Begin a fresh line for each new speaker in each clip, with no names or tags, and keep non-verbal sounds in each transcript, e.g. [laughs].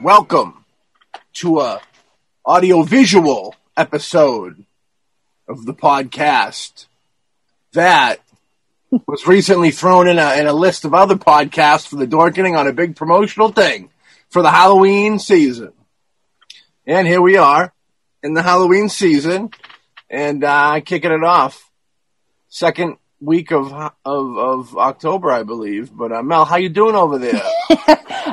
Welcome to a audiovisual episode of the podcast that was recently thrown in a in a list of other podcasts for the Dorkening on a big promotional thing for the Halloween season. And here we are in the Halloween season and uh, kicking it off. Second week of of, of October, I believe. But uh, Mel, how you doing over there?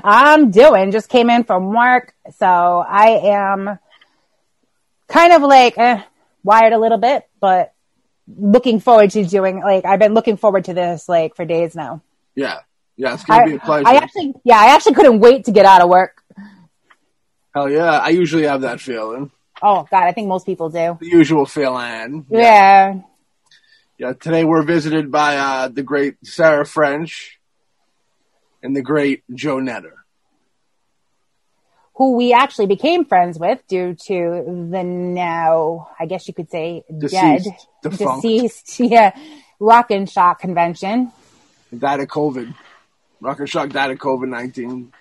I'm doing. Just came in from work, so I am kind of like eh, wired a little bit, but looking forward to doing. Like I've been looking forward to this like for days now.
Yeah, yeah, it's gonna
I-
be a pleasure.
I actually, yeah, I actually couldn't wait to get out of work.
Hell yeah, I usually have that feeling,
Oh God, I think most people do.
the usual feeling.
Yeah,
yeah. Today we're visited by uh, the great Sarah French and the great Joe Netter.
who we actually became friends with due to the now, I guess you could say,
Deceased,
dead,
defunct.
deceased, [laughs] yeah, Rock and Shock convention,
Died of COVID. Rocker Shock died of COVID nineteen.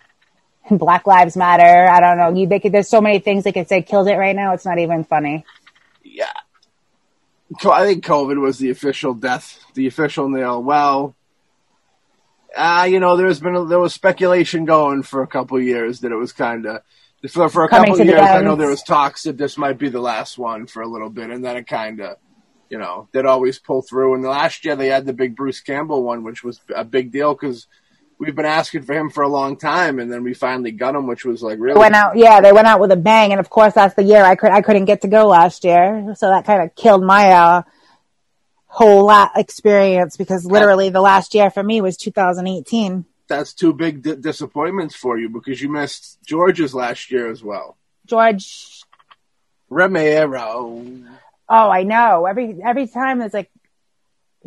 Black Lives Matter. I don't know. You, they could, there's so many things they could say killed it right now. It's not even funny.
Yeah. Co- I think COVID was the official death, the official nail. Well, uh, you know, there's been a, there was speculation going for a couple of years that it was kind of for, for a
Coming
couple
to
of
the
years. I
end.
know there was talks that this might be the last one for a little bit, and then it kind of, you know, they'd always pull through. And the last year they had the big Bruce Campbell one, which was a big deal because we've been asking for him for a long time, and then we finally got him, which was like really
Went out, yeah, they went out with a bang, and of course that's the year I could I couldn't get to go last year, so that kind of killed my uh, whole lot experience because literally the last year for me was 2018.
that's two big di- disappointments for you because you missed George's last year as well.
George
Romero.
Oh, I know. Every every time there's like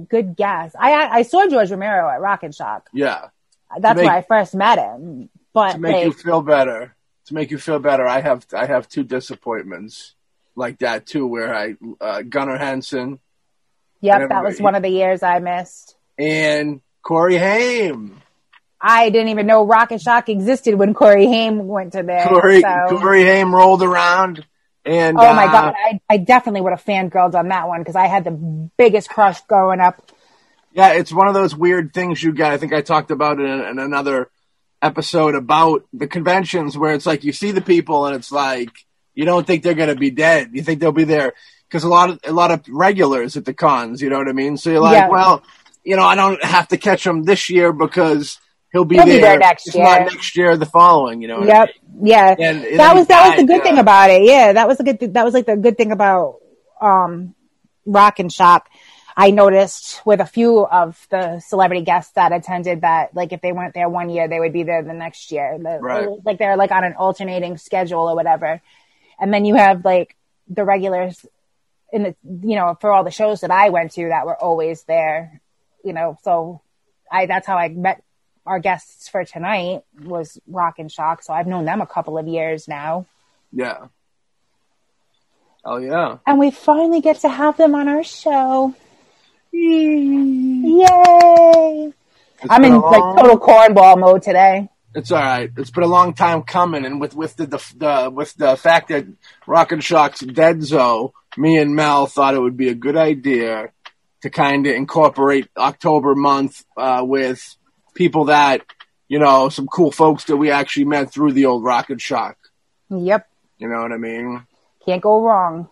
good guess. I I saw George Romero at Rock and Shock.
Yeah.
That's
make-
where I first met him. But
To make
like,
you feel better. To make you feel better, I have I have two disappointments like that too where I uh, Gunnar Hansen
yep, that
whenever
was
you-
one of the years I missed.
and Corey Haim.
I didn't even know Rock and Shock existed when Corey Haim went to there.
Corey
so-
Corey Haim rolled around and
oh my
uh,
god, I, I definitely would have fangirled on that one because I had the biggest crush growing up.
Yeah, it's one of those weird things you get. I think I talked about it in, in another episode about the conventions where it's like you see the people and it's like you don't think they're going to be dead. You think they'll be there because a lot of a lot of regulars at the cons. You know what I mean? So you're like,
Yeah.
well, you know, I don't have to catch him this year because he'll be,
He'll be
there,
there next
if not
year.
next year, the following. You know? what I
Yep. Yeah.
mean? Oh, And- and
that
then
was
he
that was the
died,
good
yeah.
thing about it. Yeah, that was a good. Th- that was like the good thing about um, Rock and Shock. I noticed with a few of the celebrity guests that attended that, like if they weren't there one year, they would be there the next year. The-
Right.
Like they're like on an alternating schedule or whatever. And then you have like the regulars in the you know for all the shows that I went to that were always there. You know, so I that's how I met our guests for tonight was Rock and Shock. So I've known them a couple of years now.
Yeah. Oh yeah.
And we finally get to have them on our show.
It's
Yay! I'm
been
in
a
like
long-
total cornball mode today.
It's all right. It's been a long time coming, and with with the the, the with the fact that Rock and Shock's dead, so me and Mel thought it would be a good idea to kind of incorporate October month uh, with people that you know, some cool folks that we actually met through the old Rock and Shock.
Yep.
You know what I mean?
Can't go wrong.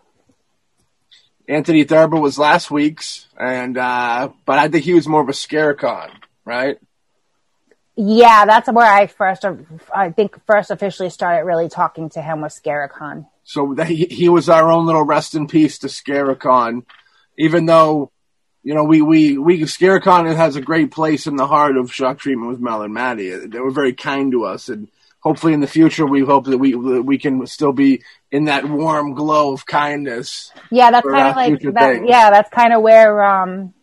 Anthony Thurber was last week's, and uh, but I think he was more of a scare con, right?
Yeah, that's where I first, I think, first officially started really talking to him was Scaricon.
So that he, he was our own little rest in peace to Scaricon, even though, you know, we, we, we, Scaricon has a great place in the heart of shock treatment with Mel and Maddie. They were very kind to us and hopefully in the future we hope that we, that we can still be in that warm glow of kindness.
Yeah, that's
For
kind
our
of like
future
that.
things.
Yeah, that's kind of where um,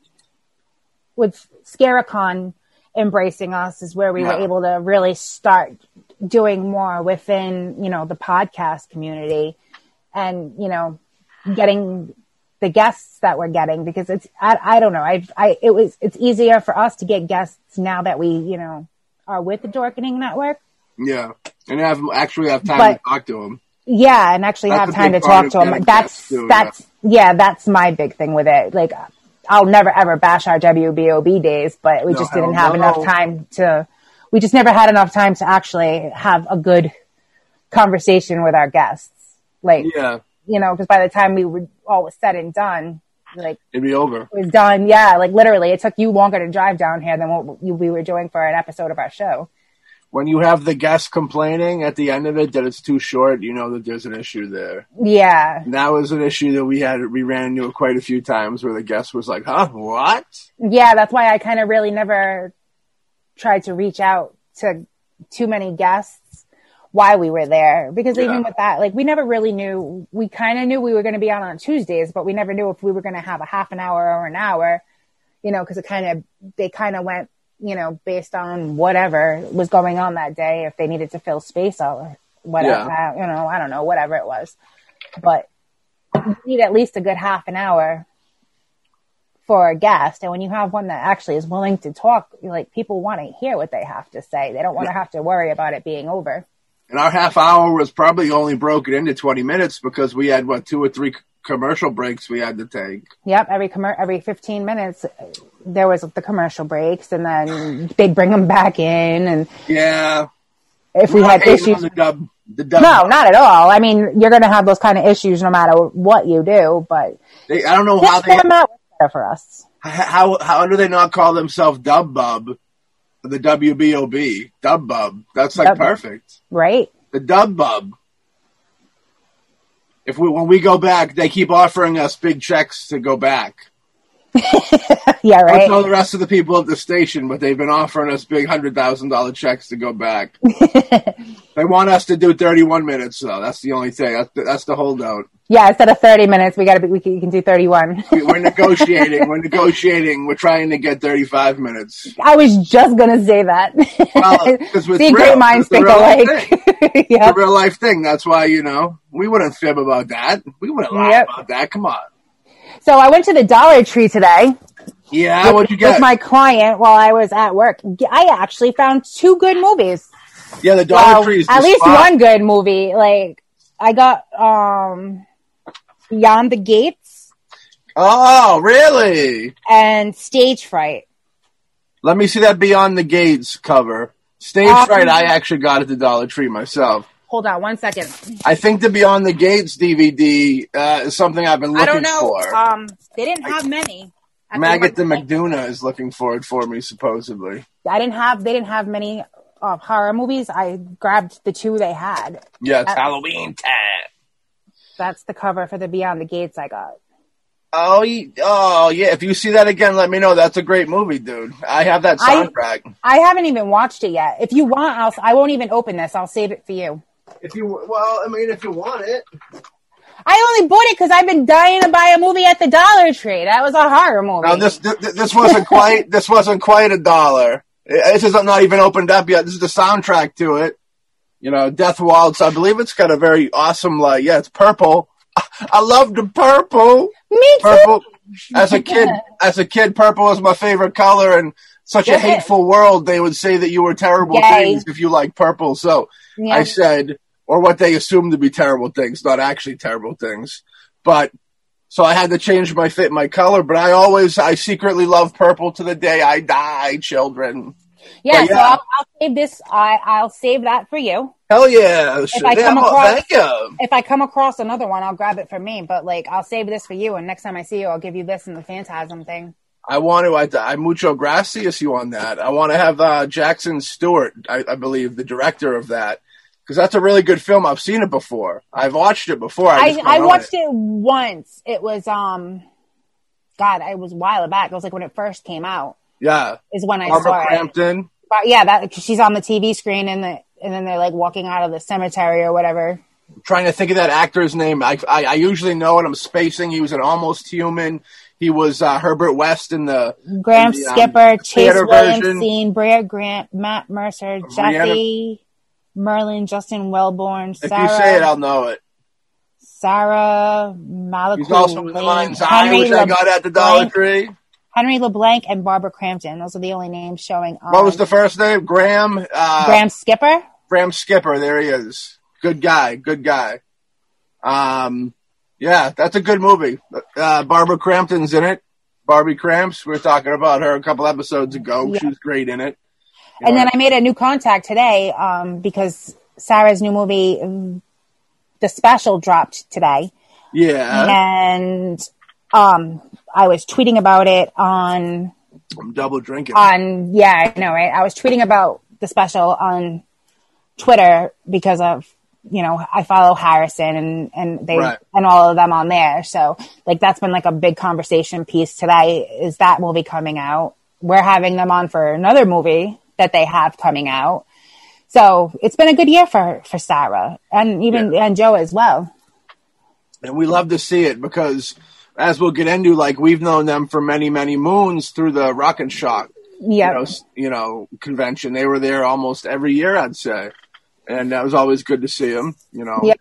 with Scaricon embracing us is where we
Yeah.
were able to really start doing more within you know the podcast community, and you know getting the guests that we're getting because it's I, I don't know I I it was it's easier for us to get guests now that we you know are with the Dorkening Network
Yeah, and have actually have time
But-
to talk to him.
yeah and actually
That's
have
a
time to
big part
talk
of
to him
getting
that's
guests, too,
that's yeah that's my big thing with it like i'll never ever bash our wbob days but we
No,
just
hell
didn't have
no.
enough time to we just never had enough time to actually have a good conversation with our guests like
Yeah,
you know because by the time we were all was said and done like
it'd be over.
it was done yeah like literally it took you longer to drive down here than what you, we were doing for an episode of our show
When you have the guest complaining at the end of it that it's too short, you know that there's an issue there.
yeah
And that was an issue that we had. We ran into quite a few times where the guest was like, "Huh, what?"
yeah, that's why I kind of really never tried to reach out to too many guests while we were there because
Yeah.
even with that, like we never really knew. We kind of knew we were going to be on on Tuesdays, but we never knew if we were going to have a half an hour or an hour. You know, because it kind of they kind of went, you know, based on whatever was going on that day. If they needed to fill space out or whatever, uh,
Yeah.
you know, I don't know, whatever it was, but you need at least a good half an hour for a guest. And when you have one that actually is willing to talk, you're like people want to hear what they have to say. They don't want to have to worry about it being over.
And our half hour was probably only broken into 20 minutes because we had what two or three c- commercial breaks we had to take.
Yep, every commer every 15 minutes there was the commercial breaks and then they'd bring them back in and
Yeah,
if we had
Hating on
issues
The dub, the dub.
No, not at all. I mean, you're going to have those kind of issues no matter what you do, but
They, I don't know how
this
they
format was better for us.
how how do they not call themselves Dub Bub, the WBOB Dub Bub? That's like
Dub-
perfect.
Right?
The Dub Bub. If we when we go back, they keep offering us big checks to go back.
yeah,
I
right.
tell the rest of the people at the station, but they've been offering us big hundred thousand dollar checks to go back.
[laughs]
they want us to do thirty one minutes though. That's the only thing. That's the, that's the holdout.
yeah, instead of 30 minutes, we got to be we can, you can do 31.
We- We're negotiating. We're negotiating. We're trying to get thirty five minutes.
[laughs] I was just gonna say that.
Well,
[laughs]
'cause we're
See,
thrilled.
great minds
It's a
think
real
[laughs] alike.
It's a
yep.
real life thing. That's why, you know, we wouldn't fib about that. We wouldn't lie
Yep.
about that. Come on.
So I went to the Dollar Tree today
Yeah,
with,
what'd you
with
get?
my client while I was at work. I actually found two good movies.
yeah, the Dollar
Well,
Tree's the
at least
spot.
one good movie. Like I got um Beyond the Gates
Oh, really?
and Stage Fright.
Let me see that Beyond the Gates cover. Stage
Um,
Fright, I actually got at the Dollar Tree myself.
Hold on one second.
I think the Beyond the Gates DVD uh, is something I've been
I
looking
don't know.
for.
Um, they didn't have many. I think
Maggot the
one-
McDuna is looking for it for me, supposedly.
I didn't have. They didn't have many uh, horror movies. I grabbed the two they had.
Yeah, it's
Uh,
Halloween time.
That's the cover for the Beyond the Gates I got.
Oh, ye- oh, yeah. If you see that again, let me know. That's a great movie, dude. I have that
I-
soundtrack.
I haven't even watched it yet. If you want, I'll, I won't even open this. I'll save it for you.
If you well, I mean, if you want it,
I only bought it because I've been dying to buy a movie at the Dollar Tree. That was a horror movie.
now this th- th- this wasn't quite this wasn't quite a dollar. I- This is not even opened up yet. This is the soundtrack to it. You know, Death Waltz. I believe it's got a very awesome like yeah, it's purple. [laughs] I love the purple.
Me too. [laughs]
Purple as a kid as a kid, purple was my favorite color and such a
Was it?
hateful world they would say that you were terrible
Yay.
things if you like purple. So
Yeah.
I said, or what they assumed to be terrible things, not actually terrible things. But so I had to change my fit, my color. But I always, I secretly love purple to the day I die, children.
yeah,
but
So
yeah.
I'll, I'll save this. I, I'll save that for you.
Hell yeah! If
I come across-
thank you.
If I come across another one, I'll grab it for me. But like, I'll save this for you. And next time I see you, I'll give you this and the Phantasm thing.
I want to. I, I mucho gracias you on that. I want to have uh, Jackson Stewart, I, I believe, the director of that, because that's a really good film. I've seen it before. I've watched it before. I,
I, I watched it. once. It was um, God, it was a while back. It was like when it first came out
Yeah,
is when I
Barbara
saw it.
Crampton.
But yeah, that 'cause she's on the TV screen and the and then they're like walking out of the cemetery or whatever.
trying to think of that actor's name. I, I, I usually know it. I'm spacing. He was an almost human. He was uh, Herbert West in the
Graham
The, um,
Skipper, Chase
theater version.
Williamson, Bria Grant, Matt Mercer, Jeffy Merlin, Justin Wellborn,
If you say it,
Sarah
I'll know it.
Sarah Malikou,
He's also in the Mind's Eye,
Henry,
which I
Le-
got at the Dollar
Blank-
Tree.
Henry LeBlanc, and Barbara Crampton. Those are the only names showing. On
What was the first name? Graham. Uh,
Graham Skipper?
Bram Skipper, there he is. Good guy, good guy. Um, yeah, that's a good movie. Uh, Barbara Crampton's in it. Barbie Cramps. We were talking about her a couple episodes ago.
Yeah.
She was great in it.
And then I made a new contact today um, because Sarah's new movie, mm, The Special, dropped today.
Yeah,
and um, I was tweeting about it on
I'm double drinking.
on yeah I know right I was tweeting about the special on Twitter because of you know I follow Harrison and and they
Right.
and all of them on there so like that's been like a big conversation piece today is that movie coming out we're having them on for another movie that they have coming out so it's been a good year for for Sarah and even and Joe as well
and we love to see it because, as we'll get into, like we've known them for many, many moons through the Rock and Shock
yeah
you know, s- you know, convention. They were there almost every year, I'd say, and that was always good to see them. You know,
Yep.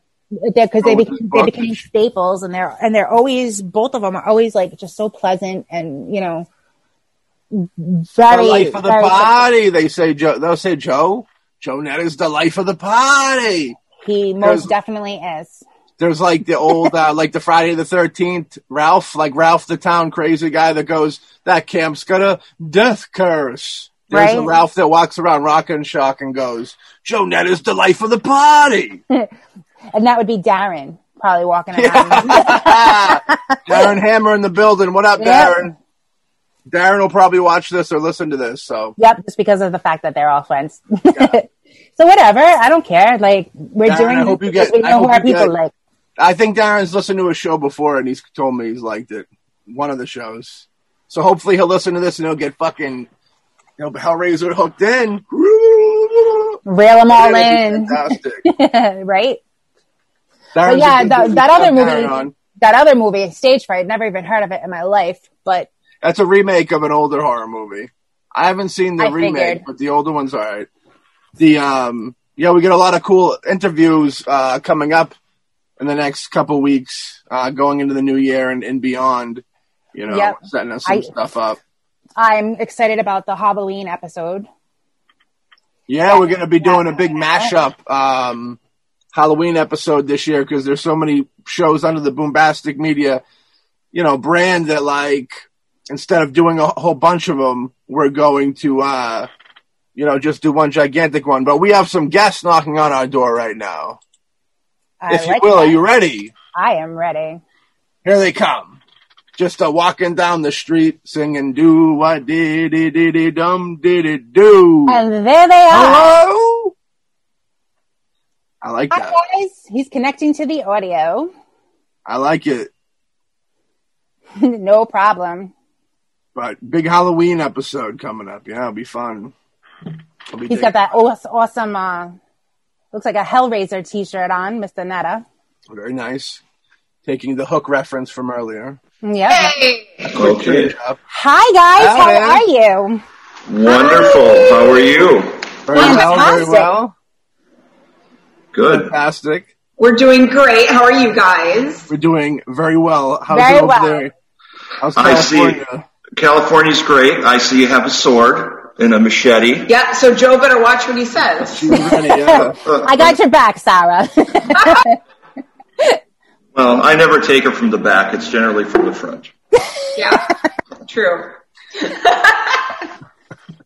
because they
Oh, with
became,
the
they
bucket.
became staples, and they're and they're always both of them are always like just so pleasant and you know
the
very
life of the
very-
party. They say Joe. They'll say Joe. Jonette is the life of the party.
He most definitely is.
There's like the old, uh, like the Friday the Thirteenth Ralph, like Ralph the town crazy guy that goes, "That camp's got a death curse." There's a
Right.
Ralph that walks around rock and shock and goes, "Jonette is the life of the
[laughs]
party."
And that would be Darren probably walking around.
[laughs] Ah, Darren Hammer in the building. What up,
Yeah.
Darren? Darren will probably watch this or listen to this. So
yep, just because of the fact that they're all friends. [laughs] so whatever, I don't care. Like we're
Darren,
doing
I hope you
because
get-
we
I
know who
hope
our
you
people
get-
like.
I think Darren's listened to a show before and he's told me he's liked it. One of the shows. So hopefully he'll listen to this and he'll get fucking he'll Hellraiser hooked in.
Rail them all
That'd be
in, [laughs]
Fantastic.
right?
Darren's a
yeah,
good
that-
dude.
that
Have
other movie-
Darren on.
That other movie, Stage Fright, never even heard of it in my life, but
That's a remake of an older horror movie. I haven't seen the
I
remake,
figured.
but the older one's alright. The um yeah, we get a lot of cool interviews uh coming up in the next couple weeks, uh going into the new year and, and beyond. You know,
Yep.
setting us some
I-
stuff up.
I'm excited about the Halloween episode.
Yeah, we're gonna be doing a big mashup um Halloween episode this year because there's so many shows under the Boombastic Media, you know, brand that like instead of doing a whole bunch of them, we're going to uh you know just do one gigantic one. But we have some guests knocking on our door right now.
I
if
like
you will,
that.
are you ready?
I am ready.
Here they come. Just uh, walking down the street singing do what did did dum did do.
And there they are.
Hello? I like
Hi
that.
guys. He's connecting to the audio. [laughs]
I like it.
no problem.
But big Halloween episode coming up. Yeah, it'll be fun. I'll be
He's
digging
got that aw- awesome uh looks like a Hellraiser t shirt on, Mr. Netta.
it. Very nice. Taking the hook reference from earlier.
Yeah.
Okay.
Hi guys,
Hi,
how
man.
are you?
Wonderful. How are you?
Very well, very
Fantastic.
well.
Good.
Fantastic.
We're doing great. How are you guys?
We're doing very well. How's
Very
it over
well.
there? How's
I see.
California?
California's great. I see you have a sword and a machete.
Yeah, so Joe better watch what he [laughs] says.
She's ready, yeah.
Uh,
I got your back, Sarah. [laughs]
well, I never take it from the back. It's generally from the front.
Yeah, true.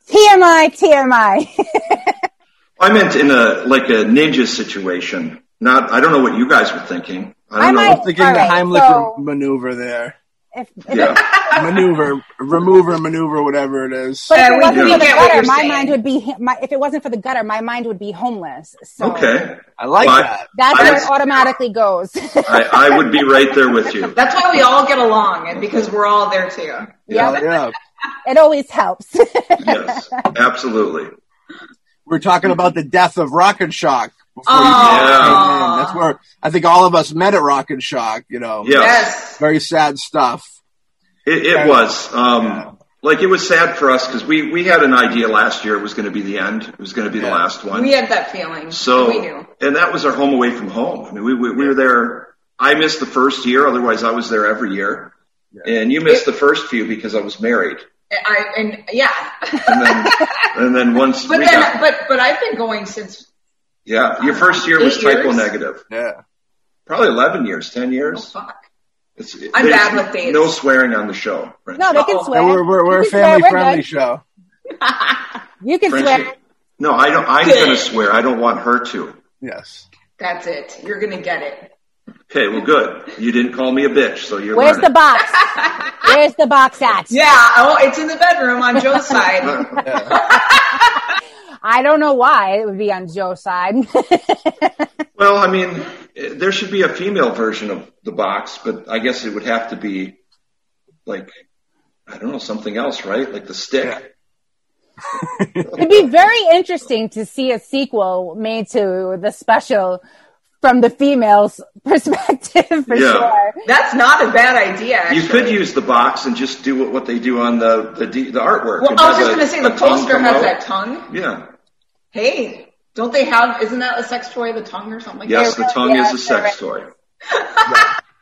TMI, [laughs] TMI.
I meant in a like a ninja situation. Not. I don't know what you guys were thinking. I
I
don't know.
might-
Thinking
All [laughs] right,
the Heimlich
so-
maneuver there.
if, if
Yeah.
Maneuver, remover, maneuver, whatever it is.
But if
Yeah,
it
we-
wasn't
we
for the
get what
gutter,
you're
my
saying.
mind would be my, if it wasn't for the gutter, my mind would be homeless. So
Okay.
I like
Well, I-
that.
that's
I
where
was-
it automatically goes. [laughs]
I, I would be right there with you.
That's why we all get along, and because we're all there too.
yeah,
Yeah, yeah.
it always helps. [laughs]
Yes. Absolutely.
We're talking about the death of Rock and Shock. Before you
Aw.
Oh.
came in. That's where I think all of us met at Rock and Shock, you know.
Yeah.
Yes.
Very sad stuff.
It,
Yeah.
it was. Um, like it was sad for us because we, we had an idea last year it was going to be the end. It was going to be
Yeah.
the last one.
We had that feeling.
so
we knew.
and that was our home away from home. I mean, we, we, we were there. I missed the first year. Otherwise, I was there every year. And you missed the first few because I was married.
I and yeah, [laughs]
And then and then once
but
we
then
got
but but I've been going since
Yeah. Your first year was
Eight
typo
years?
negative.
Yeah.
Probably 11 years, 10
Oh,
years.
fuck.
It's,
I'm
there's
bad with dates.
No swearing on the show. Right?
No, they can
Uh-oh.
swear.
And we're we're, we're
You
a
can swear,
family
we're
friendly
good.
show.
You can swear.
Friendship. No, I don't. I'm going to swear. I don't want her to.
Yes.
That's it. You're gonna get it.
Okay, well, good. You didn't call me a bitch, so you're.
Where's the
learning. [laughs]
box? Where's the box at?
Yeah. Oh, it's in the bedroom on [laughs] Joe's side.
I don't know why it would be on Joe's side. [laughs]
Well, I mean, eh, there should be a female version of the box, but I guess it would have to be like I don't know something else, right? Like the stick.
It'd be very interesting to see a sequel made to the special from the female's [laughs] perspective for
Yeah.
sure.
That's not a bad idea.
You
Actually.
could use the box and just do what, what they do on the the, D, the artwork.
Well,
and
I was
have
just
a-
gonna say
a
the
tongue
poster
come
has
out.
that tongue.
Yeah.
Hey, don't they have? Isn't that a sex toy? The tongue or something? like
Yes,
that?
the tongue
yeah,
is a sex toy.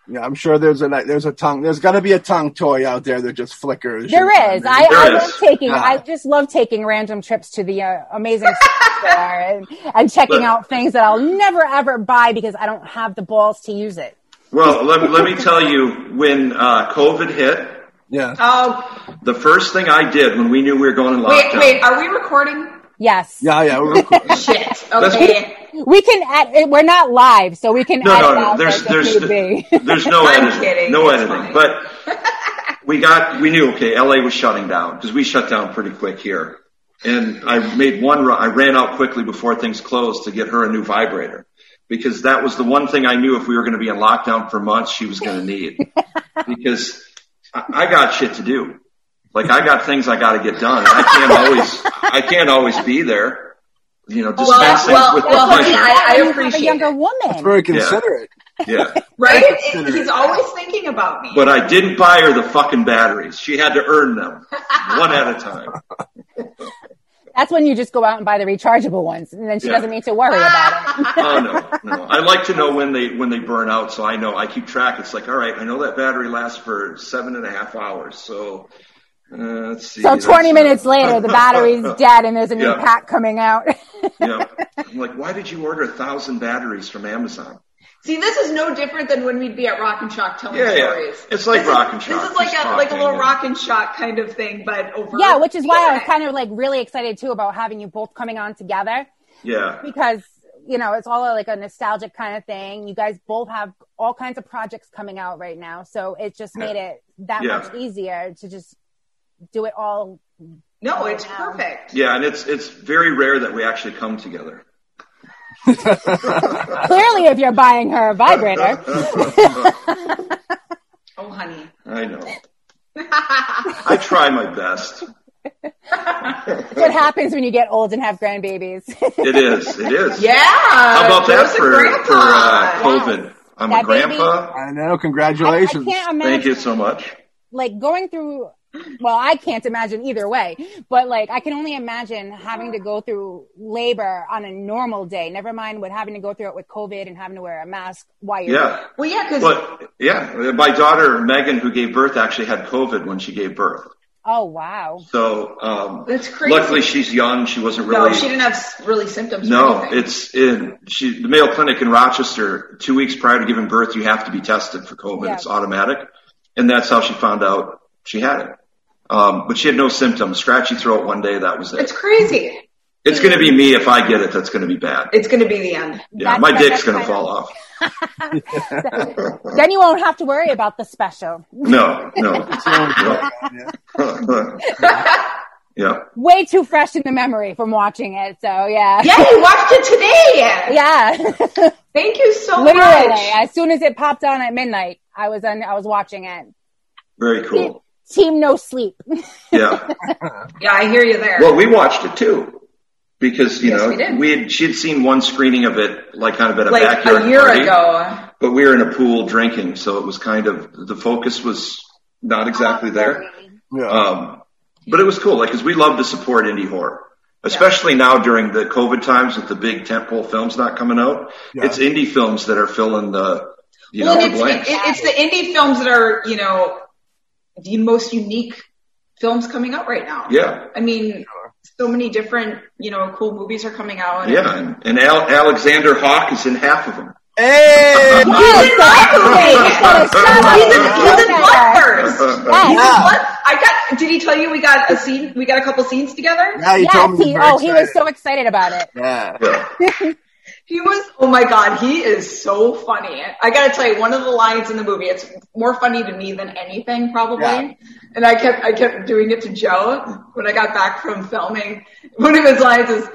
Yeah, I'm sure there's a there's a tongue. There's got to be a tongue toy out there that just flickers.
There is. I, I
There
love
is.
taking.
Yeah.
I just love taking random trips to the uh, amazing store and, and checking
But-
out things that I'll never ever buy because I don't have the balls to use it.
Well, let me, let me tell you, when uh, COVID hit,
yeah.
Oh,
the first thing I did when we knew we were going in
wait,
lockdown.
wait. Are we recording?
Yes,
Yeah, yeah. We're cool.
Shit.
Let's-
Okay.
we can. Add, it- we're not live, so we can.
No,
add
no,
it
no.
out
There's,
as it
there's,
may be. [laughs]
there's
[laughs]
no
I'm
editing.
kidding.
No
It's fine.
editing. But we got, we knew, okay, LA was shutting down because we shut down pretty quick here. And I made one run. I ran out quickly before things closed to get her a new vibrator because that was the one thing I knew if we were going to be in lockdown for months, she was going
[laughs]
to need because I, I got shit to do. Like I got things I got to get done. And I can't always, I can't always be there, you know, dispensing
well,
with
well,
the
okay,
pleasure.
I- I
You have
appreciate
a younger
it.
It's
woman.
very considerate.
yeah.
Right? It- He's always thinking about me. [laughs]
But I didn't buy her the fucking batteries. She had to earn them one at
[laughs]
a time.
That's when you just go out and buy the rechargeable ones, and then she
Yeah.
doesn't need to worry about it.
Oh no, no. I like to know when they when they burn out, so I know I keep track. It's like, all right, I know that battery lasts for seven and a half hours. So uh, let's see.
So
that's,
20
uh,
minutes
[laughs]
later, the battery's dead, and there's a new
Yeah.
pack coming out. [laughs]
yeah. I'm like, why did you order a thousand batteries from Amazon?
See, this is no different than when we'd be at Rock and Shock telling
Yeah, yeah.
stories.
It's like
this
Rock
is,
and Shock,
This is like
just
a like a
talking
little
and-
Rock and Shock kind of thing, but over.
yeah, which is why I was kind of like really excited too about having you both coming on together
Yeah.
because you know it's all like a nostalgic kind of thing. You guys both have all kinds of projects coming out right now, so it just made it that
Yeah.
much easier to just do it all.
No, it's perfect.
Yeah, and it's it's very rare that we actually come together.
Clearly, if you're buying her a vibrator,
[laughs]
Oh, honey.
I know. I try my best.
what happens when you get old and have grandbabies?
It is. It is.
Yeah.
How about that
Joe's a
for,
grandpa.
for uh, COVID? I'm
That
a grandpa.
I know.
[laughs] I
Congratulations.
can't imagine.
Thank you so much.
like going through well i can't imagine either way but like i can only imagine having to go through labor on a normal day never mind what having to go through it with covid and having to wear a mask while you're
Yeah.
Well, yeah, because
But yeah, my daughter Megan, who gave birth, actually had COVID when she gave birth.
oh wow
So um,
That's crazy.
Luckily, she's young. She wasn't really.
no, she didn't have s- really symptoms. or
No,
anything.
it's in she, the Mayo Clinic in Rochester. Two weeks prior to giving birth, you have to be tested for COVID.
Yeah.
It's automatic, and that's how she found out she had it. Um, but she had no symptoms. Scratchy throat one day. That was
it's
it.
crazy.
It's going to be me if I get it. That's going to be bad.
It's going to be the end.
Yeah,
That's-
my
that's
dick's going to
kind of-
fall off.
then you won't have to worry about the special
No, no. [laughs]
[laughs]
Yeah.
yeah.
way too fresh in the memory from watching it so yeah
[laughs] Yeah, you watched it today.
yeah
Thank you so
[laughs]
much.
literally as soon as it popped on at midnight i was on i was watching it
Very cool.
team no sleep
Yeah.
Yeah, I hear you there.
Well, we watched it too. Because, you
Yes, we
know,
did.
we had, she had seen one screening of it, like kind of at a
like
backyard
a year
party,
ago.
but we were in a pool drinking. So it was kind of, the focus was not exactly there.
Yeah.
Um, but it was cool. Like, cause we love to support indie horror, especially now during the COVID times with the big tentpole films not coming out.
Yeah.
It's indie films that are filling the, you
well,
know,
and
the
it's,
blanks.
it- it's the indie films that are, you know, the most unique films coming out right now.
yeah.
I mean, so many different, you know, cool movies are coming out.
Yeah, and, and Al- Alexander Hawk is in half of them.
Hey!
He's in Rockaway. He's in, he's in
[laughs]
Bloodthirst.
Yes.
He's
Yeah.
in Blood. I got. Did he tell you we got a scene? We got a couple scenes together.
Now you told
Yes,
me.
he,
you're
oh, he was
excited.
so excited about it.
Yeah.
Yeah.
He was. Oh my god, he is so funny. I got to tell you, one of the lines in the movie. It's more funny to me than anything, probably.
Yeah.
And I kept, I kept doing it to Joe when I got back from filming. One of his lines is,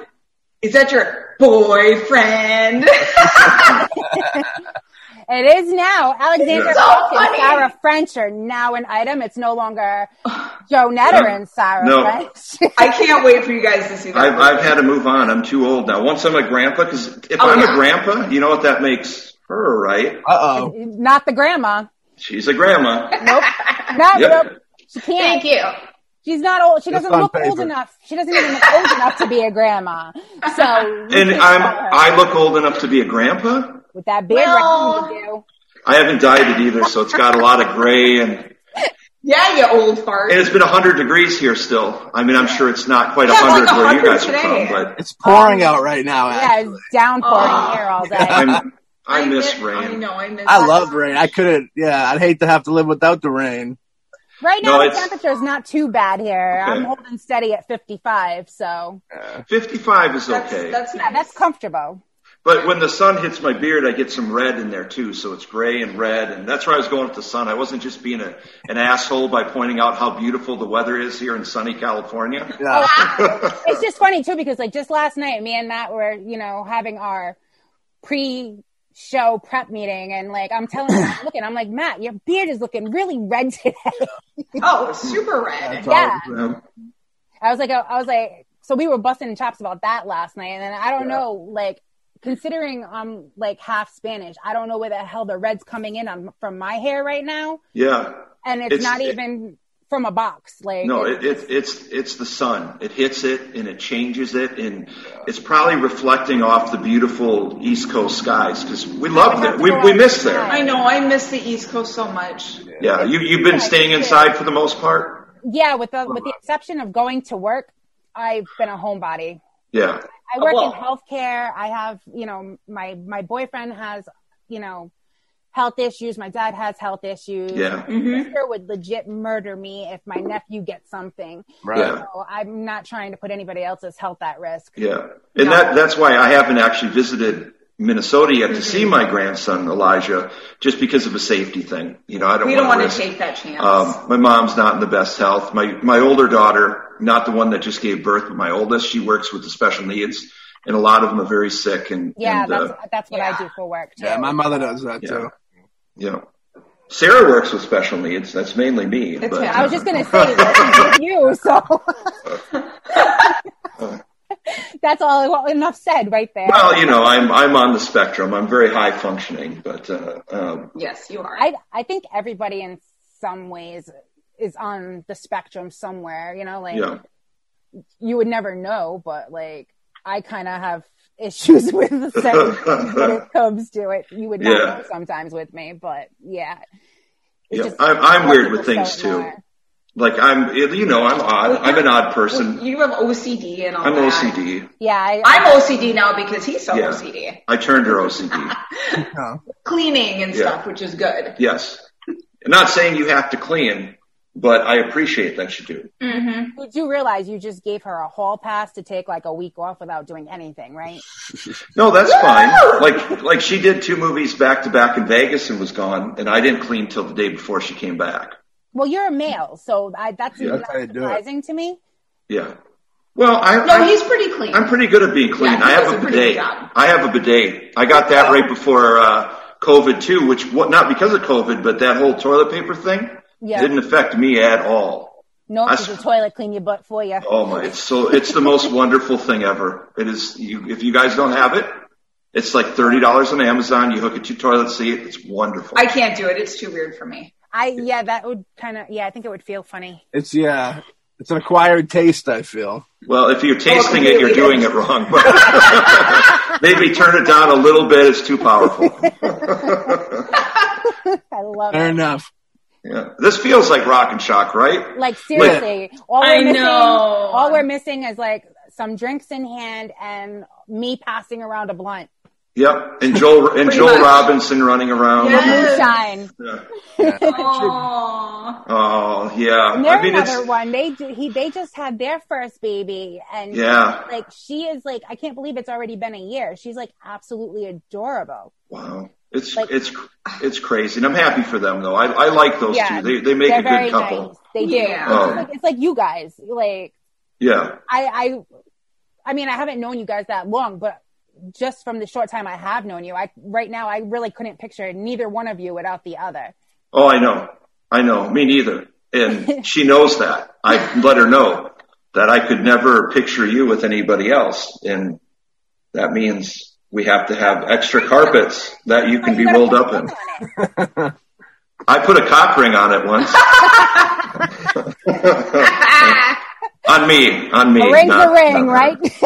"Is that your boyfriend?" [laughs]
It is now. Alexander
It's so
Hawkins,
funny.
Sarah French are now an item. It's no longer Joe Netter
Yeah.
and Sarah
No.
French.
I can't wait for you guys to see that.
I've, I've had to move on. I'm too old now. Once I'm a grandpa, because if
Oh,
I'm
yeah.
a grandpa, you know what that makes her, right?
Uh oh.
[laughs] Not the grandma.
She's a grandma.
[laughs]
Nope. Not
Yep.
nope. She can't.
Thank you.
She's not old. She
Just
doesn't
on
look old
paper.
enough. She doesn't even look old enough to be a grandma. So you
And
can't
I'm
tell her.
I look old enough to be a grandpa.
with that beard
Well-
right you do.
I haven't dyed it either, so it's got a lot of gray and and
[laughs] Yeah, you old fart.
it's been hundred degrees here still. I mean, I'm sure it's not quite
Yeah, it's like
hundred where you
100
guys
today.
are from, but
It's pouring out right now.
Yeah,
Actually.
it's downpouring
Oh.
here all
[laughs]
day.
I'm, I miss
mi- I
rain.
know. I miss.
I love rain. I couldn't. Yeah, I'd hate to have to live without the rain.
right now
No,
the
it's-
temperature is not too bad here.
Okay.
I'm holding steady at 55, so
Fifty-five is
That's,
okay,
that's
yeah,
nice.
that's comfortable.
but when the sun hits my beard, I get some red in there too, so it's gray and red, and that's where I was going with the sun. I wasn't just being a an asshole by pointing out how beautiful the weather is here in
[laughs]
sunny California.
Oh,
Yeah.
[laughs]
it's just funny too because like just last night me and matt were you know having our pre show prep meeting and like i'm telling him I'm looking i'm like matt your beard is looking really red today [laughs]
oh, super red.
That's all
Yeah.
it is.
Um,
i was like "Oh, i I was like so we were busting chops about that last night and then i don't
Yeah.
know like considering i'm like half spanish i don't know where the hell the red's coming in on, from my hair right now
yeah.
and it's,
It's-
not
it-
even from a box like
No,
it's
it, it, it's it's the sun. It hits it and it changes it, and it's probably reflecting off the beautiful East Coast skies because we love
have
that.
to
We
go
we
out
miss there.
I know. I miss the East Coast so much.
Yeah, you you've been
Yeah,
staying
it's
inside for the most part.
yeah with the with the exception of going to work i've been a homebody
Yeah,
I work
Well-
in healthcare. I have, you know, my my boyfriend has, you know, health issues. My dad has health issues.
yeah,
Mm-hmm.
My
Mm-hmm.
sister would legit murder me if my nephew gets something.
Right.
yeah,
So I'm not trying to put anybody else's health at risk.
yeah. And that that's why I haven't actually visited Minnesota yet to
Mm-hmm.
see my grandson Elijah, just because of a safety thing. You know, I don't.
We don't
wanna
want to
risk-
take that chance.
Um, my mom's not in the best health. My my older daughter, not the one that just gave birth, but my oldest, she works with the special needs, and a lot of them are very sick. And
Yeah,
and,
that's
uh,
that's what
yeah.
I do for work too.
Yeah, my mother does that
Yeah.
too.
you know, Sarah works with special needs. That's mainly me.
It's
but,
him.
I was just gonna say that's you, so [laughs] that's all. Well, enough said, right there.
well, you know, I'm I'm on the spectrum. I'm very high functioning, but uh, um,
yes, you are.
I I think everybody in some ways is on the spectrum somewhere. You know, like
yeah,
you would never know, but like I kind of have issues [laughs] with certain things when it comes to it. You would not
Yeah.
know sometimes with me, but yeah. It's
yeah.
just-
I'm I'm
some
weird with
people don't
things too.
know it.
Like I'm, you know, I'm odd. I'm an odd person.
you have OCD and all
I'm
that.
OCD.
Yeah, I,
I'm OCD now because he's so
Yeah.
OCD.
I turned her OCD.
Yeah.
Cleaning and
Yeah.
stuff, which is good.
Yes. I'm not saying you have to clean, but I appreciate that you do.
Mm-hmm.
did you realize you just gave her a hall pass to take like a week off without doing anything, right?
No, that's fine. Like like she did two movies back to back in Vegas and was gone, and I didn't clean till the day before she came back.
Well, you're a male, so I, that's
Yeah,
not
that's how you do it.
surprising to me.
Yeah. Well, I,
No,
I
he's pretty clean.
I'm pretty good at being clean.
Yeah, he
I
does
have
a
a
pretty good
bidet.
job. Oh.
I have a bidet. I got that right before uh, COVID too, which what not because of COVID, but that whole toilet paper thing
Yeah.
didn't affect me at all.
No,
I
because the
s-
toilet clean your butt for you.
Oh my! It's so it's the most wonderful thing ever. It is. You, if you guys don't have it, it's like thirty dollars on Amazon. You hook it to your toilet seat. It's wonderful.
I can't do it. It's too weird for me.
I yeah, that would kind of yeah, I think it would feel funny.
It's yeah. It's an acquired taste. I feel.
well, if you're tasting it,
completely
you're doing it wrong. But [laughs] maybe turn it down a little bit. It's too powerful.
I love
Fair
it. [laughs]
enough.
Yeah. This feels like rock and shock, right?
Like seriously, all
I
we're missing,
know.
all we're missing is like some drinks in hand and me passing around a blunt.
Yep. And Joel and
Pretty
Joel
much.
Robinson running around.
Yes.
Moonshine.
Yeah.
[laughs] Aww.
Oh yeah.
And they're
I mean,
another
it's
one. They do, he they just had their first baby, and
Yeah.
like she is like I can't believe it's already been a year. She's like absolutely adorable.
wow. It's
Like-
it's it's crazy, and I'm happy for them though. I I like those
Yeah.
two. They they make
they're
a
very
good couple.
nice. They do.
Yeah.
It's,
Um,
like, it's like you guys. Like
Yeah.
I I I mean I haven't known you guys that long, but just from the short time I have known you, I right now I really couldn't picture neither one of you without the other.
Oh, I know. I know. Me neither.
[laughs]
And she knows that. I let her know that I could never picture you with anybody else, and that means we have to have extra carpets that you can be rolled up in. [laughs] I put a cock ring on it
[laughs]
once. [laughs] on me, on me.
A ring's
not-
a ring,
not her.
right? [laughs]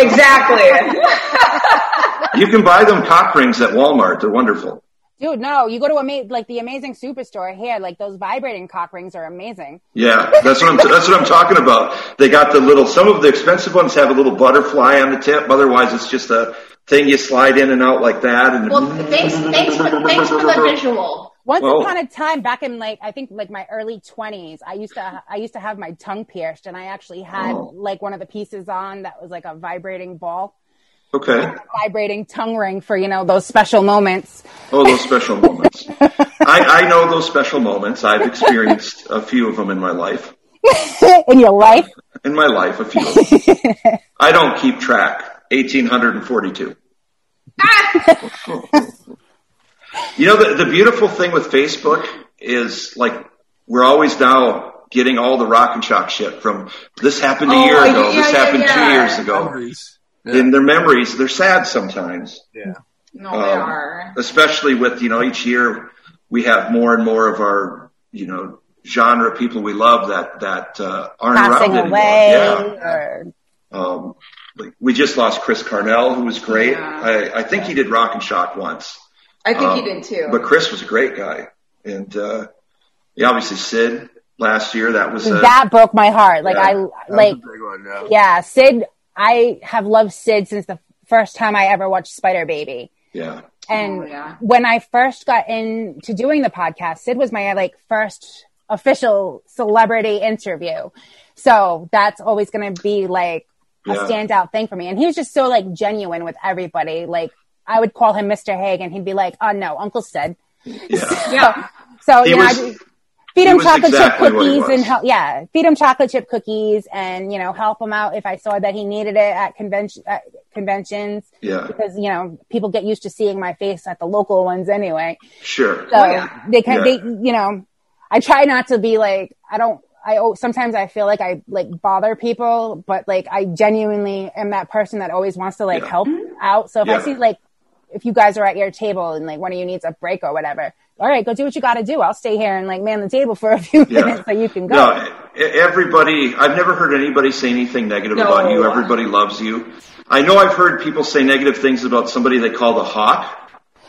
Exactly.
You can buy them cock rings at Walmart. They're wonderful.
Dude, no, you go to ama- like the amazing superstore here, like those vibrating cock rings are amazing.
Yeah, that's what I'm. That's what I'm talking about. They got the little. Some of the expensive ones have a little butterfly on the tip. Otherwise, it's just a thing you slide in and out like that. And
Well, thanks, thanks for thanks for the visual.
Once
Whoa.
upon a time, back in like I think like my early twenties, I used to I used to have my tongue pierced, and I actually had
Oh.
like one of the pieces on that was like a vibrating ball,
okay.
vibrating tongue ring for you know those special moments.
Oh, those special moments. I, I know those special moments. I've experienced a few of them in my life.
in your life.
In my life, a few. Of them.
[laughs]
I don't keep track. Eighteen hundred and forty-two. You know, the, the beautiful thing with Facebook is like we're always now getting all the rock and shock shit from this happened a
Oh,
year ago,
yeah,
this
yeah,
happened
yeah.
two years ago.
Memories.
In their memories, they're sad sometimes,
Yeah.
no,
Um,
they are.
especially with, you know, each year we have more and more of our, you know, genre people we love that, that, uh, aren't
passing
around
away
anymore.
or
Yeah. Um, like, we just lost Chris Carnell, who was great.
Yeah.
I, I think he did rock and shock once.
I think
Um,
you did too.
But Chris was a great guy, and uh, yeah, obviously Sid last year that was a,
that broke my heart. Like
Yeah,
I
That was
like
a big one, yeah.
yeah, Sid. I have loved Sid since the first time I ever watched Spider Baby.
yeah.
And
Oh, yeah.
when I first got into doing the podcast, Sid was my like first official celebrity interview. So that's always going to be like a
Yeah.
standout thing for me. And he was just so like genuine with everybody. Like I would call him Mr. Haig and he'd be like, "Oh no, Uncle Sid."
yeah.
yeah.
So
He
you know,
was-
I just feed
he
him
was
chocolate
exactly
chip
what he
cookies and
was.
help. Yeah, feed him chocolate chip cookies and you know help him out if I saw that he needed it at convention at conventions
Yeah,
because you know people get used to seeing my face at the local ones anyway.
sure.
So
Oh, yeah.
they kind
Yeah.
they you know I try not to be like I don't. I al- sometimes I feel like I like bother people, but like I genuinely am that person that always wants to like
Yeah.
help out. So if
Yeah.
I see like if you guys are at your table and like one of you needs a break or whatever, all right, go do what you got to do. I'll stay here and like man the table for a few
Yeah.
minutes so you can go.
No, e- everybody. I've never heard anybody say anything negative
No.
about you. Everybody loves you. I know I've heard people say negative things about somebody they call the hawk.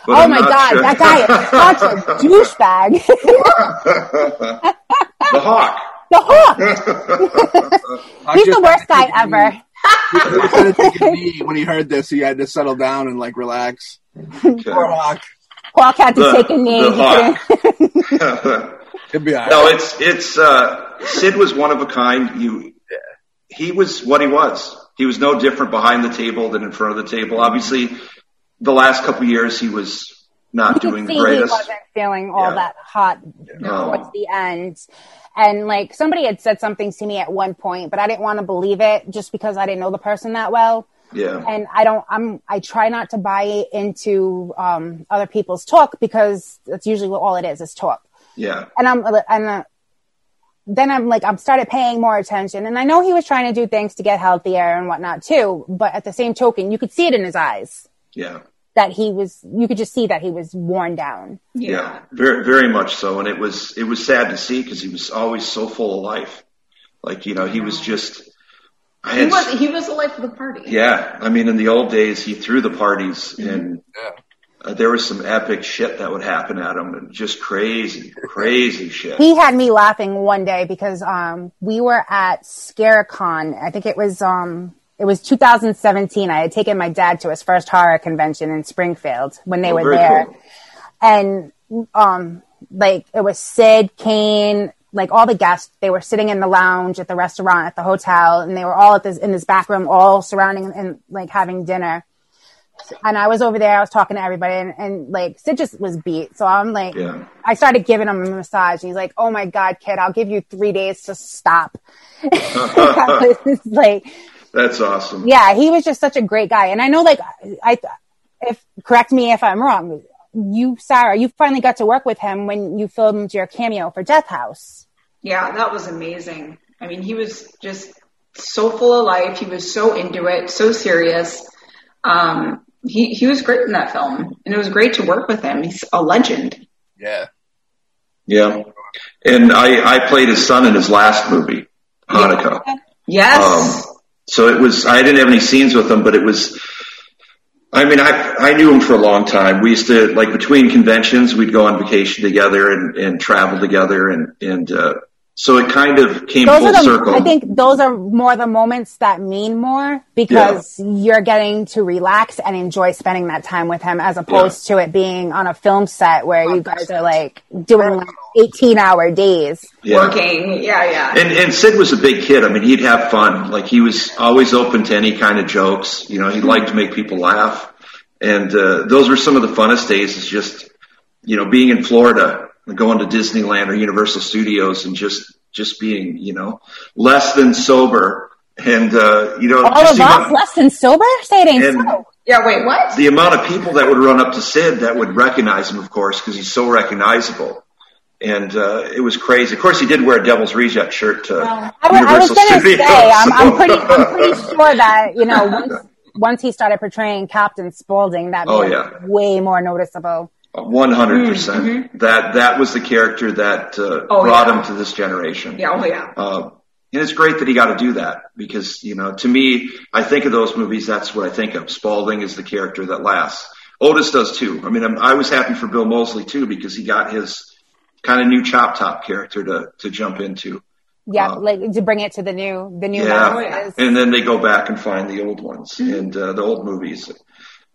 but
oh
I'm
my
not
god,
sure-
that
[laughs]
guy is such a douchebag. [laughs]
the hawk.
the hook.
I
He's
just-
the worst guy ever.
I said it to
[laughs]
me when he heard this, he had to settle down and like relax.
Okay.
Poor Hawk.
Hawk had to
The-
take a knee.
the
He couldn't- [laughs]
hawk. [laughs]
He'll be all right.
No, it's it's uh, Sid was one of a kind. You, he was what he was. He was no different behind the table than in front of the table. Obviously, the last couple of years he was not
you could
doing the
see he
greatest.
wasn't feeling all
Yeah.
that hot
No.
towards the end. And like somebody had said something to me at one point, but I didn't want to believe it just because I didn't know the person that well.
Yeah,
And I don't, I'm, I try not to buy into um, other people's talk because that's usually what all it is is talk.
yeah,
And I'm, and uh, then I'm like, I'm started paying more attention. And I know he was trying to do things to get healthier and whatnot too, but at the same token, you could see it in his eyes
yeah,
that he was, you could just see that he was worn down.
yeah, Very, very much so. And it was it was sad to see because he was always so full of life. Like you know, he was just. I
He
had,
was he was the life of the party.
yeah, I mean, in the old days, he threw the parties, and
Yeah.
uh, there was some epic shit that would happen at him, and just crazy, crazy shit. [laughs]
He had me laughing one day because um, we were at Scarecon. I think it was um, it was 2017. I had taken my dad to his first horror convention in Springfield when they
Oh,
were
very
there,
cool.
and um, like it was Sid Kane. Like all the guests, they were sitting in the lounge at the restaurant at the hotel, and they were all at this in this back room, all surrounding and like having dinner. And I was over there, I was talking to everybody, and, and like Sid just was beat. So I'm like,
Yeah.
I started giving him a massage. He's like, "Oh my god, kid, I'll give you three days to stop." [laughs] I was like,
That's awesome.
yeah, he was just such a great guy, and I know, like, I if correct me if I'm wrong, you Sarah, you finally got to work with him when you filmed your cameo for Death House.
Yeah, that was amazing. I mean, he was just so full of life. He was so into it, so serious. Um, he he was great in that film, and it was great to work with him. He's a legend.
Yeah.
Yeah. And I, I played his son in his last movie, Hanukkah.
Yes,
So it was, I didn't have any scenes with him, but it was, I mean, I, I knew him for a long time. We used to, like, between conventions, we'd go on vacation together and, and travel together. And, and, uh, so it kind of came
Those
full
are the,
circle.
I think those are more the moments that mean more because you're getting to relax and enjoy spending that time with him as opposed to it being on a film set where you guys are like doing like 18 hour days.
yeah.
working. Yeah, yeah.
And, and Sid was a big kid. I mean, he'd have fun. Like he was always open to any kind of jokes. You know, he liked to make people laugh. And, uh, those were some of the funnest days is just, you know, being in Florida and going to Disneyland or Universal Studios and just, just being, you know, less than sober. And, uh, you know,
All
just
of
the
us
amount-
less than sober? Say it ain't
And-
so.
yeah, wait, what?
the amount of people that would run up to Sid that would recognize him, of course, because he's so recognizable. And uh, it was crazy. Of course, he did wear a Devil's Reject shirt to
I was, I was
Universal
gonna
Studios.
say, I'm, I'm pretty,
[laughs] so-
I'm pretty sure that you know once, once he started portraying Captain Spaulding, that made
Oh,
him
yeah.
way more noticeable.
One hundred
Mm-hmm.
percent. That that was the character that uh,
Oh,
brought
yeah.
him to this generation.
Yeah, oh yeah.
Uh, and it's great that he got to do that because you know, to me, I think of those movies. That's what I think of. Spalding is the character that lasts. Otis does too. I mean, I'm, I was happy for Bill Mosley too because he got his kind of new chop top character to to jump into.
Yeah,
Wow.
like to bring it to the new, the new level
Yeah,
is- Mm-hmm.
and then they go back and find the old ones and uh, the old movies,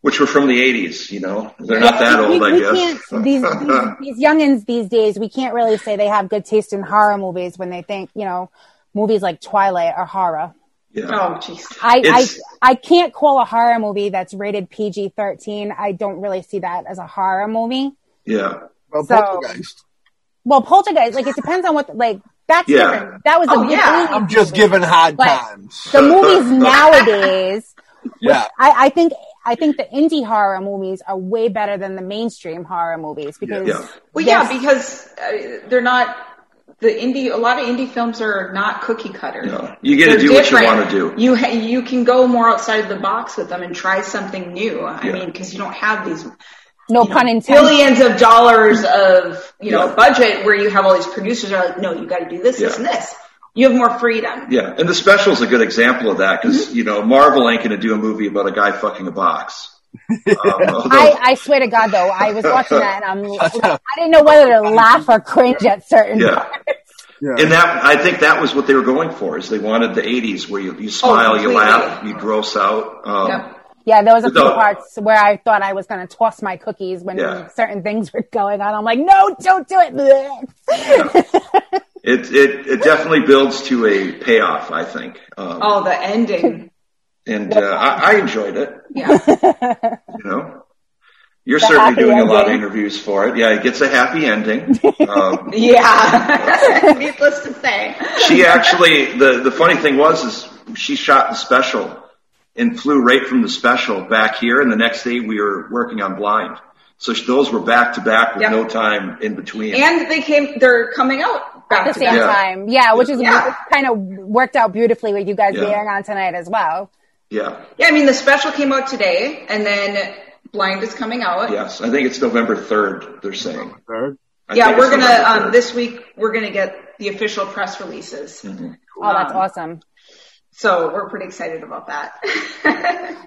which were from the '80s. You know, they're not that
We-
old,
we,
I
we
guess.
Can't, these, these, these youngins these days, we can't really say they have good taste in horror movies when they think you know movies like Twilight are horror.
Yeah.
Oh, jeez.
I, I
It's-
I can't call a horror movie that's rated PG thirteen. I don't really see that as a horror movie.
Yeah.
Well,
So-
Poltergeist.
Well, Poltergeist, like it depends on what, like that's
Yeah.
different. That was
Oh,
a
yeah.
I'm just giving hard times.
[laughs]
the movies nowadays.
Yeah.
I, I think I think the indie horror movies are way better than the mainstream horror movies because
Yeah.
Well,
Yes.
yeah, because uh, they're not the indie. A lot of indie films are not cookie cutter.
No. You get to
They're
do what you
different.
wanna do.
You ha- you can go more outside the box with them and try something new. I
Yeah.
mean, because you don't have these
no pun intended.
billions of dollars of you know
Yeah.
budget where you have all these producers are like, no, you got to do this, this,
Yeah.
and this. You have more freedom.
Yeah, and the special's a good example of that because you know Marvel ain't going to do a movie about a guy fucking a box. Um, although- [laughs]
I, I swear to God, though, I was watching that and I'm, I didn't know whether to laugh or cringe at certain
Yeah.
parts.
Yeah.
and that I think that was what they were going for is they wanted the '80s where you, you smile, you
completely.
laugh, you gross out. Um,
Yep.
Yeah, there was a few
No.
parts where I thought I was going to toss my cookies when
Yeah.
certain things were going on. I'm like, no, don't do it. [laughs]
It, it it definitely builds to a payoff, I think, um,
Oh, the ending.
and uh, I, I enjoyed it.
Yeah.
You know, you're certainly
happy
doing a lot of
ending.
interviews for it. Yeah, it gets a happy ending. Um,
yeah. [laughs] Needless to say.
she actually the the funny thing was is she shot the special and flew right from the special back here and the next day we were working on blind so sh- those were back to back with
Yeah.
no time in between
And they came. They're coming out back
At the
to
same
Yeah.
time. Yeah, which is
Yeah.
kind of worked out beautifully with you guys
Yeah.
being on tonight as well.
yeah
Yeah, I mean the special came out today, and then Blind is coming out.
yes i think it's november 3rd they're saying
Third.
I
Yeah,
think
we're
it's
gonna
November
um,
3rd. Mm. Mm-hmm.
this week we're gonna get the official press releases.
Oh, that's awesome.
So we're pretty excited about that. [laughs]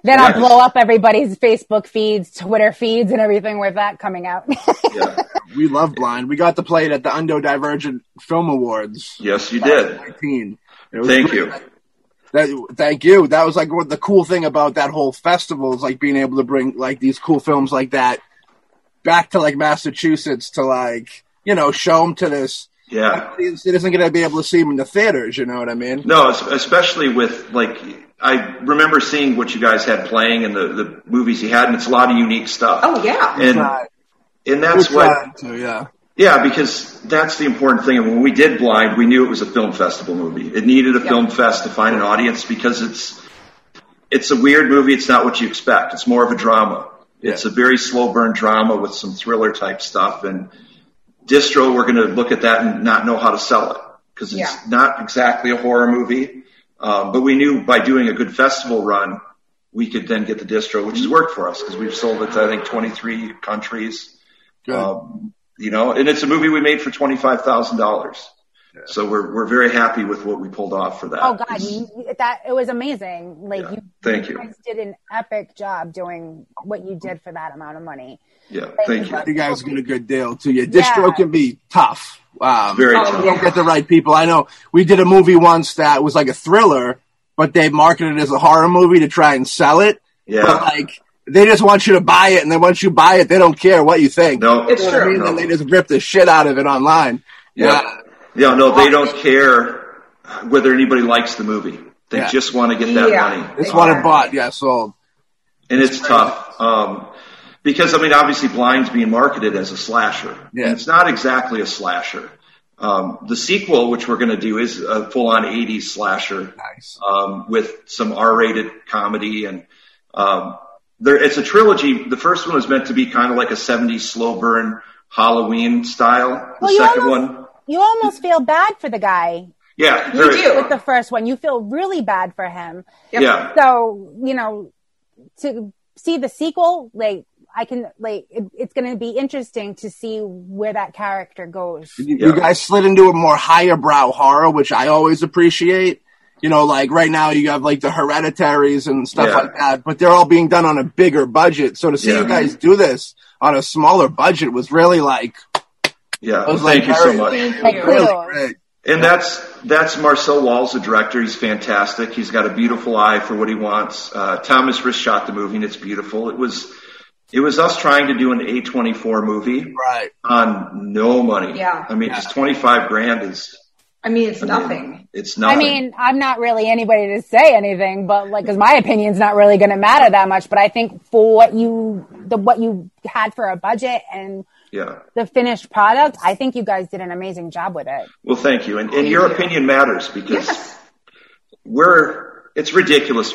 Then I'll
Yes.
blow up everybody's Facebook feeds, Twitter feeds, and everything with that coming out. [laughs]
Yeah.
We love Blind. We got to play it at the Undo Divergent Film Awards.
Yes, you did.
2019. It was
Thank
great.
you.
That, thank you. That was like what the cool thing about that whole festival is like being able to bring like these cool films like that back to like Massachusetts to like you know show them to this.
Yeah.
It isn't going to be able to see them in the theaters. You know what I mean?
No, es- especially with like I remember seeing what you guys had playing and the, the movies you had, and it's a lot of unique stuff.
oh yeah.
and and that's
We're
what
trying to, yeah.
yeah, because that's the important thing. And when we did Blind, we knew it was a film festival movie. It needed a
Yeah.
film fest to find an audience because it's it's a weird movie. It's not what you expect. It's more of a drama. It's a very slow burn drama with some thriller type stuff. And distro, we're going to look at that and not know how to sell it because it's
Yeah.
not exactly a horror movie. Um, but we knew by doing a good festival run, we could then get the distro, which has worked for us because we've sold it to I think 23 countries.
Good.
Um, you know, and it's a movie we made for twenty five thousand dollars. So we're we're very happy with what we pulled off for that.
oh God,
Uh, It's-
you, you- that it was amazing. Like
Yeah.
you,
Thank you.
guys did an epic job doing what you did for that amount of money.
yeah,
thank
thank
you.
you.
You guys get a good deal too. Your
Yeah.
distro can be tough. Um,
Very
Oh,
tough.
yeah.
don't get the right people. I know we did a movie once that was like a thriller, but they marketed it as a horror movie to try and sell it.
Yeah.
But like they just want you to buy it, and then once you buy it, they don't care what you think.
No,
It's
You know what I
true.
mean?
No.
And they just rip the shit out of it online.
Yeah.
Yeah.
yeah, no, they don't care whether anybody likes the movie. They
Yeah.
just want to get that
Yeah.
money.
It's what it
Exactly.
bought. Yeah, sold.
and it's tough um, because I mean, obviously, Blind's being marketed as a slasher.
Yeah.
And it's not exactly a slasher. Um, the sequel, which we're going to do, is a full-on '80s slasher
Nice.
um, with some R-rated comedy, and um, there it's a trilogy. The first one was meant to be kind of like a '70s slow burn Halloween style. The
Well, you
second
almost-
one,
You almost feel bad for the guy
yeah,
You
very-
do.
with the first one. You feel really bad for him.
Yep.
yeah,
So you know, to see the sequel, like I can, like it, it's going to be interesting to see where that character goes.
You,
Yeah.
you guys slid into a more higher brow horror, which I always appreciate. You know, like right now you have like the hereditaries and stuff
Yeah.
like that, but they're all being done on a bigger budget. So to see
Yeah.
you guys do this on a smaller budget was really like,
yeah.
I was like,
Thank you so
Harry-
much.
Thank
Like,
you.
Cool.
really great.
And that's that's Marcel Wall's a director. He's fantastic. He's got a beautiful eye for what he wants. Uh, Thomas Riss shot the movie, and it's beautiful. It was it was us trying to do an A twenty four movie
Right.
on no money.
Yeah.
I mean, just twenty five grand is
I mean, it's
I mean,
nothing.
It's
I
nothing.
mean, I'm not really anybody to say anything, but like, cause my opinion's not really going to matter that much. But I think for what you, the what you had for a budget and
yeah.
the finished product, I think you guys did an amazing job with it.
Well, thank you. And, and your
you.
opinion matters because
Yes.
we're it's ridiculous.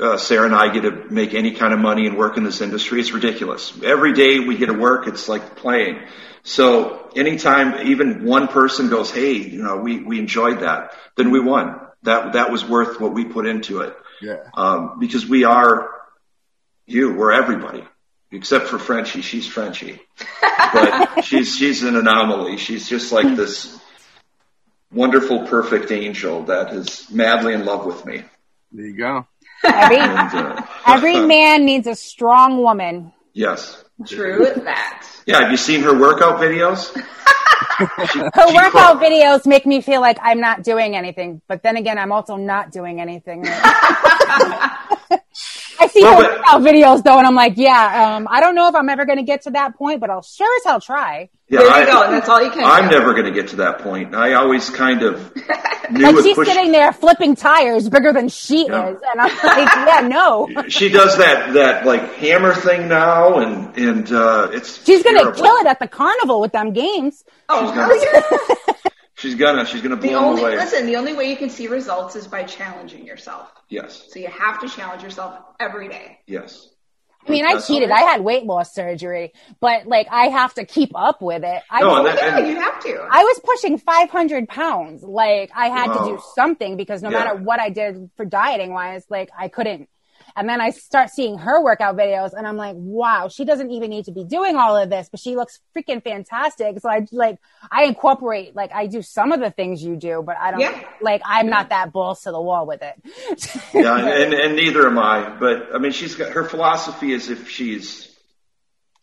Uh, Sarah and I get to make any kind of money and work in this industry. It's ridiculous. Every day we get to work, it's like playing. So anytime even one person goes, "Hey, you know, we we enjoyed that," then we won. That that was worth what we put into it
Yeah.
um, because we are you. We're everybody except for Frenchie. She's Frenchie,
[laughs]
but she's she's an anomaly. She's just like this wonderful, perfect angel that is madly in love with me.
There you go.
Every
And, uh,
every man needs a strong woman.
yes.
[laughs] True that.
Yeah, have you seen her workout videos?
Her workout videos make me feel like I'm not doing anything, but then again, I'm also not doing anything. [laughs] I see
Well,
her
but-
workout videos though, and I'm like, yeah, um, I don't know if I'm ever going to get to that point, but I'll sure as hell try.
Yeah,
there you
I,
go. And that's all you can.
I'm
do.
never going to get to that point. I always
[laughs]
kind of knew
Like
if
she's
push-
sitting there flipping tires bigger than she
Yeah.
is, and I'm like, yeah,
[laughs]
no,
She does that that like hammer thing now, and and uh, it's
she's going to
terrible.
kill it at the carnival with them games.
Oh, [laughs]
She's [laughs]
hell yeah.
She's gonna. She's gonna blow
The
him
only
away.
listen. The only way you can see results is by challenging yourself.
Yes.
So you have to challenge yourself every day.
Yes.
I mean, I cheated. I had weight loss surgery, but like I have to keep up with it. I
No,
was
and
Yeah,
that-
you have to.
I was pushing 500 pounds. Like I had to
Wow.
do something because no
Yeah.
matter what I did for dieting wise, like I couldn't. And then I start seeing her workout videos and I'm like, wow, she doesn't even need to be doing all of this, but she looks freaking fantastic. So I like, I incorporate, like I do some of the things you do, but I don't,
Yeah.
like I'm not that balls to the wall with it. [laughs]
Yeah, and, and neither am I. But I mean, she's got her philosophy is if she's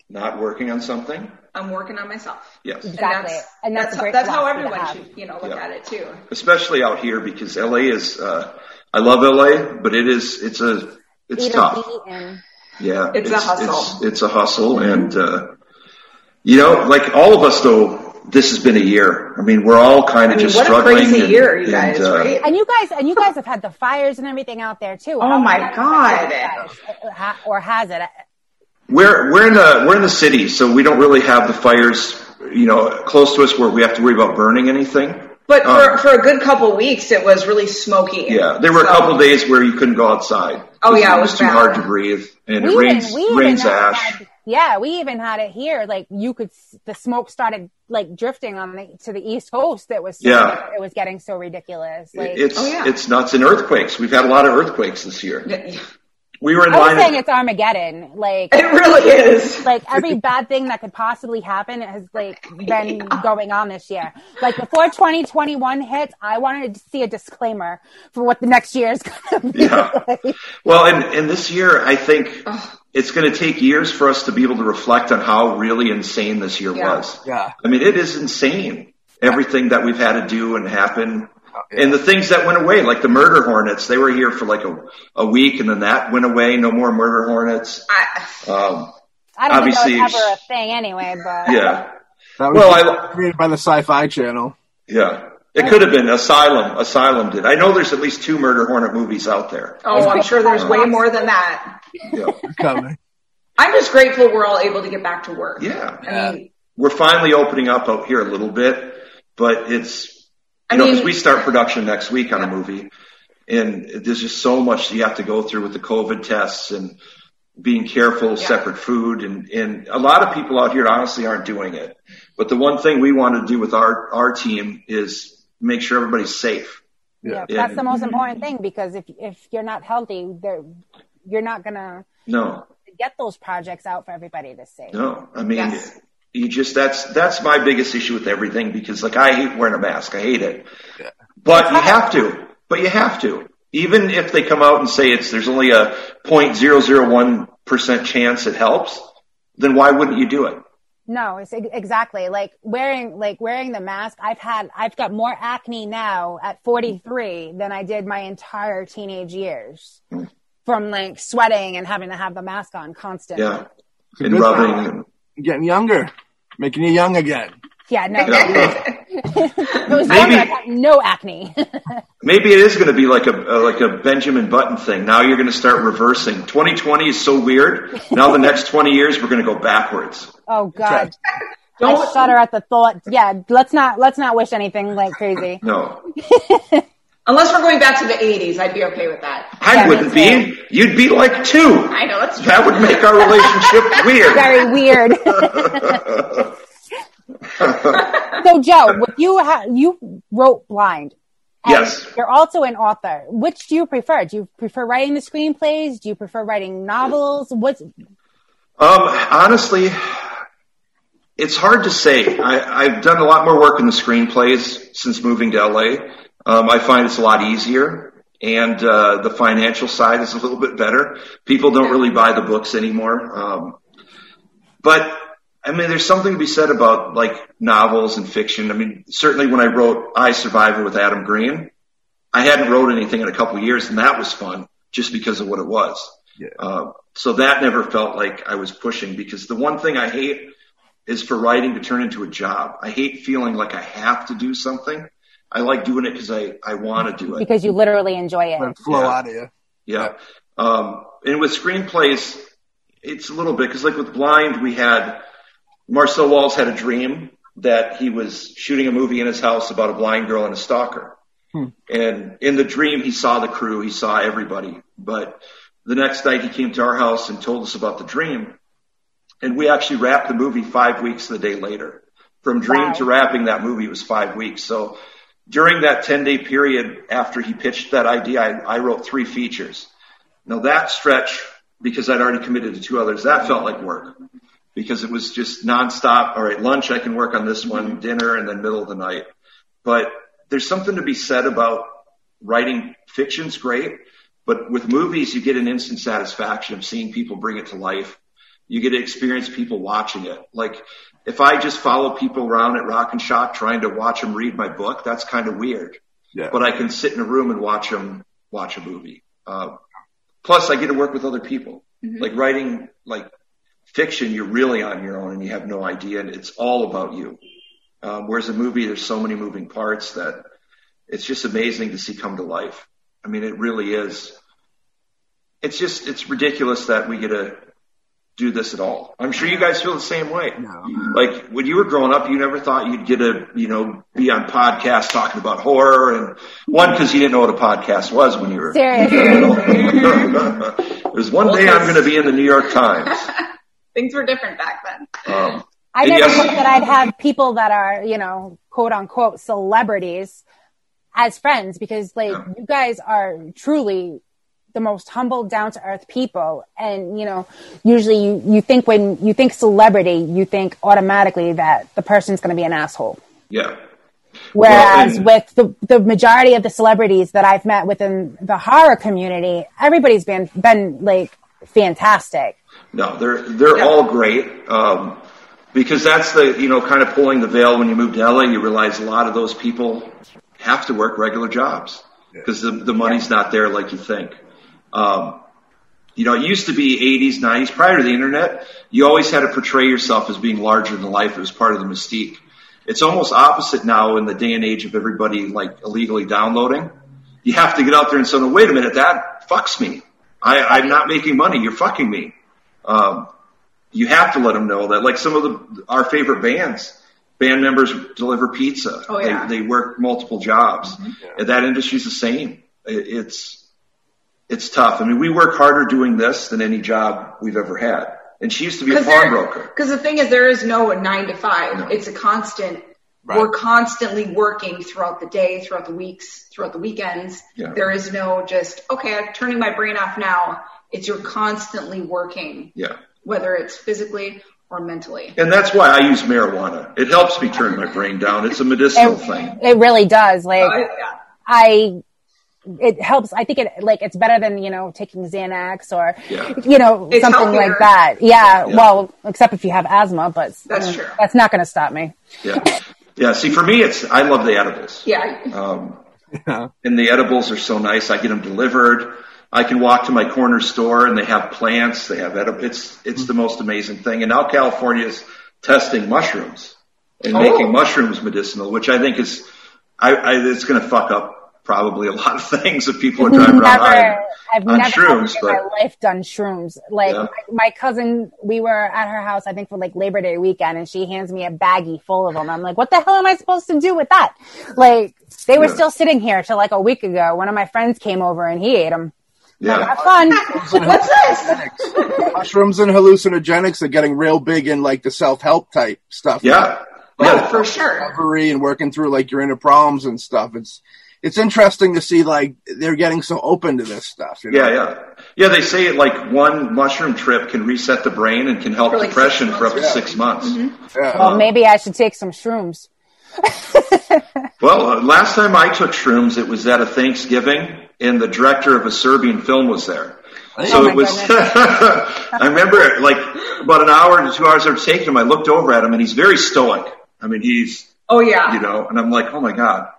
not working on something,
I'm working on myself.
yes,
Exactly. And that's a
that's,
great
that's how
philosophy to
everyone
have.
should, you know, look
Yeah.
at it too.
especially out here because LA is. Uh, I love LA, but it is it's a it's
Eat or
tough.
be eaten.
Yeah,
It's a
It's,
hustle.
it's a hustle, and uh, you know, like all of us though, this has been a year. I mean, we're all kind of
mean,
just
what a
struggling.
crazy
and-
year, you
and,
guys,
uh,
right?
And you guys, and you guys have had the fires and everything out there
Oh,
too. How
my
has that
God.
affected you guys? Ha- Or has it?
We're we're in the we're in the city, so we don't really have the fires, you know, close to us where we have to worry about burning anything.
But
Um,
for, for a good couple weeks, it was really smoky.
Yeah, there were a
So-
couple days where you couldn't go outside.
Oh, yeah,
it
it
was
was
too
bad.
hard to breathe, and it
even-
rains rains
had-
ash.
yeah, we even had it here. Like you could, s- the smoke started like drifting on the to the east coast. It was so,
Yeah.
it was getting so ridiculous. Like
It's
Oh, yeah.
it's nuts and earthquakes. We've had a lot of earthquakes this year.
[laughs] It
We were in
I was
line.
saying, it's Armageddon. Like
really is.
like every bad thing that could possibly happen has like been going on this year. Like before 2021 hits, I wanted to see a disclaimer for what the next year is going to be.
Yeah.
like.
[laughs] Well, and, and this year, I think it's going to take years for us to be able to reflect on how really insane this year
Yeah.
was.
Yeah.
I mean, it is insane. Everything that we've had to do and happen.
yeah.
And the things that went away, like the murder hornets, they were here for like a, a week and then that went away. No more murder hornets.
I,
Um,
I don't
Obviously,
think that was ever a thing anyway, but
yeah.
That was
Well, I,
created by the Sci-Fi Channel.
yeah. It could have been Asylum. Asylum did. I know there's at least two murder hornet movies out there.
oh, I'm sure there's way more than that.
Yeah.
Coming. [laughs]
I'm just grateful we're all able to get back to work.
yeah.
I mean,
we're finally opening up out here a little bit, but it's you
I
know
mean-
because we start production next week on a movie, and there's just so much you have to go through with the COVID tests and being careful, separate food, and and a lot of people out here honestly aren't doing it. But the one thing we want to do with our our team is make sure everybody's safe.
yeah,
Yeah.
that's the most important thing because if if you're not healthy, there you're not gonna
No,
get those projects out for everybody to see.
No, I mean,
Yes.
you just that's that's my biggest issue with everything because like I hate wearing a mask. I hate it. But you have to. But you have to. Even if they come out and say it's there's only a 0.001% chance it helps, then why wouldn't you do it?
No, it's ex- exactly like wearing like wearing the mask. I've had I've got more acne now at 43 than I did my entire teenage years
Hmm.
from like sweating and having to have the mask on constantly.
Yeah. And
good
rubbing
thought.
and
Getting younger, making you young again.
Yeah, no, [laughs]
Yeah.
it was
Maybe-
younger, I got no acne. [laughs]
Maybe it is going to be like a uh, like a Benjamin Button thing. Now you're going to start reversing. 2020 is so weird. Now the next 20 years we're going to go backwards.
oh God, I
don't,
shudder at the thought. Yeah, let's not let's not wish anything like crazy.
No,
unless we're going back to the 80s, I'd be okay with that.
I
Yeah, me
wouldn't be. You'd be like two.
I know that's true.
That would make our relationship weird.
[laughs] very weird. so, Joe, with you ha- you wrote Blind. And
Yes.
You're also an author. Which do you prefer? Do you prefer writing the screenplays? Do you prefer writing novels? What's
Um, honestly, it's hard to say. I, I've done a lot more work in the screenplays since moving to LA. Um, I find it's a lot easier, and uh, the financial side is a little bit better. People don't really buy the books anymore. Um, but I mean, there's something to be said about like novels and fiction. I mean, certainly when I wrote I Survivor with Adam Green, I hadn't wrote anything in a couple of years, and that was fun just because of what it was.
Yeah.
Uh, so that never felt like I was pushing because the one thing I hate is for writing to turn into a job. I hate feeling like I have to do something. I like doing it because I, I want to do it.
because you literally enjoy it.
Let it flow
Yeah.
out of you.
Yeah. Um, and with screenplays, it's a little bit because, like with Blind, we had Marcel Walls had a dream that he was shooting a movie in his house about a blind girl and a stalker. And in the dream, he saw the crew, he saw everybody. But the next night, he came to our house and told us about the dream. And we actually wrapped the movie five weeks the day later. From dream
Wow.
to wrapping that movie was five weeks. So during that 10 day period after he pitched that idea, I, I wrote three features Now that stretch, because I'd already committed to two others, that felt like work because it was just nonstop. All right, lunch, I can work on this one, dinner, and then middle of the night. But there's something to be said about writing fiction's great, but with movies, you get an instant satisfaction of seeing people bring it to life. You get to experience people watching it. Like if I just follow people around at Rock and Shock trying to watch them read my book, that's kind of weird.
Yeah.
But I can sit in a room and watch them watch a movie. Uh, plus, I get to work with other people. Like writing like fiction, you're really on your own and you have no idea, and it's all about you. Um, whereas a movie, there's so many moving parts that it's just amazing to see come to life. I mean, it really is. It's just it's ridiculous that we get to do this at all. I'm sure you guys feel the same way. Like when you were growing up, you never thought you'd get to you know be on podcasts talking about horror and one because you didn't know what a podcast was when you were
Seriously.
There's one day I'm going to be in the New York Times.
Things were different back then.
Um,
I
And
never
yes-
thought that I'd have people that are, you know, quote unquote celebrities as friends because like
Yeah.
you guys are truly the most humble down to earth people and you know usually you, you think when you think celebrity you think automatically that the person's going to be an asshole
yeah,
Whereas
and-
with the, the majority of the celebrities that I've met within the horror community, everybody's been been like fantastic.
no, they're they're
Yeah.
all great. Um, because that's the you know kind of pulling the veil when you move to LA, you realize a lot of those people have to work regular jobs because the the money's not there like you think. Um, you know, it used to be 80s, 90s, prior to the internet, you always had to portray yourself as being larger than life. It was part of the mystique. It's almost opposite now in the day and age of everybody like illegally downloading. You have to get out there and say, no, wait a minute, that fucks me. I, I'm not making money. You're fucking me. Um, you have to let them know that like some of the, our favorite bands, band members deliver pizza.
Oh, yeah. Mm-hmm.
they, they work multiple jobs. And that industry's the same. It, it's, it's tough. I mean, we work harder doing this than any job we've ever had. And she used to be a pawnbroker.
Because the thing is, there is no nine to five. It's a constant.
Right.
We're constantly working throughout the day, throughout the weeks, throughout the weekends.
Yeah.
There is no just okay. I'm turning my brain off now. It's you're constantly working,
Yeah.
whether it's physically or mentally.
And that's why I use marijuana. It helps me turn my brain down. It's a medicinal thing.
It really does. Like
I-
I, it helps. I think it like it's better than you know taking Xanax or
Yeah.
you know
It's
something
healthier.
like that. Yeah,
Yeah.
Well, except if you have asthma, but
That's
mm,
true.
That's not going to stop me.
Yeah. Yeah. See, for me, it's, I love the edibles.
yeah, yeah.
Um, And the edibles are so nice. I get them delivered. I can walk to my corner store and they have plants. They have edible. It's, it's the most amazing thing. And now California's testing mushrooms
Oh.
and making mushrooms medicinal, which I think is, I, I it's going to fuck up probably a [laughs] lot of things if people are driving around high
never, I've
on
never
shrooms,
in
but
my life done shrooms. Like
Yeah.
my, my cousin, we were at her house, I think for like Labor Day weekend, and she hands me a baggie full of them. I'm like, what the hell am I supposed to do with that? Like they were
Yeah.
still sitting here till like a week ago. One of my friends came over and he ate them.
yeah.
Have
[laughs]
fun.
What's this?
Mushrooms and hallucinogenics are getting real big in like the self help type stuff.
Yeah.
Oh,
Yeah.
for sure.
recovery and working through like your inner problems and stuff. It's it's interesting to see like they're getting so open to this stuff. You know?
Yeah. Yeah. Yeah. They say it like one mushroom trip can reset the brain and can help
For like six
depression for up
months, Mm-hmm.
to
yeah.
six months.
Yeah.
well, maybe I should take some shrooms.
Well, uh, last time I took shrooms, it was at a Thanksgiving, and the director of a Serbian film was there. So
Oh my
it was.
goodness.
[laughs] I remember, like, about an hour to two hours after taking him, I looked over at him, and he's very stoic. I mean, he's,
Oh yeah.
you know, and I'm like, oh my god,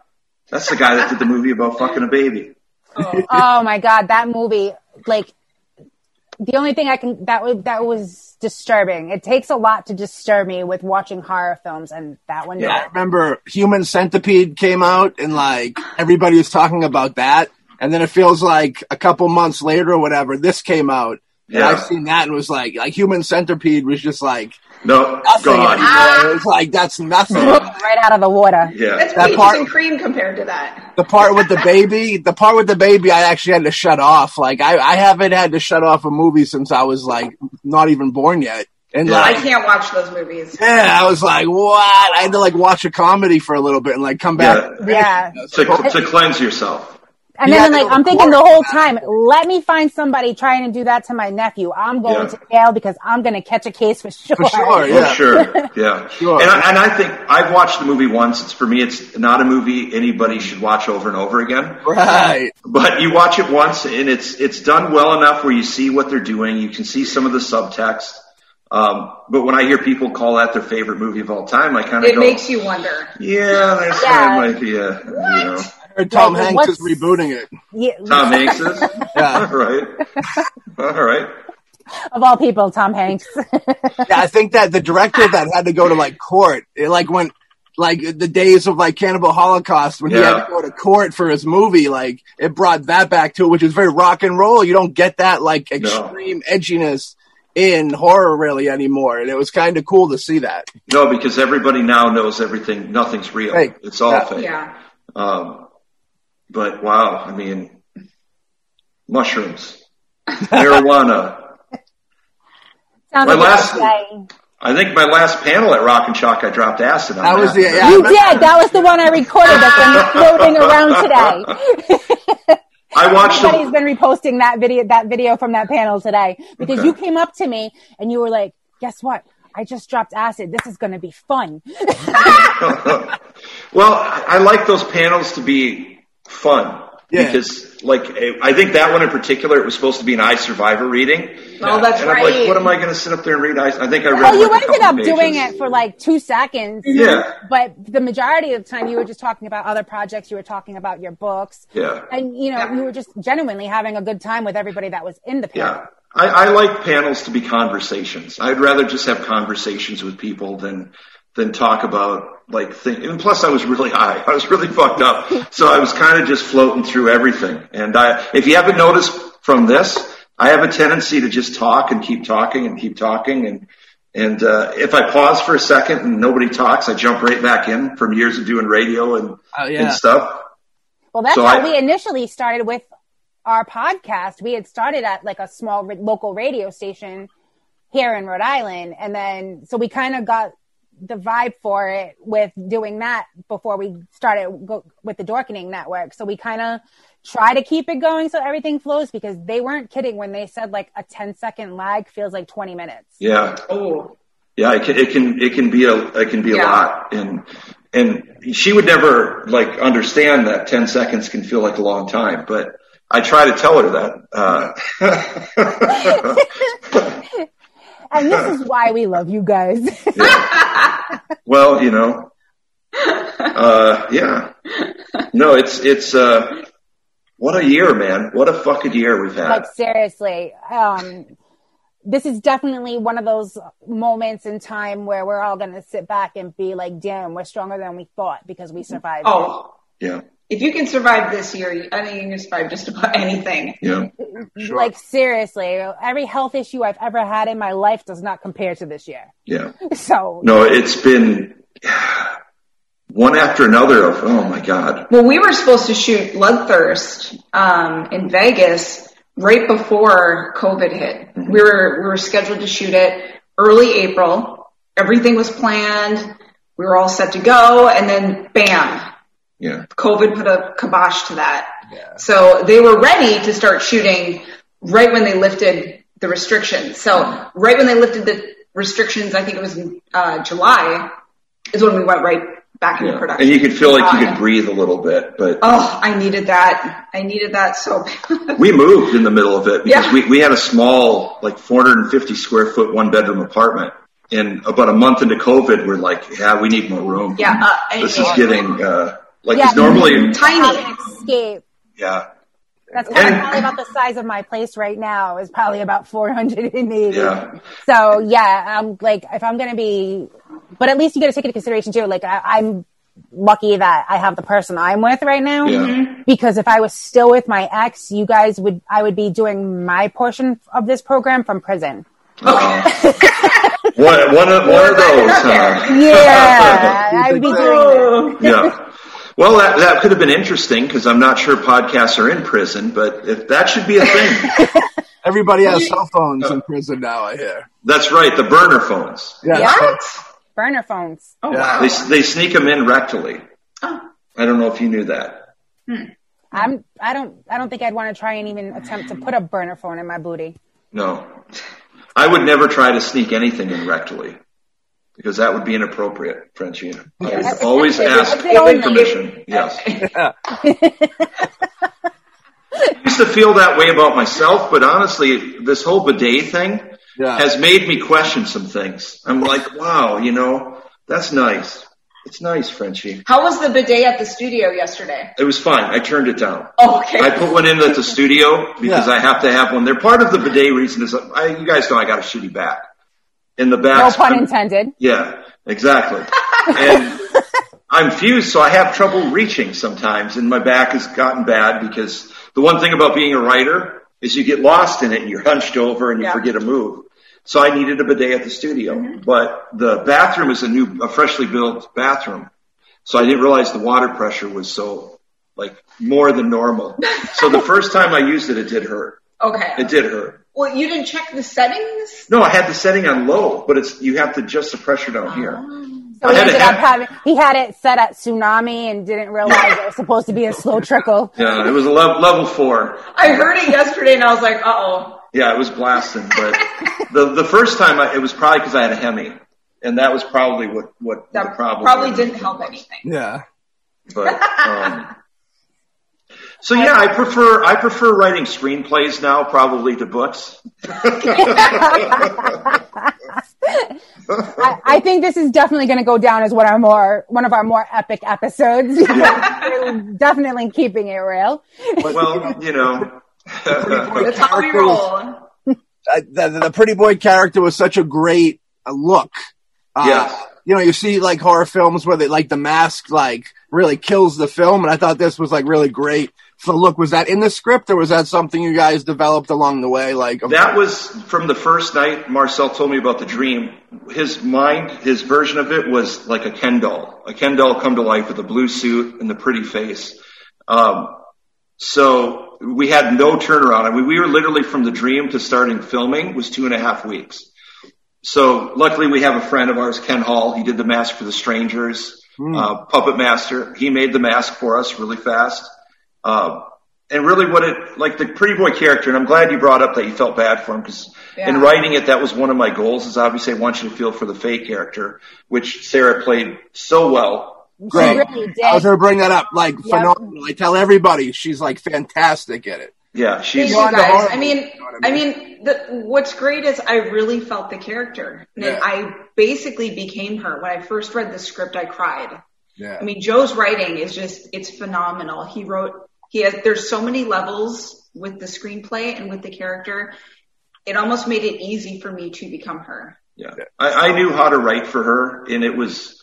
that's the guy that did the movie about fucking a baby.
oh my god, that movie! Like the only thing I can that was that was disturbing. It takes a lot to disturb me with watching horror films, and that one.
Yeah.
I remember Human Centipede came out and like everybody was talking about that. And then it feels like a couple months later or whatever, this came out. And
Yeah.
I've seen that and was like, like Human Centipede was just like
No,
nothing.
God,
You know, It was like, that's nothing.
[laughs] right out of the water.
yeah,
That's
That
peaches
part-
and cream compared to that.
the part with the baby, the part with the baby, I actually had to shut off. Like I, I haven't had to shut off a movie since I was like not even born yet. And
Yeah.
I
like,
can't watch those movies.
yeah, I was like, what? I had to like watch a comedy for a little bit and like come back.
yeah.
Yeah.
To, to cleanse yourself.
And
You
then
had to
like
go to
I'm thinking the
court.
whole time, let me find somebody trying to do that to my nephew. I'm going
Yeah.
to jail because I'm going to catch a case for sure.
For sure,
Oh,
yeah.
[laughs]
sure. Yeah.
Sure.
And, I, and I think I've watched the movie once. It's for me, it's not a movie anybody should watch over and over again.
Right.
But you watch it once and it's, it's done well enough where you see what they're doing. You can see some of the subtext. Um, but when I hear people call that their favorite movie of all time, I kind of
It
go,
makes you wonder.
yeah, that's,
Yeah.
that might be a, you know,
I heard Tom
Like,
Hanks is
what's-
rebooting it.
Yeah,
Tom Hanks is. [laughs] All
Yeah.
right. All right.
of all people, Tom Hanks. [laughs]
yeah, I think that the director of that had to go to like court. It like went like the days of like Cannibal Holocaust when he had
Yeah.
to go to court for his movie. Like it brought that back to it, which is very rock and roll. You don't get that like extreme edginess in horror really anymore, and it was kind of cool to see that.
No, because everybody now knows everything. Nothing's real.
Fake.
It's all
Yeah.
fake.
Yeah.
Um, but wow, I mean, mushrooms, marijuana.
Sounds
My
like a
last-
guy.
I think my last panel at Rock and Shock, I dropped acid on
That
that.
was the- yeah.
You did. That was the one I recorded that's been floating
[laughs]
around today.
I watched
Everybody's
them.
been reposting that video, that video from that panel today because
Okay.
you came up to me and you were like, "Guess what? I just dropped acid. This is going to be fun."
Well, I I like those panels to be fun
Yeah.
because, like, I I think that one in particular, it was supposed to be an I Survivor reading.
Oh, that's
and I'm
right.
like, what am I going to sit up there and read? I, I think I read.
well, you
like, a
ended
couple
up
pages.
doing it for like two seconds.
Yeah.
But the majority of the time, you were just talking about other projects. You were talking about your books.
Yeah.
And you know, you were just genuinely having a good time with everybody that was in the panel.
Yeah. I, I like panels to be conversations. I'd rather just have conversations with people than than talk about like things. And plus, I was really high. [laughs] I was really fucked up, so I was kind of just floating through everything. And I, if you haven't noticed from this, I have a tendency to just talk and keep talking and keep talking. And and uh, if I pause for a second and nobody talks, I jump right back in from years of doing radio and
Oh, yeah.
and stuff.
Well, that's
So
how
I-
we initially started with our podcast. We had started at like a small r local radio station here in Rhode Island. And then, so we kind of got the vibe for it with doing that before we started go- with the Dorkening Network. So we kind of try to keep it going so everything flows because they weren't kidding when they said like a 10 second lag feels like 20 minutes.
Yeah.
Oh,
Yeah, it can, it can, it can be a, it can be a
Yeah.
lot. And, and she would never like understand that 10 seconds can feel like a long time, but I try to tell her that. Uh, [laughs]
And this is why we love you guys. [laughs]
well, you know, uh, yeah. No, it's, it's, uh, what a year, man. What a fucking year we've had. [laughs]
like seriously um this is definitely one of those moments in time where we're all going to sit back and be like damn we're stronger than we thought because we survived
oh.
Yeah.
If you can survive this year, I think you can survive just about anything.
Yeah.
like seriously every health issue i've ever had in my life does not compare to this year [laughs]
Yeah.
so
No, it's been one after another of, oh my God.
Well, we were supposed to shoot Bloodthirst um, in Vegas right before COVID hit. We were we were scheduled to shoot it early April. Everything was planned. We were all set to go, and then bam,
Yeah.
COVID put a kibosh to that. So they were ready to start shooting right when they lifted the restrictions. So right when they lifted the restrictions, I think it was in uh, July, is when we went right back into
Yeah.
production.
And you could feel like you
Uh,
could breathe a little bit, but
Oh, I needed that. I needed that so bad. [laughs]
we moved in the middle of it because
Yeah.
we, we had a small, like 450 square foot, one bedroom apartment. And about a month into COVID, we're like, yeah, we need more room.
Yeah, uh, and-
this is getting, uh, like,
Yeah.
it's normally,
Tiny.
escape
yeah,
that's kind of
And-
probably about the size of my place right now is probably about 480
Yeah.
so yeah i'm like if i'm gonna be but at least you gotta take into consideration too like I, i'm lucky that i have the person i'm with right now
yeah,
because if i was still with my ex you guys would i would be doing my portion of this program from
[laughs]
prison
one, one, of- one of those, huh?
yeah i would be doing
[laughs] yeah. Well, that, that could have been interesting because I'm not sure podcasts are in prison, but if, that should be a thing.
Everybody has cell phones in prison now. I hear.
That's right. The burner phones.
Yeah.
What?
burner phones
Oh,
Yeah.
wow.
They, they sneak them in rectally.
Oh.
I don't know if you knew that.
I'm I don't I don't think I'd want to try and even attempt to put a burner phone in my booty.
No. I would never try to sneak anything in rectally because that would be inappropriate, Frenchie. I would always ask
It's only-
permission. Yes. I used to feel that way about myself, but honestly, this whole bidet thing
Yeah.
has made me question some things. I'm like, wow, you know, that's nice. It's nice, Frenchie.
How was the bidet at the studio yesterday?
It was fine. I turned it down.
Oh, okay.
I put one in at the studio because
Yeah.
I have to have one. They're part of the bidet reason is I, you guys know I got a shitty back. In the back,
No pun intended.
Yeah, exactly. and I'm fused, so I have trouble reaching sometimes, and my back has gotten bad because the one thing about being a writer is you get lost in it and you're hunched over and you
Yeah.
forget a move. So I needed a bidet at the studio, but the bathroom is a new, a freshly built bathroom. So I didn't realize the water pressure was so like more than normal. so the first time I used it, it did hurt.
Okay.
It did hurt.
Well, you didn't check the settings?
No, I had the setting on low, but it's you have to adjust the pressure down here.
So
I
he
had
ended
it
up
hap-
having he had it set at tsunami and didn't realize it was supposed to be a slow trickle.
Yeah, it was a level, level four.
I heard it yesterday and I was like, uh oh.
Yeah, it was blasting. But the the first time, I, it was probably because I had a Hemi, and that was probably what what the
That
problem
probably
was.
didn't help anything.
Yeah.
But um, so yeah, I prefer I prefer writing screenplays now probably to books.
I, I think this is definitely going to go down as one of our more one of our more epic episodes. We're definitely keeping it real.
Well, you know,
That's how we
Characters.
roll.
uh, the, the pretty boy character was such a great uh, look. Uh,
Yes.
You know, you see like horror films where they like the mask like really kills the film, and I thought this was like really great. So, look, was that in the script, or was that something you guys developed along the way? Like,
that was from the first night Marcel told me about the dream. His mind, his version of it was like a Ken doll, a Ken doll come to life with a blue suit and the pretty face. Um, so we had no turnaround. I mean, we were literally from the dream to starting filming was two and a half weeks. So luckily we have a friend of ours, Ken Hall. He did the mask for the strangers,
Hmm.
uh, puppet master. He made the mask for us really fast. Uh, and really what it, like the pretty boy character, and I'm glad you brought up that you felt bad for him because in
Yeah.
writing it, that was one of my goals is obviously I want you to feel for the Faye character, which Sarah played so well.
great.
She really did.
I was gonna bring that up. Like,
Yep.
phenomenal. I tell everybody she's like fantastic at it.
Yeah, she's,
Thank you
Wanda
guys.
Harmon,
I mean,
you know what I
I mean, the, what's great is I really felt the character. And
Yeah.
I basically became her. When I first read the script, I cried.
Yeah.
I mean, Joe's writing is just, it's phenomenal. He wrote, he has, there's so many levels with the screenplay and with the character. It almost made it easy for me to become her.
Yeah. I, I knew how to write for her and it was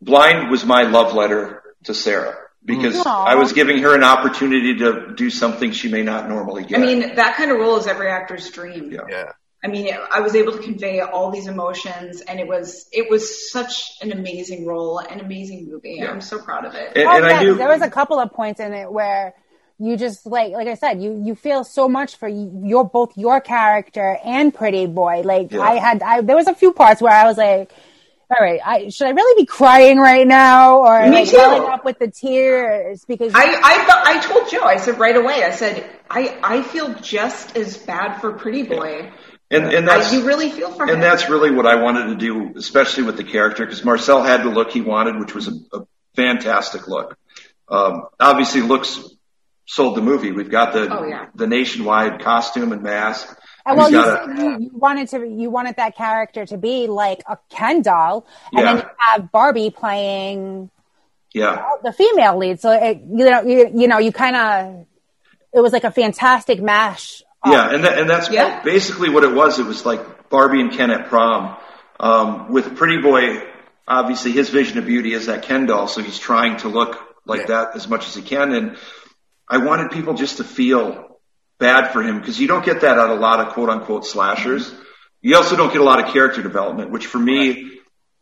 blind was my love letter to Sarah because
Aw.
I was giving her an opportunity to do something she may not normally get.
I mean, that kind of role is every actor's dream.
Yeah.
yeah.
I mean, I was able to convey all these emotions and it was, it was such an amazing role, an amazing movie.
Yeah.
I'm so proud of it.
and,
Oh,
and
yeah,
I knew
'cause there was a couple of points in it where you just like like I said, you you feel so much for y- your both your character and Pretty Boy. Like
Yeah.
I had, I there was a few parts where I was like, all right, I, should I really be crying right now or
Me
like,
too.
welling up with the tears because
I, I felt, I told Joe, I said right away, I said, I, I feel just as bad for Pretty Boy.
and, and
I,
that's
you really feel for him.
and that's really what I wanted to do, especially with the character, because Marcel had the look he wanted, which was a, a fantastic look. Um, obviously, looks sold the movie. We've got the
Oh, yeah. Uh,
the nationwide costume and mask.
And well,
We've
you
got a-
said you, you wanted to, you wanted that character to be like a Ken doll, and then
Yeah.
you have Barbie playing
yeah,
the female lead. So it, you know, you, you know, you kind of, it was like a fantastic mash.
Yeah, and that, and that's
Yeah.
basically what it was. It was like Barbie and Ken at prom. Um, with Pretty Boy, obviously his vision of beauty is that Ken doll, so he's trying to look like
Yeah.
that as much as he can. And I wanted people just to feel bad for him because you don't get that on a lot of quote unquote slashers. You also don't get a lot of character development, which for me,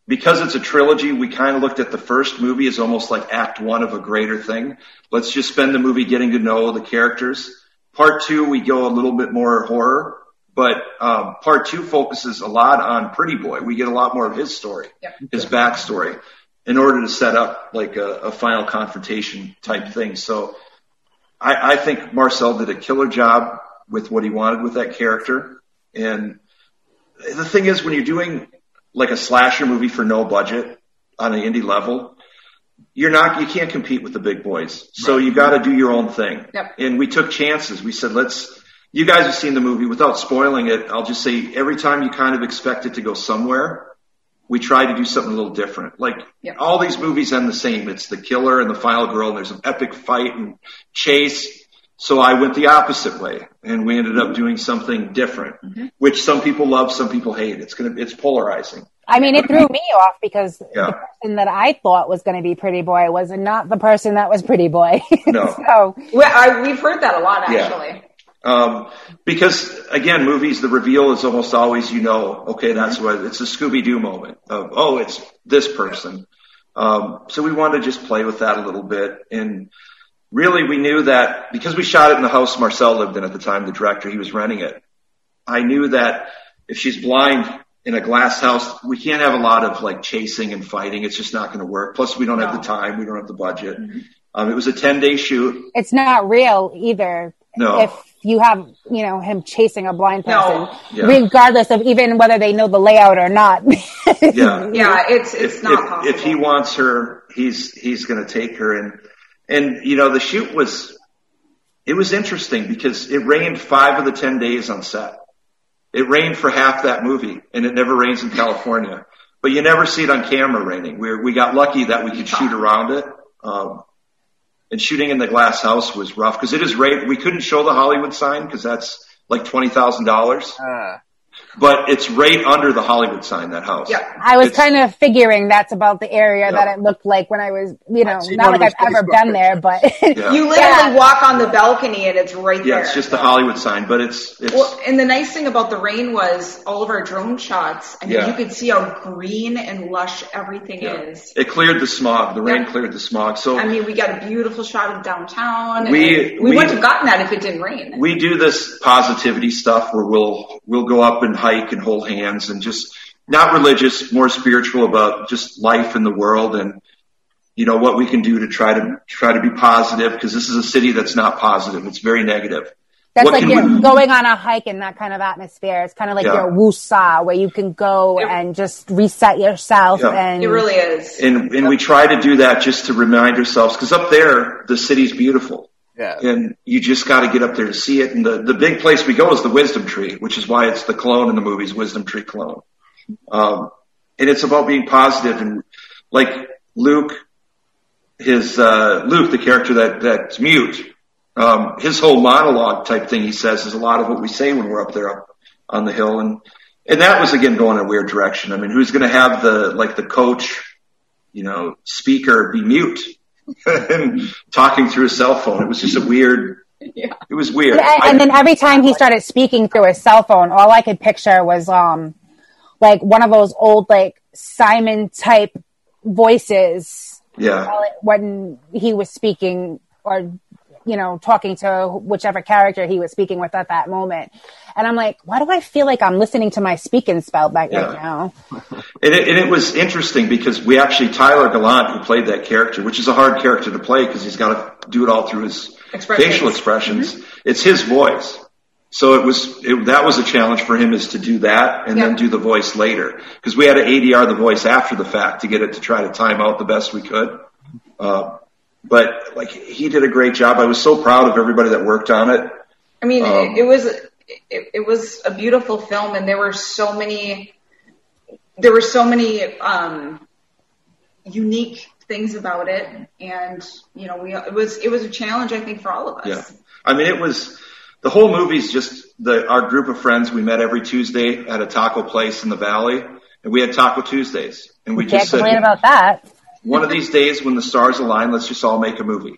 because it's a trilogy, we kind of looked at the first movie as almost like act one of a greater thing. Let's just spend the movie getting to know the characters. Part two, we go a little bit more horror, but um, part two focuses a lot on Pretty Boy. We get a lot more of his story,
Yep.
his backstory, in order to set up like a, a final confrontation type thing. So I, I think Marcel did a killer job with what he wanted with that character. And the thing is, when you're doing like a slasher movie for no budget on an indie level, you're not you can't compete with the big boys. So you got to do your own thing.
Yep.
And we took chances. We said let's. You guys have seen the movie without spoiling it. I'll just say every time you kind of expect it to go somewhere, we try to do something a little different. Like
Yep.
all these movies end the same. It's the killer and the final girl, and there's an epic fight and chase. So I went the opposite way, and we ended up doing something different,
Mm-hmm.
which some people love, some people hate. It's gonna it's polarizing.
I mean, it threw me off because
Yeah.
the person that I thought was going to be Pretty Boy was not the person that was Pretty Boy. [laughs]
No.
so
Well, I, we've heard that a lot
Yeah.
actually.
Um, because again, movies, the reveal is almost always, you know, okay, that's what it's a Scooby Doo moment of, oh, it's this person. Um, so we wanted to just play with that a little bit. And really, we knew that because we shot it in the house Marcel lived in at the time, the director, he was renting it. I knew that if she's blind in a glass house, we can't have a lot of like chasing and fighting. It's just not going to work. Plus, we don't have the time. We don't have the budget. Um, it was a 10 day shoot.
it's not real either.
No.
If you have, you know, him chasing a blind person,
No.
Yeah.
regardless of even whether they know the layout or not. [laughs]
Yeah.
Yeah, it's it's
Mm-hmm. if,
not
if-
possible.
if he wants her, he's he's going to take her. And and you know the shoot was it was interesting because it rained five of the ten days on set. It rained for half that movie, and it never rains in California. But you never see it on camera raining. We we got lucky that we could shoot around it. Um, and shooting in the glass house was rough because it is rain. We couldn't show the Hollywood sign because that's like twenty thousand dollars.
Uh,
But it's right under the Hollywood sign. That house.
Yeah.
I was
It's-
kind of figuring that's about the area
Yeah.
that it looked like when I was, you know,
I've seen
not
one
like
of
I've
those
ever
Facebook
been there, but [laughs]
Yeah.
you literally
Yeah.
walk on the balcony and it's right
Yeah,
there.
it's just the Hollywood sign, but it's it's
Well, and the nice thing about the rain was all of our drone shots. I mean,
Yeah.
you could see how green and lush everything
yeah.
is.
it cleared the smog. The rain
Yeah.
cleared the smog. So
I mean, we got a beautiful shot of downtown.
We-
and we,
we-
wouldn't have gotten that if it didn't rain.
we do this positivity stuff where we'll we'll go up and hike and hold hands and just not religious, more spiritual about just life in the world and you know what we can do to try to try to be positive because this is a city that's not positive. It's very negative.
that's
What
like
can
you're
we-
going on a hike in that kind of atmosphere. It's kind of like
Yeah.
your woosah where you can go
It-
and just reset yourself
Yeah.
and
it really is.
And and we try to do that just to remind ourselves because up there the city's beautiful.
yeah.
and you just got to get up there to see it. And the, the big place we go is the Wisdom Tree, which is why it's the clone in the movies, Wisdom Tree clone. Um, and it's about being positive and like Luke, his uh, Luke, the character that that's mute, um, his whole monologue type thing he says is a lot of what we say when we're up there up on the hill, and and that was again going in a weird direction. I mean, who's going to have the like the coach, you know, speaker be mute? [laughs] and talking through his cell phone. It was just a weird.
Yeah.
It was weird.
And,
I-
and then every time he started speaking through his cell phone, all I could picture was um like one of those old like Simon type voices
yeah,
while it- when he was speaking or you know talking to whichever character he was speaking with at that moment. And I'm like, why do I feel like I'm listening to my speaking spell back right
Yeah.
now?
and it, and it was interesting because we actually Tyler Gallant, who played that character, which is a hard character to play because he's got to do it all through his
Expressions. Mm-hmm.
facial expressions. It's his voice. So it was it, that was a challenge for him is to do that and then
Yeah.
do the voice later because we had to ADR the voice after the fact to get it to try to time out the best we could. Uh, but like he did a great job. I was so proud of everybody that worked on it.
I mean,
Um,
it, it was it, it was a beautiful film, and there were so many there were so many um, unique things about it, and you know, we it was it was a challenge, I think, for all of us.
Yeah. I mean, it was the whole movie's just the our group of friends we met every Tuesday at a taco place in the valley, and we had Taco Tuesdays, and we
Can't
just
complain
said
about that.
one of these days when the stars align, let's just all make a movie,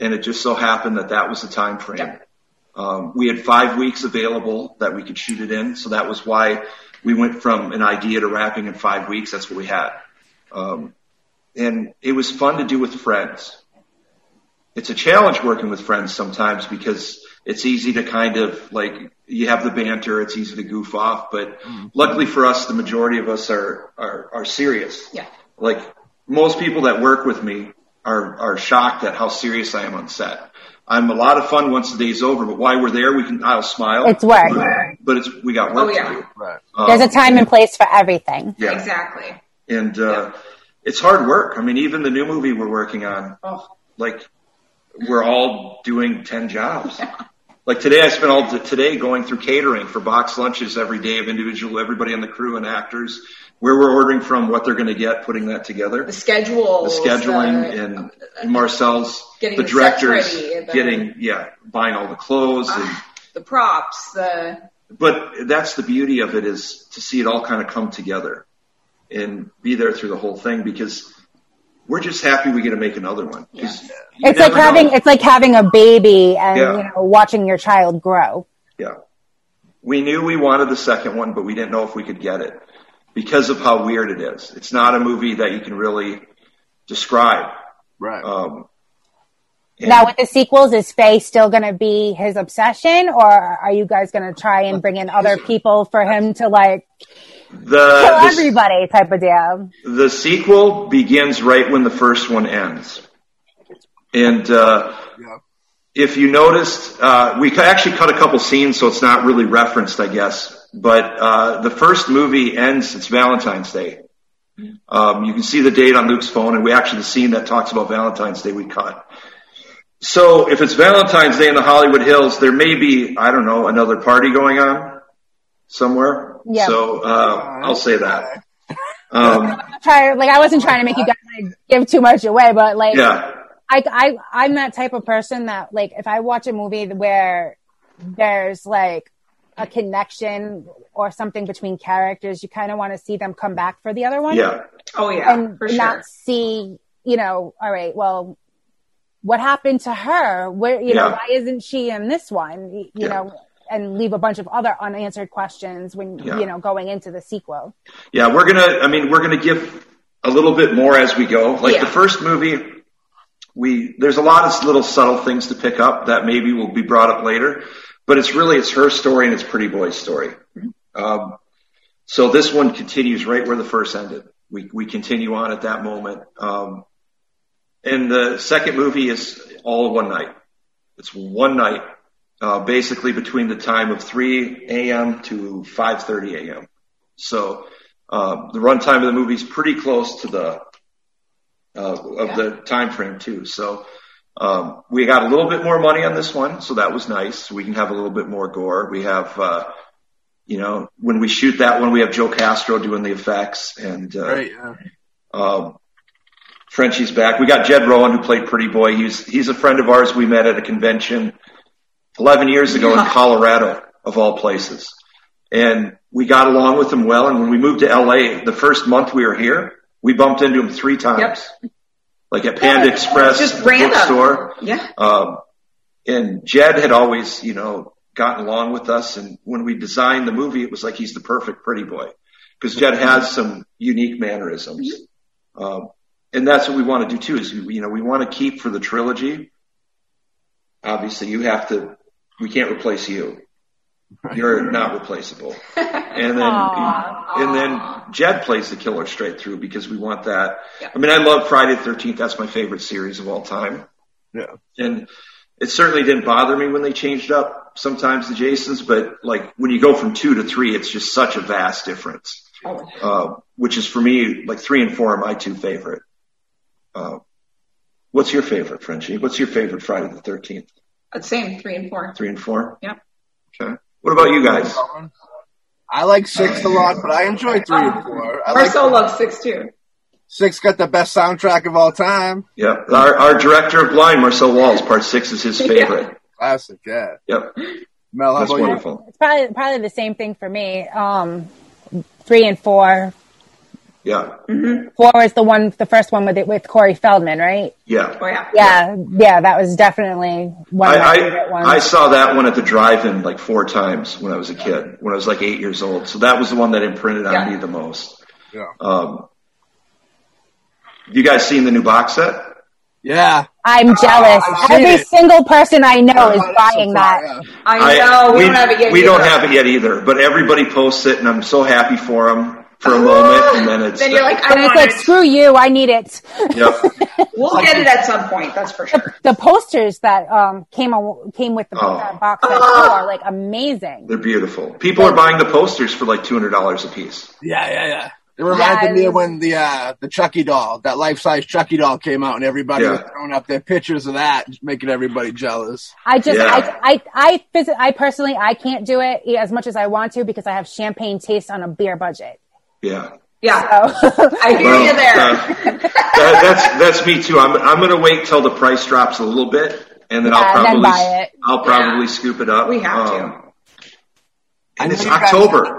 and it just so happened that that was the time frame.
Yeah.
Um, we had five weeks available that we could shoot it in, so that was why we went from an idea to wrapping in five weeks. That's what we had, um, and it was fun to do with friends it's a challenge working with friends sometimes because it's easy to kind of like you have the banter, it's easy to goof off, but luckily for us, the majority of us are are, are serious.
Yeah.
Like most people that work with me are are shocked at how serious I am on set. I'm a lot of fun once the day's over, but while we're there, we can I'll smile.
It's work.
but it's we got work
Oh, yeah.
to do.
Right.
Um,
There's a time and place for everything.
yeah,
Exactly.
and uh, it's hard work. I mean, even the new movie we're working on, oh, like we're all doing ten jobs. Like today, I spent all t- today going through catering for box lunches every day of individual, everybody on the crew and actors, where we're ordering from, what they're going to get, putting that together
The schedule.
the scheduling and, and Marcel's,
Getting
the
the
directors,
sets ready, the- Ah.
getting yeah, buying all the clothes. And,
[sighs] the props. The
but that's the beauty of it is to see it all kind of come together and be there through the whole thing because we're just happy we get to make another one. 'Cause you
It's like
never know.
having it's like having a baby and
Yeah.
you know watching your child grow.
yeah. We knew we wanted the second one, but we didn't know if we could get it because of how weird it is. It's not a movie that you can really describe.
Right.
Um, and-
Now with the sequels, is Faye still going to be his obsession, or are you guys going to try and bring in other people for him to like
the,
kill
this-
everybody type of deal?
the sequel begins right when the first one ends. And uh,
yeah.
if you noticed, uh, we cu- actually cut a couple scenes, so it's not really referenced, I guess. But uh, the first movie ends, it's Valentine's Day. Um, you can see the date on Luke's phone, and we actually, the scene that talks about Valentine's Day, we cut. So if it's Valentine's Day in the Hollywood Hills, there may be, I don't know, another party going on somewhere.
Yeah.
So uh, I'll say that. Um,
Try like I wasn't trying to make you guys like, give too much away, but like
yeah.
I, I, I'm that type of person that like, if I watch a movie where there's like a connection or something between characters, you kind of want to see them come back for the other one.
Yeah.
oh yeah,
And
for
not
sure.
see, you know, all right, well, what happened to her? Where, you know,
Yeah.
why isn't she in this one? You
Yeah.
know, and leave a bunch of other unanswered questions when,
Yeah.
you know, going into the sequel.
Yeah, we're gonna. I mean, we're gonna give a little bit more as we go. Like
Yeah.
the first movie, we there's a lot of little subtle things to pick up that maybe will be brought up later, but it's really it's her story and it's Pretty Boy's story. Um, so this one continues right where the first ended. We we continue on at that moment. Um, and the second movie is all one night. It's one night, uh, basically between the time of 3 a.m. to 5:30 a.m. So uh, the runtime of the movie is pretty close to the uh, of the time frame too. So um, we got a little bit more money on this one, so that was nice. We can have a little bit more gore. We have, uh, you know, when we shoot that one, we have Joe Castro doing the effects, and uh,
Right. Yeah.
um, Frenchie's back. We got Jed Rowan, who played Pretty Boy. He's he's a friend of ours. We met at a convention 11 years
[laughs]
ago in Colorado, of all places. And we got along with him well. And when we moved to LA, the first month we were here, we bumped into him three times. Like at Panda
Yeah,
Express,
just
the
random.
bookstore.
Yeah.
Um, and Jed had always, you know, gotten along with us. And when we designed the movie, it was like he's the perfect pretty boy because Jed has some unique mannerisms. Um, and that's what we want to do too. Is you know we want to keep for the trilogy. Obviously, you have to. We can't replace you. You're not replaceable. And then and then Jed plays the killer straight through because we want that. I mean, I love Friday the Thirteenth. That's my favorite series of all time
Yeah.
and it certainly didn't bother me when they changed up sometimes the Jasons, but like when you go from two to three, it's just such a vast difference.
Oh,
Uh, which is for me, like three and four are my two favorite. Uh, what's your favorite, Frenchie? What's your favorite Friday the 13th?
That's same three and four.
Three and four?
Yep.
Okay. What about you guys?
I like six a lot, but I enjoy three and four. I like
Marcel loves six too.
six. Got the best soundtrack of all time.
Yeah. Our, our director of blind, Marcel Walls, part six is his favorite.
Classic. Yeah.
Yep.
Mel, how
That's
about you?
wonderful.
It's probably, probably the same thing for me. Um, three and four
Yeah.
Four was the one, the first one with it with Corey Feldman, right?
Yeah.
Oh yeah.
Yeah, yeah, that was definitely one of my
I,
favorite ones.
I, I saw that one at the drive-in like four times when I was a kid, when I was like eight years old. So that was the one that imprinted on
Yeah.
me the most.
Yeah.
Um, you guys seen the new box set?
yeah.
am jealous.
I've seen
Every
Oh, it.
single person I know is
Oh, that's
buying
so
that.
far, yeah.
I know. we, don't have it yet.
we
either.
don't have it yet either, but everybody posts it, and I'm so happy for them. for a moment, and then it's
Then you're like, [laughs] I
And it's
want
like,
it.
screw you, I need it. [laughs]
yep.
We'll get it at some point. That's for sure.
The posters that um, came a, came with the
Oh.
that box set too are like amazing.
They're beautiful. People are buying the posters for like two hundred dollars a piece.
Yeah, yeah, yeah. It reminded
Yeah,
me
it
of
was-
when the uh, the Chucky doll, that life size Chucky doll, came out, and everybody
Yeah.
was throwing up their pictures of that, just making everybody jealous.
I just
Yeah.
I I I, phys- I personally I can't do it as much as I want to because I have champagne taste on a beer budget.
Yeah.
Yeah.
So [laughs]
I hear
Well,
you there.
uh, that- that's that's me too. I'm I'm going to wait till the price drops a little bit, and then
Yeah,
I'll
then
probably
buy it.
I'll probably scoop it up. Um,
We have to.
I
And
know
it's
you guys-
October.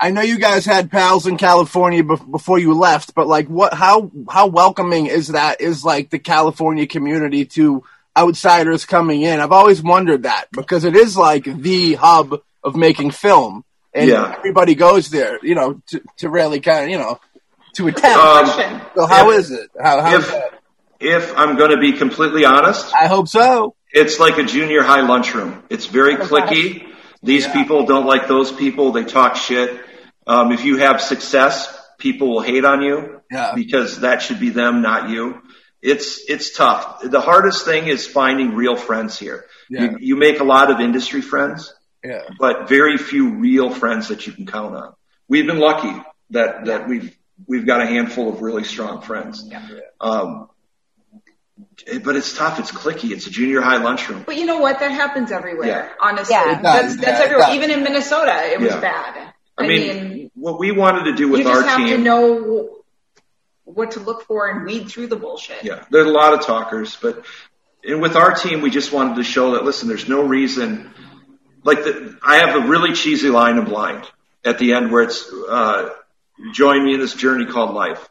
I know you guys had pals in California bef- before you left, but like, what? How how welcoming is that? Is like the California community to outsiders coming in? I've always wondered that because it is like the hub of making film, and
Yeah.
everybody goes there, you know, to, to really kind of, you know, to attempt.
Um,
Question.
so how
if-
is it? How, how is
if
that?
if I'm going to be completely honest,
I hope so.
it's like a junior high lunchroom. It's
Oh,
very clicky. These people don't like those people. They talk shit. Um, if you have success, people will hate on you
Yeah.
because that should be them, not you. It's it's tough. The hardest thing is finding real friends here.
Yeah.
You, you make a lot of industry friends,
Yeah.
but very few real friends that you can count on. We've been lucky that that we've we've got a handful of really strong friends. Um, but it's tough. It's clicky. It's a junior high lunchroom.
But you know what? That happens everywhere.
Yeah.
Honestly,
Yeah.
does,
It
that's, that's
yeah, it
everywhere.
does.
Even in Minnesota, it was
Yeah.
bad.
I mean, what we wanted to do
you
with our
just have to
team.
know what to look for and weed through the bullshit.
yeah, there's a lot of talkers, but and with our team, we just wanted to show that listen, there's no reason. Like the, I have a really cheesy line in Blind at the end where it's uh, join me in this journey called life.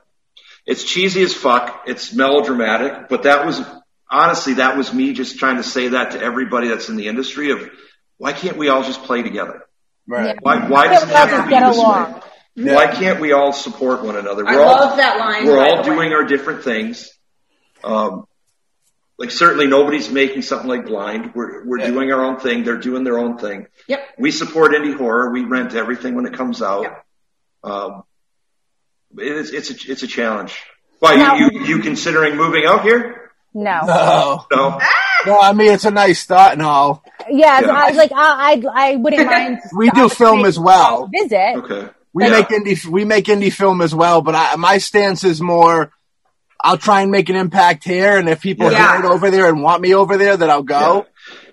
It's cheesy as fuck. It's melodramatic, but that was honestly that was me just trying to say that to everybody that's in the industry of why can't we all just play together?
Right.
Why why does
Get
it have
along,
to be
get
this
along.
way? Why can't we all support one another?
I
We're all-
love that line.
we're
by
all
the way.
doing our different things. Um, like certainly nobody's making something like blind. We're we're
Yeah.
doing our own thing. They're doing their own thing.
Yep. [laughs]
We support indie horror. We rent everything when it comes out.
Yeah.
Um, it is, it's a, it's a challenge. Why
Now-
you, you you considering moving out here?
no,
No.
No.
Oh, No, I mean it's a nice start and all.
yeah,
Yeah.
I, like I I, I
[laughs]
wouldn't mind.
We do film as well.
Visit.
Okay.
We
Yeah.
make indie we make indie film as well, but I, my stance is more I'll try and make an impact here and if people
Yeah.
hear it over there and want me over there then I'll go.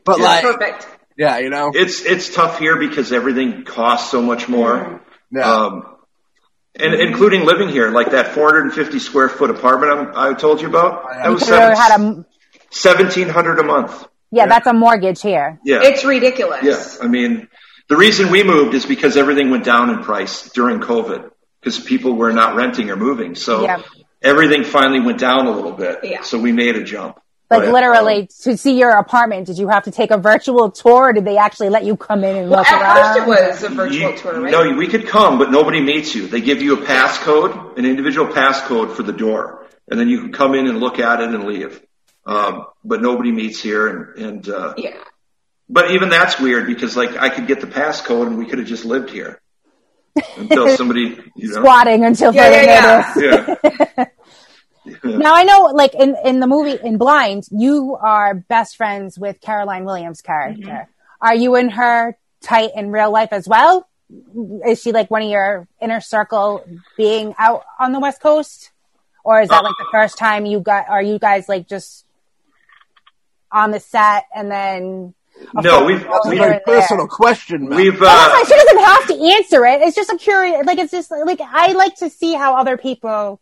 But
Yeah.
like
Perfect.
yeah, you know.
It's it's tough here because everything costs so much more.
Yeah.
Um, and including living here, like that 450 square foot apartment I'm, I told you about, that was
If you ever had a, yeah,
seventeen hundred a month.
that's a mortgage here.
Yeah,
It's ridiculous.
yeah. I mean, the reason we moved is because everything went down in price during COVID because people were not renting or moving, so
Yeah.
everything finally went down a little bit.
Yeah.
So we made a jump.
Like
But,
literally
um,
to see your apartment, did you have to take a virtual tour? Or did they actually let you come in and
Well,
look
at
around?
first it was a virtual
you-
tour, right?
No, we could come, but nobody meets you. They give you a passcode, an individual passcode for the door, and then you can come in and look at it and leave. Um, but nobody meets here, and, and uh,
yeah.
but even that's weird because like I could get the passcode and we could have just lived here
[laughs]
until somebody you know
squatting until
Yeah,
further
yeah, yeah.
notice.
yeah
Now I know, like in in the movie in Blind, you are best friends with Caroline Williams' character.
Mm-hmm.
Are you and her tight in real life as well? Is she like one of your inner circle being out on the West Coast, or is that like the first time you got? Are you guys like just on the set and then?
[laughs]
no we've
That's a
we,
very
we're
have
there.
personal question, man.
we
Oh,
have
That's
uh,
like, she doesn't have to answer it. It's just I'm curious. Like it's just like I like to see how other people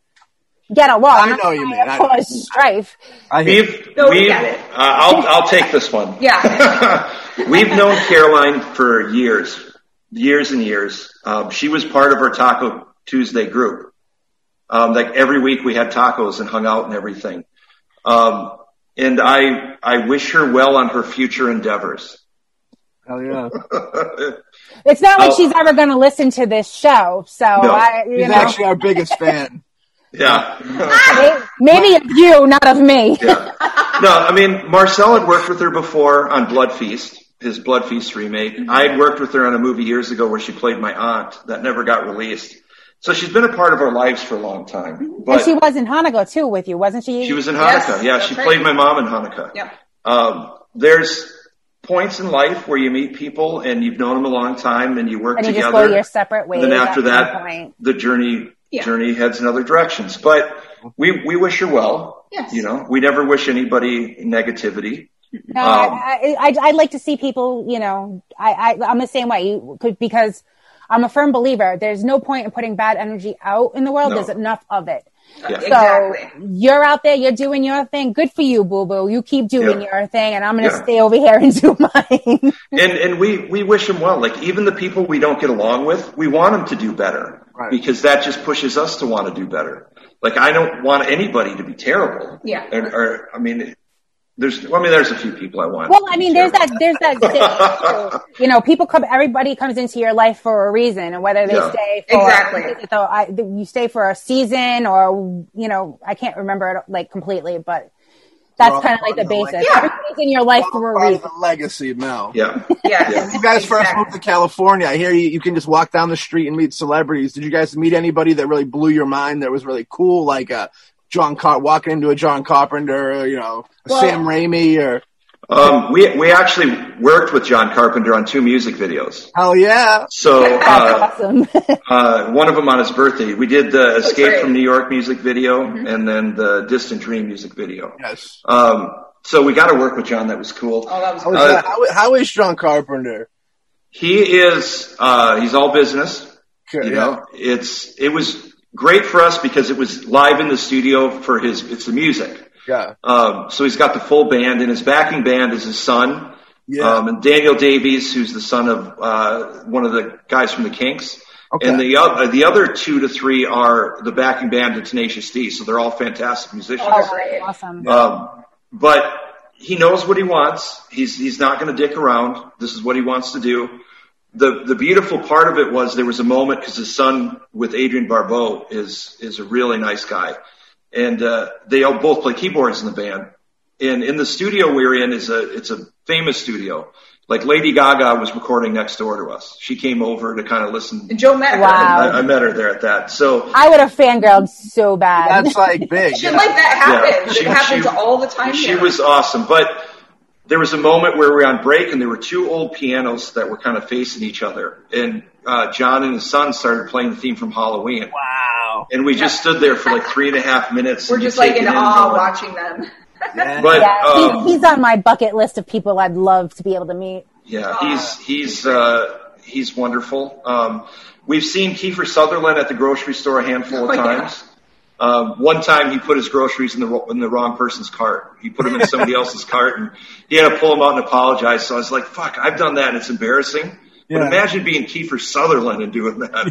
get along.
I know what you mean. I-
Of course, strife.
I hear-
we've
No, we
we've
got it.
uh, I'll I'll take this one
[laughs] Yeah.
[laughs] we've known Caroline for years years and years um, she was part of our Taco Tuesday group um, like every week we had tacos and hung out and everything um, and I I wish her well on her future endeavors
Hell yeah.
It's not like
Oh.
she's ever going to listen to this show. So I, you
He's
know,
actually our biggest fan.
Mm-hmm.
yeah.
may- maybe of you, not of me.
No, I mean Marcel had worked with her before on Blood Feast, his Blood
Mm-hmm.
Feast remake. I had worked with her on a movie years ago where she played my aunt that never got released, So she's been a part of our lives for a long time.
And
But
Mm-hmm. she was in Hanukkah too with you, wasn't she?
she was in
Yes,
Hanukkah. yeah, she
that's right.
played my mom in Hanukkah.
Yep.
Um, there's points in life where you meet people and you've known them a long time and you work
and you
together.
just go your separate ways.
and then after
at some
that,
point.
the journey
Yeah.
journey heads in other directions. But we we wish her well.
Yes.
You know, we never wish anybody negativity.
No,
Um,
I, I, I, I'd like to see people, you know, I, I, I'm the same way you could, because I'm a firm believer. There's no point in putting bad energy out in the world.
No.
There's enough of it.
Yeah.
So
Exactly.
you're out there, you're doing your thing. Good for you, boo boo. You keep doing
Yeah.
your thing and I'm going to
Yeah.
stay over here and [laughs] do mine.
And and we we wish them well. Like even the people we don't get along with, we want them to do better
Right.
because that just pushes us to want to do better. Like I don't want anybody to be terrible.
Yeah.
Or, or I mean, there's I mean there's a few people I want.
well,
to
I
be
mean, there's
terrible.
that, there's that, saying, too. you know, people come, everybody comes into your life for a reason and whether they
Yeah.
stay for,
Exactly.
so I, you stay for a season or, you know, I can't remember it like completely, but
We're
that's
all
kind of like the
part of the
basis.
legacy.
Yeah.
Everybody's in your life for
Part
a
of
reason.
the legacy, Mel.
Yeah.
Yes.
You guys first
Exactly.
moved to California. I hear you, you can just walk down the street and meet celebrities. Did you guys meet anybody that really blew your mind that was really cool, like a John Car- walking into a John Carpenter, or, you know, a
Well-
Sam Raimi, or
Um, we we actually worked with John Carpenter on two music videos.
hell yeah,
[laughs]
So uh,
That's awesome.
Uh, one of them on his birthday. We did the Escape
great.
from New York music video
Mm-hmm.
and then the Distant Dream music video.
yes.
Um, so we got to work with John. That was cool.
Oh, that was
How is,
cool.
Uh,
that- how is- how is John Carpenter?
He is, uh, he's all business.
Sure,
you
yeah.
know, it's, it was great for us because it was live in the studio for his, it's the music.
[laughs]
Yeah,
Um, so he's got the full band and his backing band is his son.
yeah.
Um, and Daniel Davies, who's the son of uh, one of the guys from the Kinks.
Okay.
And the, oth- the other two to three are the backing band of Tenacious D, so they're all fantastic musicians.
Oh, awesome.
Um, but he knows what he wants. He's he's not going to dick around. This is what he wants to do. The the beautiful part of it was there was a moment because his son with Adrian Barbeau is is a really nice guy, and uh, they all both play keyboards in the band. And in the studio we're in is a it's a famous studio. Like Lady Gaga was recording next door to us. She came over to kind of listen.
Joe Mack.
Wow.
I, I met her there at that. So
I would have fangirled so bad.
That's like big.
Shit like that
Yeah,
happens.
she-
it happens
she-
all the time.
She
here.
was awesome, but there was a moment where we were on break and there were two old pianos that were kind of facing each other, and uh, John and his son started playing the theme from Halloween,
wow.
and we just stood there for like three and a half minutes.
We're
and
just
you take
like in
it
awe
going-
watching them.
Yeah.
[laughs]
But
yeah,
um,
he, he's on my bucket list of people I'd love to be able to meet.
yeah, he's he's uh, he's wonderful. Um, we've seen Kiefer Sutherland at the grocery store a handful
Oh,
of
yeah.
times. Um, one time he put his groceries in the ro- in the wrong person's cart. He put them
[laughs]
in somebody else's cart, and he had to pull them out and apologize. So I was like, "Fuck, I've done that. and It's embarrassing."
Yeah.
But imagine being Kiefer Sutherland and
[laughs]
doing that.
I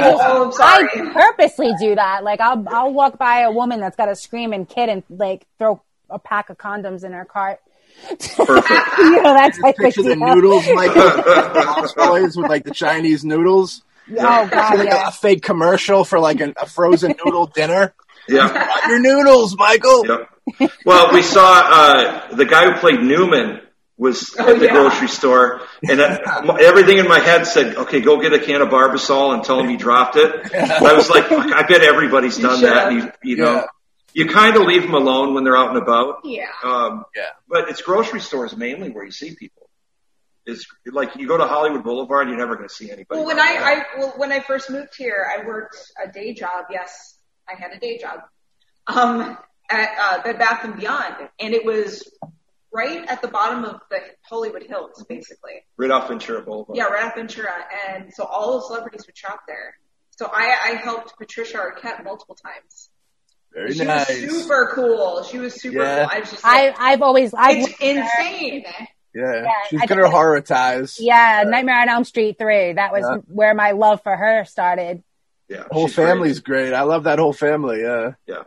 just, I
Oh, I'm sorry.
purposely do that. Like, I'll, I'll walk by a woman that's got a screaming kid and like throw a pack of condoms in her cart. [laughs]
Perfect.
you know, that's like
Picture the noodles, like
[laughs]
the toys with like the Chinese noodles.
Oh god,
like a,
yeah.
a fake commercial for like an, a frozen noodle dinner.
Yeah.
Want your noodles, Michael.
Yep. Well, we saw uh, the guy who played Newman was
Oh,
at the
yeah.
grocery store, and uh, everything in my head said, "Okay, go get a can of Barbasol and tell him you dropped it."
[laughs]
And I was like, Fuck, "I bet everybody's done that." And you, you know,
Yeah.
you kind of leave them alone when they're out and about.
Yeah.
Um,
Yeah.
But it's grocery stores mainly where you see people. It's like you go to Hollywood Boulevard, you're never going to see anybody.
Well, when
like that.
I, I well, when I first moved here, I worked a day job. Yes, I had a day job um, at uh, Bed Bath and Beyond, and it was right at the bottom of the Hollywood Hills, basically.
right off Ventura Boulevard.
Yeah, right at Ventura, and so all the celebrities would shop there. So I, I helped Patricia Arquette multiple times.
Very
she
nice.
was super cool. She was super
Yeah.
cool. I was just
I,
like,
I've always, I,
it's insane.
yeah.
Yeah,
she's
I
got
think-
her horror ties.
yeah, Nightmare on Elm Street three. That was
Yeah.
where my love for her started.
yeah.
Whole
she's great.
family's great. I love that whole family. Yeah,
Yeah.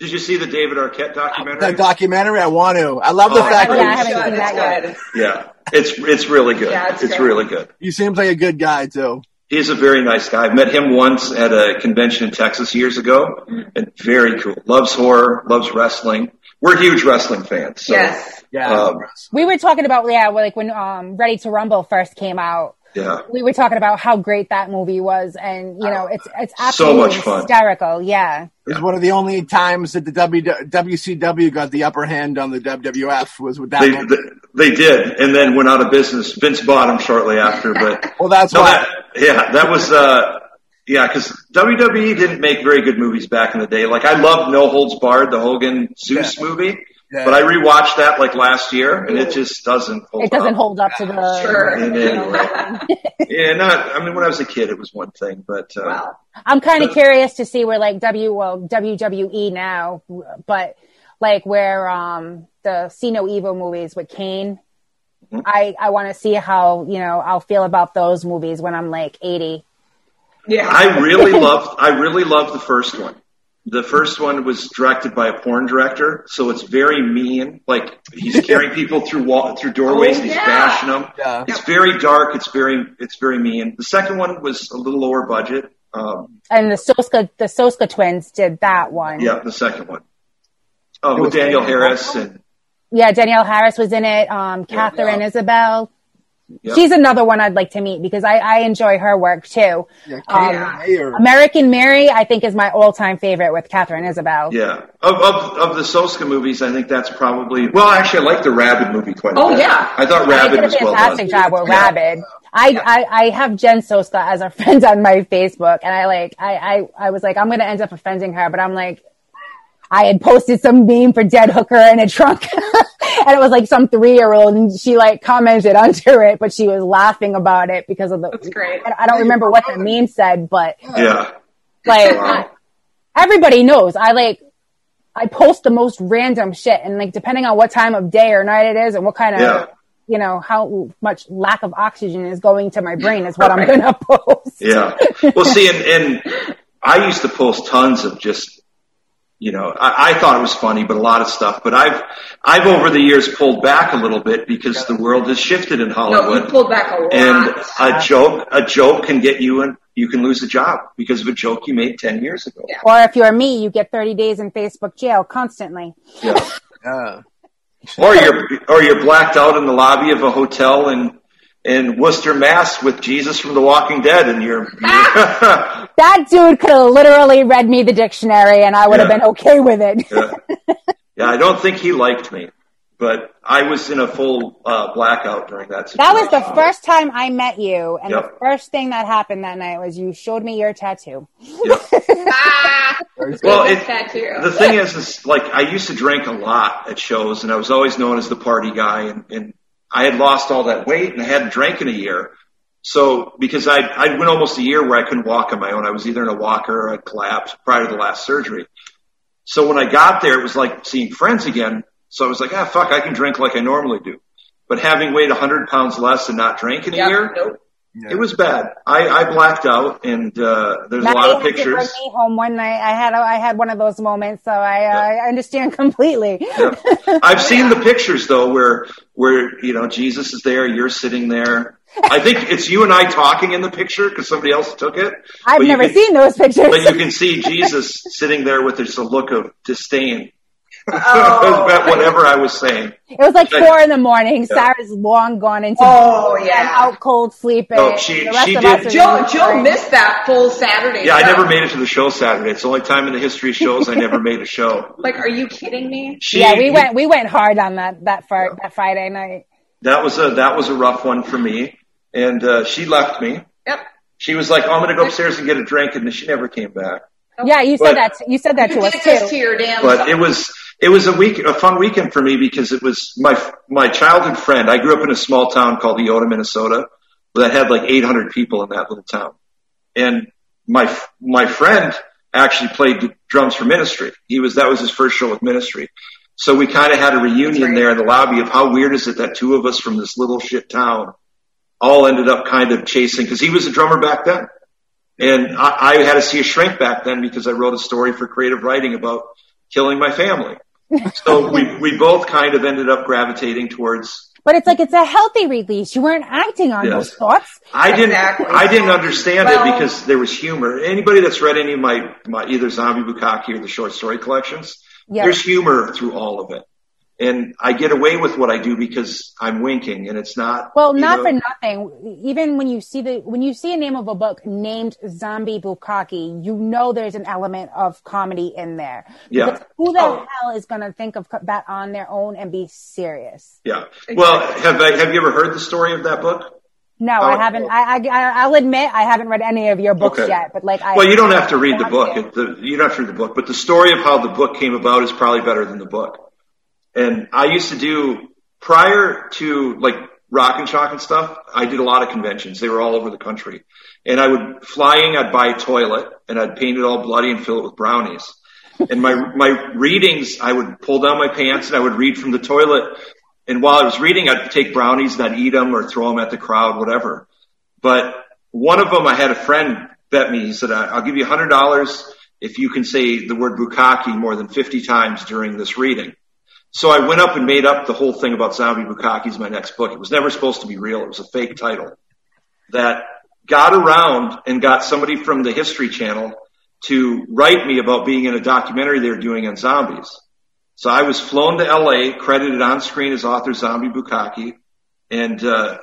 Did you see the David Arquette documentary?
that documentary. I want to. I love the
Oh,
fact
yeah,
that
I
he's-
haven't seen
It's
that yet.
good.
Yeah, it's it's really good.
Yeah,
it's
it's good.
really good.
he seems like a good guy too.
He's a very nice guy. I met him once at a convention in Texas years ago, and very cool. Loves horror, loves wrestling. We're huge wrestling fans. So,
Yes.
Yeah,
Um,
We were talking about yeah, well, like when um Ready to Rumble first came out.
Yeah.
we were talking about how great that movie was, and you know, it's it's
So
absolutely
much fun.
hysterical. Yeah,
It's one of the only times that the w, WCW got the upper hand on the WWF was with that.
They,
movie.
they they did, and then went out of business. Vince bought them shortly after,
[laughs]
but
well, that's
no,
why.
that, yeah, that was uh, yeah, because WWE E didn't make very good movies back in the day. Like I loved No Holds Barred, the Hogan Zeus movie,
Yeah.
but I rewatched that like last year, and it just doesn't hold.
it doesn't
up.
hold up to the.
Sure.
In any way. yeah, not. I mean, when I was a kid, it was one thing, but uh,
Wow. [laughs]
I'm kind of curious to see where like W well WWE now, but like where um the See No Evil movies with Kane.
Mm-hmm.
I I want to see how you know I'll feel about those movies when I'm like 80.
Yeah.
I really loved. I really loved the first one. The first one was directed by a porn director, so it's very mean. Like
[laughs]
he's carrying people through wall, through doorways, and he's
yeah.
bashing them.
Yeah.
It's very dark. It's very it's very mean. The second one was a little lower budget. Um,
And the Soska the Soska twins did that one.
yeah, the second one uh,
It was
with Daniel
Daniel
Harris and
Yeah, Danielle Harris was in it. Um, Catherine
Yeah.
Isabel.
Yep.
She's another one I'd like to meet because I, I enjoy her work too.
Yeah,
Um,
Kane Mayer.
American Mary, I think, is my all time favorite with Catherine Isabel.
yeah of of, of the Soska movies. I think that's probably well. Actually, I like the Rabbit movie quite a
Oh,
bit.
yeah.
I thought
I
Rabbit
did a
was well
fantastic
done.
job with
Yeah.
Rabid. I, I, I have Jen Soska as a [laughs] friend on my Facebook, and I like I, I, I was like I'm gonna end up offending her, but I'm like I had posted some meme for dead hooker in a trunk, [laughs] and it was like some three year old, and she like commented [laughs] under it, but she was laughing about it because of the.
That's great.
I, I don't remember what the meme said, but
Yeah.
like
[laughs] Wow.
everybody knows I like I post the most random shit and like depending on what time of day or night it is and what kind of
Yeah.
you know how much lack of oxygen is going to my brain is what I'm
Right.
gonna [laughs] post.
Yeah. Well, see, and, and I used to post tons of just, you know, I, I thought it was funny, but a lot of stuff. But I've, I've over the years pulled back a little bit because the world has shifted in
no, you
Hollywood.
pulled back a lot.
and a joke, a joke can get you and you can lose a job because of a joke you made 10 years ago.
Yeah.
Or if you're me, you get 30 days in Facebook jail constantly.
Yeah.
Yeah.
Or you're, or you're blacked out in the lobby of a hotel in, in Worcester, Mass with Jesus from The Walking Dead and
[laughs]
you're, [laughs] you're
That dude could have literally read me the dictionary and I would have
Yeah.
been okay with
[laughs]
it.
yeah. yeah, I don't think he liked me, but I was in a full uh, blackout during that
That
situation.
was the first time I met you, and the
Yep.
first thing that happened that night was you showed me your tattoo.
Yeah.
[laughs] ah,
Well,
it was
it-
tattoo.
The thing is, is like I used to drink a lot at shows, and I was always known as the party guy, and, and I had lost all that weight, and I hadn't drank in a year. So because I I went almost a year where I couldn't walk on my own, I was either in a walker or I collapsed prior to the last surgery. So when I got there, it was like seeing friends again. So I was like, ah, fuck, I can drink like I normally do. But having weighed 100 pounds less and not drank in a
Yep,
year, [laughs]
nope.
Yeah.
It was bad. I, I blacked out, and uh, there's a
Matt,
lot of
you had to bring
pictures.
me home one night. I had a, I had one of those moments, so I uh, I understand [laughs] completely.
I've seen the pictures though, where where you know Jesus is there, you're sitting there. I think it's you and I talking in the picture because somebody else took it.
I've
But you
never
can-
seen those pictures.
[laughs] But you can see Jesus sitting there with just a look of
[laughs]
disdain [laughs]
Oh.
at whatever I was saying.
[laughs] it was like
Yeah.
four in the morning. Sarah's long gone into
Oh,
bed,
yeah.
out cold sleeping.
No, she-
the rest
she
of
did-
us are
Joe,
just
Joe
like-
missed that full Saturday.
Yeah, I
show.
never made it to the show Saturday. It's the only time in the history of shows I never made a show.
Like, are you kidding me?
[laughs]
She,
Yeah, we went we went hard on that that far, that Friday night.
That was a that was a rough one for me, and uh, she left me.
Yep.
She was like, oh, I'm going to go upstairs and get a drink, and then she never came back.
Yeah, you
But-
said that you said that
Oh. You
to us
did this to
too.
your damn
But
self.
it was it was a week a fun weekend for me because it was my my childhood friend. I grew up in a small town called Eota, Minnesota, that had like 800 people in that little town, and my my friend actually played the drums for Ministry. He was that was his first show with Ministry. So we kind of had a reunion
right.
there in the lobby of how weird is it that two of us from this little shit town all ended up kind of chasing because he was a drummer back then. And I, I had to see a shrink back then because I wrote a story for creative writing about killing my family. So we, we both kind of ended up gravitating towards.
But it's like it's a healthy release. You weren't acting on
Yes.
those thoughts.
I didn't
Exactly.
I didn't understand it
Well-
because there was humor. Anybody that's read any of my, my either Zombie Bukaki or the short story collections,
Yeah.
there's humor through all of it. And I get away with what I do because I'm winking and it's not.
Well,
you
not
know-
for nothing. Even when you see the when you see a name of a book named Zombie Bukaki, you know there's an element of comedy in there.
Yeah.
Because who the
Oh.
hell is going to think of co- that on their own and be serious?
Yeah. Well, have I, have you ever heard the story of that book?
No,
Oh.
I haven't. I, I- I I'll admit I haven't read any of your books
Okay.
yet. But like, I
Well, you don't have to read the
I
book.
want to.
It- the- you don't have to read the book, but the story of how the book came about is probably better than the book. And I used to do prior to like rock and shock and stuff. I did a lot of conventions. They were all over the country, and I would flying. I'd buy a toilet and I'd paint it all bloody and fill it with brownies. And my my readings, I would pull down my pants and I would read from the toilet. And while I was reading, I'd take brownies and I'd eat them or throw them at the crowd, whatever. But one of them, I had a friend bet me. He said, "I- "I'll give you hundred dollars if you can say the word bukkake more than fifty times during this reading." So I went up and made up the whole thing about zombie bukkake is my next book. It was never supposed to be real. It was a fake title that got around and got somebody from the History Channel to write me about being in a documentary they were doing on zombies. So I was flown to LA, credited on screen as author Zombie Bukkake, and uh,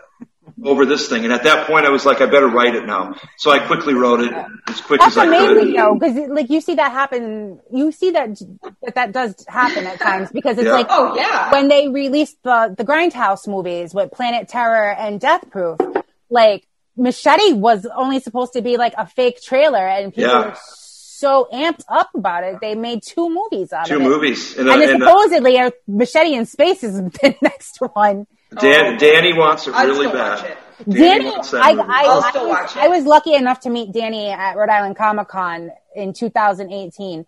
over this thing. And at that point, I was like, I better write it now. So I quickly wrote it as quick
That's
as I
amazing
could.
though, because like you see that happen. You see that that, that does happen at times because it's
Yeah.
like
Oh yeah.
when they released the the Grindhouse movies with Planet Terror and Death Proof, like Machete was only supposed to be like a fake trailer, and people
Yeah.
were so amped up about it, they made two movies out
Two
of it.
movies. And, uh,
And it's
and, uh,
supposedly, uh, Machete in Space [laughs] is the next one.
Dan,
Oh.
Danny wants it
I'd
really
still watch
bad.
it.
Danny,
wants that
I,
movie.
I,
I'll
I
still
was-
watch it.
I was lucky enough to meet Danny at Rhode Island Comic Con in 2018.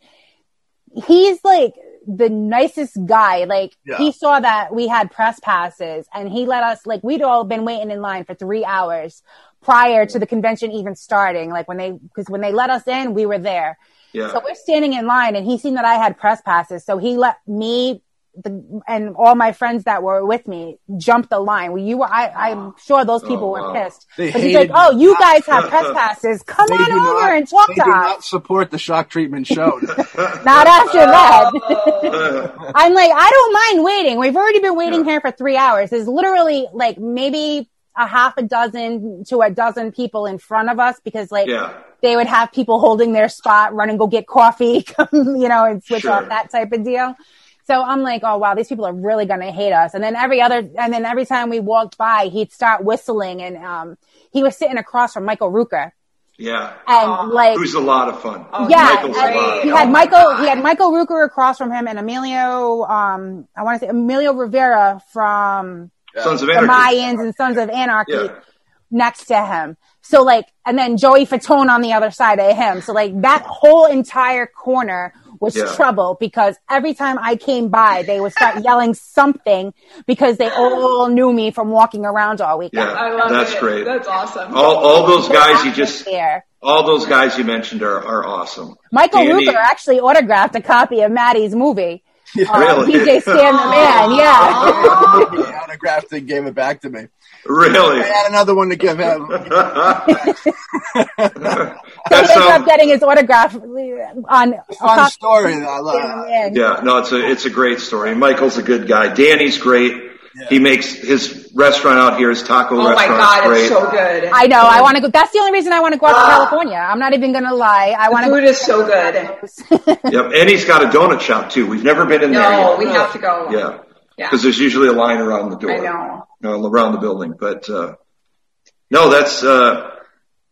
He's like the nicest guy. Like
Yeah.
he saw that we had press passes and he let us like we'd all been waiting in line for three hours prior to the convention even starting. Like when they because when they let us in, we were there.
yeah.
So we're standing in line, and he seen that I had press passes, so he let me the, and all my friends that were with me jump the line. Well, you were, I, I'm sure those people
Oh,
were
wow.
pissed.
Ah. They
but he's like,
hated
"Oh, you guys
Uh,
[laughs]
have press passes. Come
They
on
do
over
not-
and talk
they
to
do
us."
not support the shock treatment
[laughs]
show. [laughs]
Not after that.
Ah.
Uh,
[laughs] I'm like, I don't mind waiting. We've already been waiting
Yeah.
here for three hours. There's literally like maybe a half a dozen to a dozen people in front of us because like
yeah.
they would have people holding their spot, run and go get coffee, [laughs] come, you know, and switch
Sure.
off that type of deal. So I'm like, oh wow, these people are really gonna hate us. And then every other, and then every time we walked by, he'd start whistling, and um, he was sitting across from Michael Rooker,
Yeah.
and
Aw.
like,
Who's a lot of fun.
Oh,
yeah,
Michael's
and
a lot of
he
fun.
had
Oh my
Michael,
God.
he had Michael Rooker across from him, and Emilio, um, I want to say Emilio Rivera from
Sons of
the
Anarchy.
Mayans and Sons of Anarchy
Yeah.
next to him. So like, and then Joey Fatone on the other side of him. So like that whole entire corner was
Yeah.
trouble because every time I came by, they would start yelling something because they all knew me from walking around all weekend.
Yeah.
I love
That's
it.
great.
That's awesome.
All, all those guys you just,
There.
all those guys you mentioned are, are awesome.
Michael
Danny-
Rooker actually autographed a copy of Maddie's movie. Uh,
[laughs]
Really?
DJ Stan the
[laughs]
Man, yeah.
he autographed it and gave it back to me.
Really? [laughs]
I had another one to give him.
So
That's
he ended
um,
up getting his autograph on, on
Fun
a copy
story.
of
I
Stan the
love.
Man.
yeah, no, it's a, it's a great story. Michael's a good guy. Danny's great. He makes his restaurant out here, his taco
oh my
restaurant.
god,
great.
it's so good.
I know. I want to go. That's the only reason I want to go out
Ah.
to California. I'm not even going to lie. I want to
Food
go.
is so good.
Yep. And he's got a donut shop too. We've never been in there.
No,
yet.
we have to go.
Yeah.
Yeah.
Because there's usually a line around the door.
I know.
know, around the building. But uh, no, that's uh,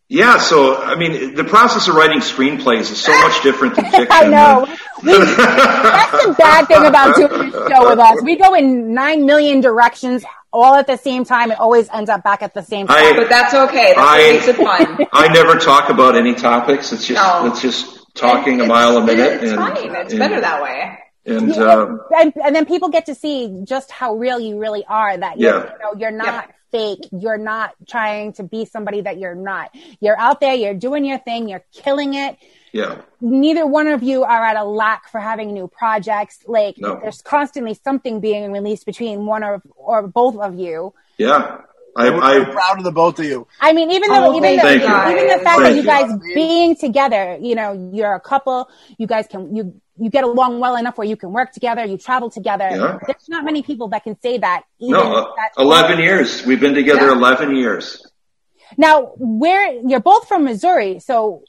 yeah. So I mean, the process of writing screenplays is so much
[laughs]
different than fiction.
[laughs] I know. We, that's the bad thing about doing this show with us. We go in nine million directions all at the same time. It always ends up back at the same
[laughs] I-
time.
But that's okay. That's
I-
what makes it fun.
I never talk about any topics. It's just
No.
it's just [laughs] talking a
It's-
mile a minute.
It's
and,
fine. It's
and-
better that way.
And
Yeah,
uh,
and, and then people get to see just how real you really are. That you're,
Yeah.
you know, you're not
Yeah.
fake. You're not trying to be somebody that you're not. You're out there. You're doing your thing. You're killing it.
yeah,
neither one of you are at a lack for having new projects. Like
No.
there's constantly something being released between one or or both of you.
yeah. I,
I'm
I
proud of the both of you.
I mean, even though
Oh,
even, the,
thank
even
you.
the fact that
Thank
you
you.
guys being together, you know, you're a couple. You guys can you you get along well enough where you can work together. You travel together.
Yeah.
There's not many people that can say that. Even
no, uh,
that-
eleven years. We've been together eleven years.
Now, where you're both from Missouri, so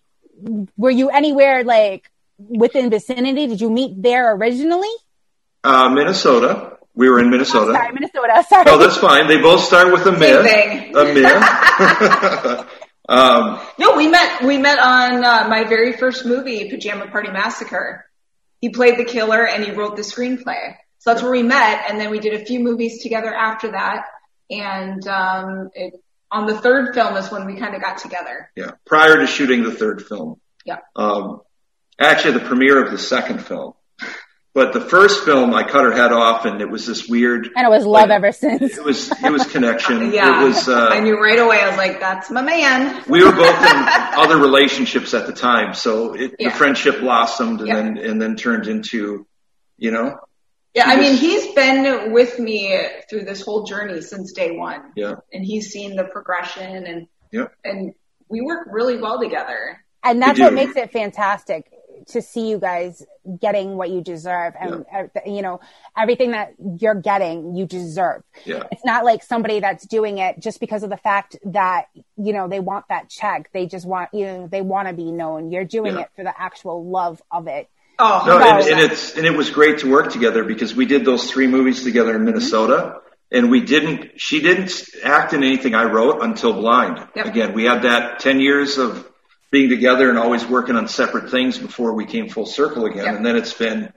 were you anywhere like within vicinity? Did you meet there originally?
Uh, Minnesota. We were in Minnesota.
Sorry, Minnesota. [laughs] Sorry.
No, that's fine. They both start with a
Same
mid.
thing. [laughs]
A mid. [laughs] um,
No, we met we met on uh, my very first movie, Pajama Party Massacre. He played the killer and he wrote the screenplay. So that's where we met, and then we did a few movies together after that. And um, it, on the third film is when we kind of got together.
yeah, prior to shooting the third film.
Yeah.
Um, actually, the premiere of the second film. But the first film, I cut her head off, and it was this weird.
and it was love ever since.
[laughs]
It was it was connection.
Yeah,
It was. Uh,
I knew right away. I was like, "That's my man."
we were both in other relationships at the time, so it,
Yeah.
the friendship blossomed and
Yeah.
then and then turned into, you know,
Yeah, I
He was-
mean, he's been with me through this whole journey since day one,
yeah,
and he's seen the progression, and
yeah.
and we work really well together.
And
We
that's
do.
what makes it fantastic to see you guys getting what you deserve and uh, you know everything that you're getting you deserve
Yeah.
it's not like somebody that's doing it just because of the fact that you know they want that check they just want you know they want to be known you're doing
Yeah.
it for the actual love of it
Oh,
No,
Right.
and, and it's and it was great to work together because we did those three movies together in Minnesota, and we didn't. She didn't act in anything I wrote until Blind.
Yep.
Again, we had that ten years of being together and always working on separate things before we came full circle again.
Yep.
And then it's been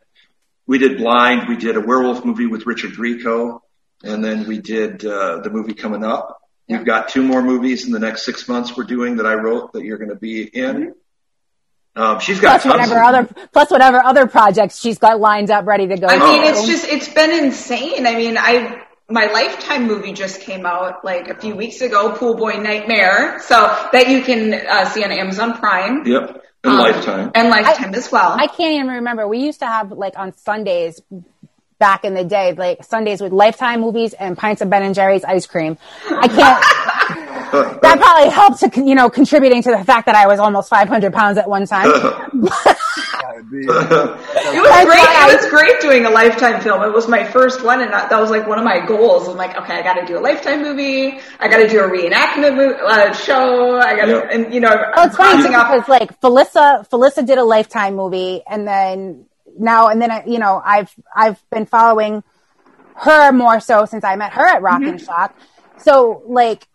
we did Blind, we did a werewolf movie with Richard Grieco, and then we did uh, the movie coming up. We've got two more movies in the next six months we're doing that I wrote that you're going to be
Mm-hmm.
in. Um, she's got
plus
tons
whatever
of-
other plus whatever other projects she's got lined up ready to go
I mean,
Oh.
it's just it's been insane. I mean, I my lifetime movie just came out like a few weeks ago, Pool Boy Nightmare, so that you can uh, see on Amazon Prime
Yep, in
Um,
Lifetime.
and Lifetime as well.
I can't even remember. We used to have like on Sundays back in the day, like Sundays with Lifetime movies and pints of Ben and Jerry's ice cream. I can't. that probably helped to you know contributing to the fact that I was almost 500 pounds at one time.
I'd be-
it was
That's
great.
why I-
It was great doing a Lifetime film. It was my first one, and that that was like one of my goals. I'm like, okay, I got to do a Lifetime movie. I got to do a reenactment mo- uh, show. I got to,
Yeah.
and you know,
Well, it's funny too,
crossing off-
because like Felissa, Felissa did a Lifetime movie, and then now and then I, you know I've I've been following her more so since I met her at Rock and Shock. So like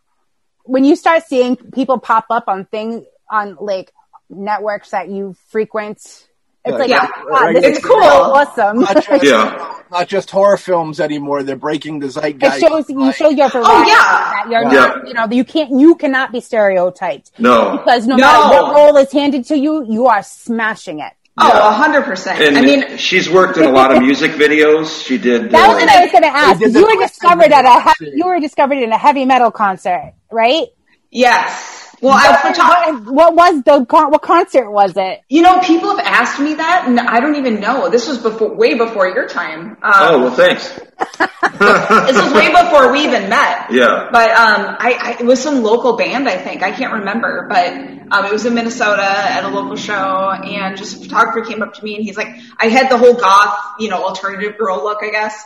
when you start seeing people pop up on things on like networks that you frequent, it's
Yeah,
like
yeah.
wow, this
It's
is
cool.
so awesome. [laughs]
not just,
Yeah.
not just horror films anymore. They're breaking the
It
zeitgeist.
shows you show your variety. that you're
Yeah.
not, you know, you can't, you cannot be stereotyped
No.
because no,
No.
matter what role is handed to you, you are smashing it.
oh, hundred percent.
And
I mean,
she's worked in a lot of music videos. She did.
That
uh,
was what I was going to ask.
did the
You were
Twisted
discovered at a
Metal
he- you were discovered in a heavy metal concert, right?
yes. Well, I was talking.
What, what was the con- what concert was it?
You know, people have asked me that, and I don't even know. This was before, way before your time.
oh
Um,
well, thanks.
This was way before we even met.
Yeah.
But um, I, I it was some local band, I think. I can't remember, but um, it was in Minnesota at a local show, and just a photographer came up to me, and he's like, I had the whole goth, you know, alternative girl look, I guess.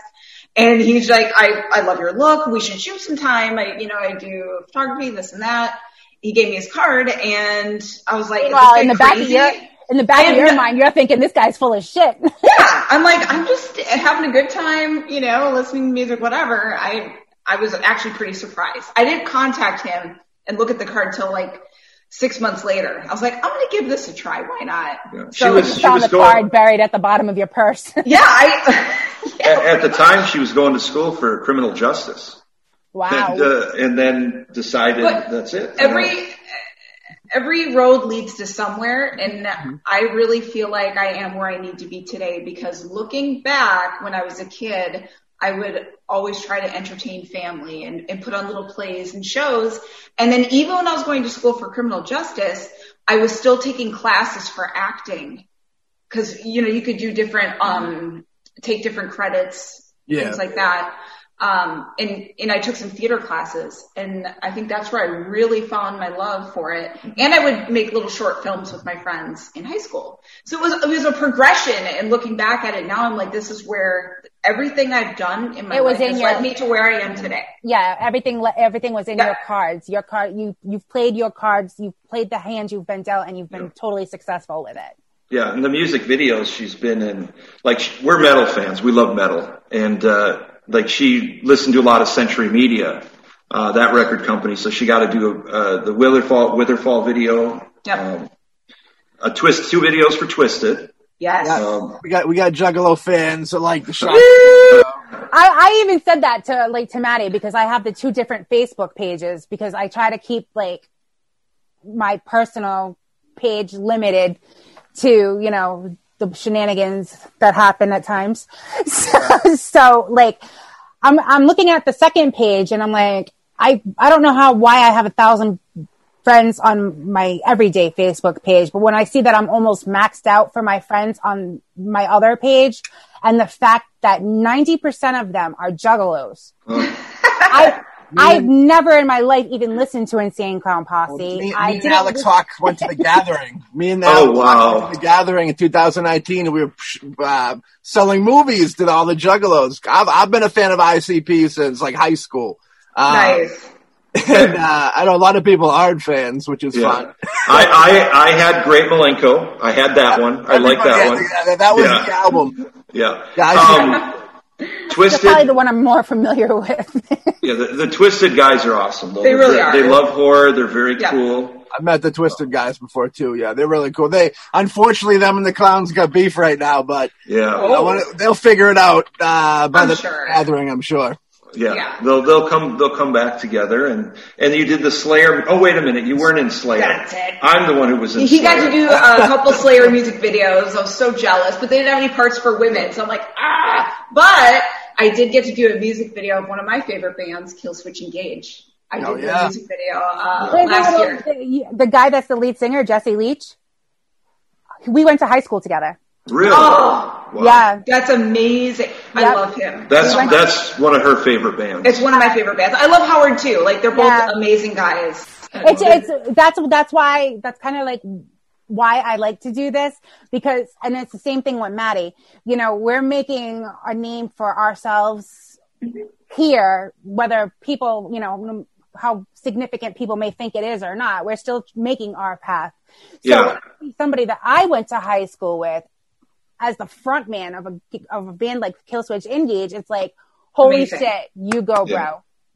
And he's like, I, I love your look. We should shoot sometime. I, you know, I do photography, this and that. He gave me his card, and I was like, is this
Meanwhile,
guy
in the back of
crazy?
your in the back of
I'm
your
not-
mind, you're thinking this guy's full of shit. [laughs]
yeah, I'm like, I'm just having a good time, you know, listening to music, whatever. I, I was actually pretty surprised. I didn't contact him and look at the card till like six months later. I was like, I'm going to give this a try. Why not? So,
Yeah. She was. She
Found
was
the
going.
card buried at the bottom of your purse. [laughs]
yeah, I, [laughs] yeah.
At, at the time, she was going to school for criminal justice,
wow.
and, uh, and then decided
But
that's it. uh,
every, every road leads to somewhere. And I really feel like I am where I need to be today because looking back when I was a kid, I would always try to entertain family and, and put on little plays and shows. And then even when I was going to school for criminal justice, I was still taking classes for acting because, you know, you could do different, um, take different credits,
Yeah.
things like that. Um, and, and I took some theater classes and I think that's where I really found my love for it. And I would make little short films with my friends in high school. So it was, it was a progression and looking back at it now, I'm like, this is where everything I've done in my
It was
life
in
has
your-
led me to where I am today.
Yeah, everything le- everything was in
Yeah.
your cards. Your card you you've played your cards, you've played the hand you've been dealt and you've been totally successful with it.
Yeah, and the music videos she's been in, like sh- we're metal fans, we love metal, and uh, like she listened to a lot of Century Media, uh, that record company. So she got to do uh, the Witherfall Witherfall video,
Yep.
um, a twist two videos for Twisted.
Yes.
Um,
We got we got Juggalo fans that
[laughs]
like the shot.
I, I even said that to like to Maddie because I have the two different Facebook pages because I try to keep like my personal page limited to you know the shenanigans that happen at times. [laughs] So, so like I'm I'm looking at the second page and I'm like I I don't know how why I have a thousand friends on my everyday Facebook page, but when I see that I'm almost maxed out for my friends on my other page, and the fact that 90% of them
[laughs]
are juggalos,
uh,
I, I've never in my life even listened to Insane Clown Posse.
Me, me
I
and
didn't-
Alex Hawks went to the
[laughs]
gathering. Me and
Oh,
Alex
wow.
Hawks went to the gathering in 2019, and we were uh, selling movies to all the juggalos. I've, I've been a fan of ICP since like high school. Uh,
nice.
[laughs] And uh, I know a lot of people aren't fans, which is
yeah.
fun.
I, I I had Great Malenko. I had that one. I like
Everybody-
that one.
yeah, that- that was
Yeah.
the album.
Yeah.
Yeah,
[laughs]
I-
Um,
That's
Twisted.
probably the one I'm more familiar [laughs] with.
Yeah, the, the Twisted guys are awesome. Though.
They
They're
really
ver-
are.
They love horror. They're very
Yeah.
cool.
I met the Twisted guys before too. Yeah, they're really cool. They unfortunately them and the clowns got beef right now, but
Yeah.
you know, when it- they'll figure it out uh, by
Oh. I'm
the
sure.
gathering. I'm sure.
Yeah.
Yeah.
They'll they'll come they'll come back together and and you did the Slayer. Oh wait a minute, you weren't in Slayer.
That's it.
I'm the one who was in.
He
Slayer.
got to do a couple Slayer music videos. I was so jealous, but they didn't have any parts for women. So I'm like, ah, but I did get to do a music video of one of my favorite bands, Killswitch Engage. I did
Oh,
the
yeah.
music video uh,
There's a
last
little-
year.
the, the guy that's the lead singer, Jesse Leach, we went to high school together.
really.
Oh,
Wow.
Yeah.
That's amazing. I
Yep.
love him.
That's
He went-
that's one of her favorite bands.
It's one of my favorite bands. I love Howard too. Like they're both
Yeah.
amazing guys.
it's it's that's that's why that's kind of like why I like to do this because and it's the same thing with Maddie. You know, we're making a name for ourselves here, whether people you know no- how significant people may think it is or not. We're still making our path. So
Yeah.
somebody that I went to high school with as the front man of a of a band like Killswitch Engage, it's like holy
Amazing.
shit, you go, bro.
Yeah.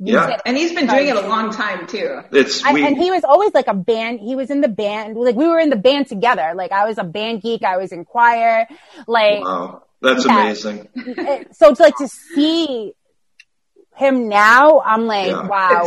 You
Yeah.
did it.
and he's been doing it a long time too.
It's
I,
we.
and he was always like a band. He was in the band. Like we were in the band together. Like I was a band geek. I was in choir. Like
wow, that's
Yeah.
amazing.
it- so to like to see him now, I'm like,
Yeah.
wow,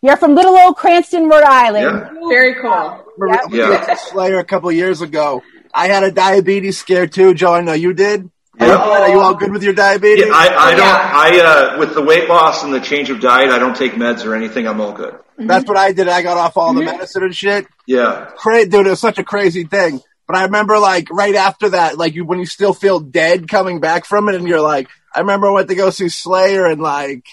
you're from little old Cranston, Rhode Island.
Yeah.
Very cool.
Remember
Yep.
when we went to Slayer a couple years ago. I had a diabetes scare too, Joe. I know you did. I
Yeah.
don't know, Are you all good with your diabetes?
Yeah, I, I don't.
Yeah.
I uh, with the weight loss and the change of diet, I don't take meds or anything. I'm all good.
That's what I did. I got off all the medicine and shit.
Yeah,
Cra- dude, it was such a crazy thing. But I remember, like, right after that, like, you, when you still feel dead coming back from it, and you're like, I remember I went to go see Slayer and, like,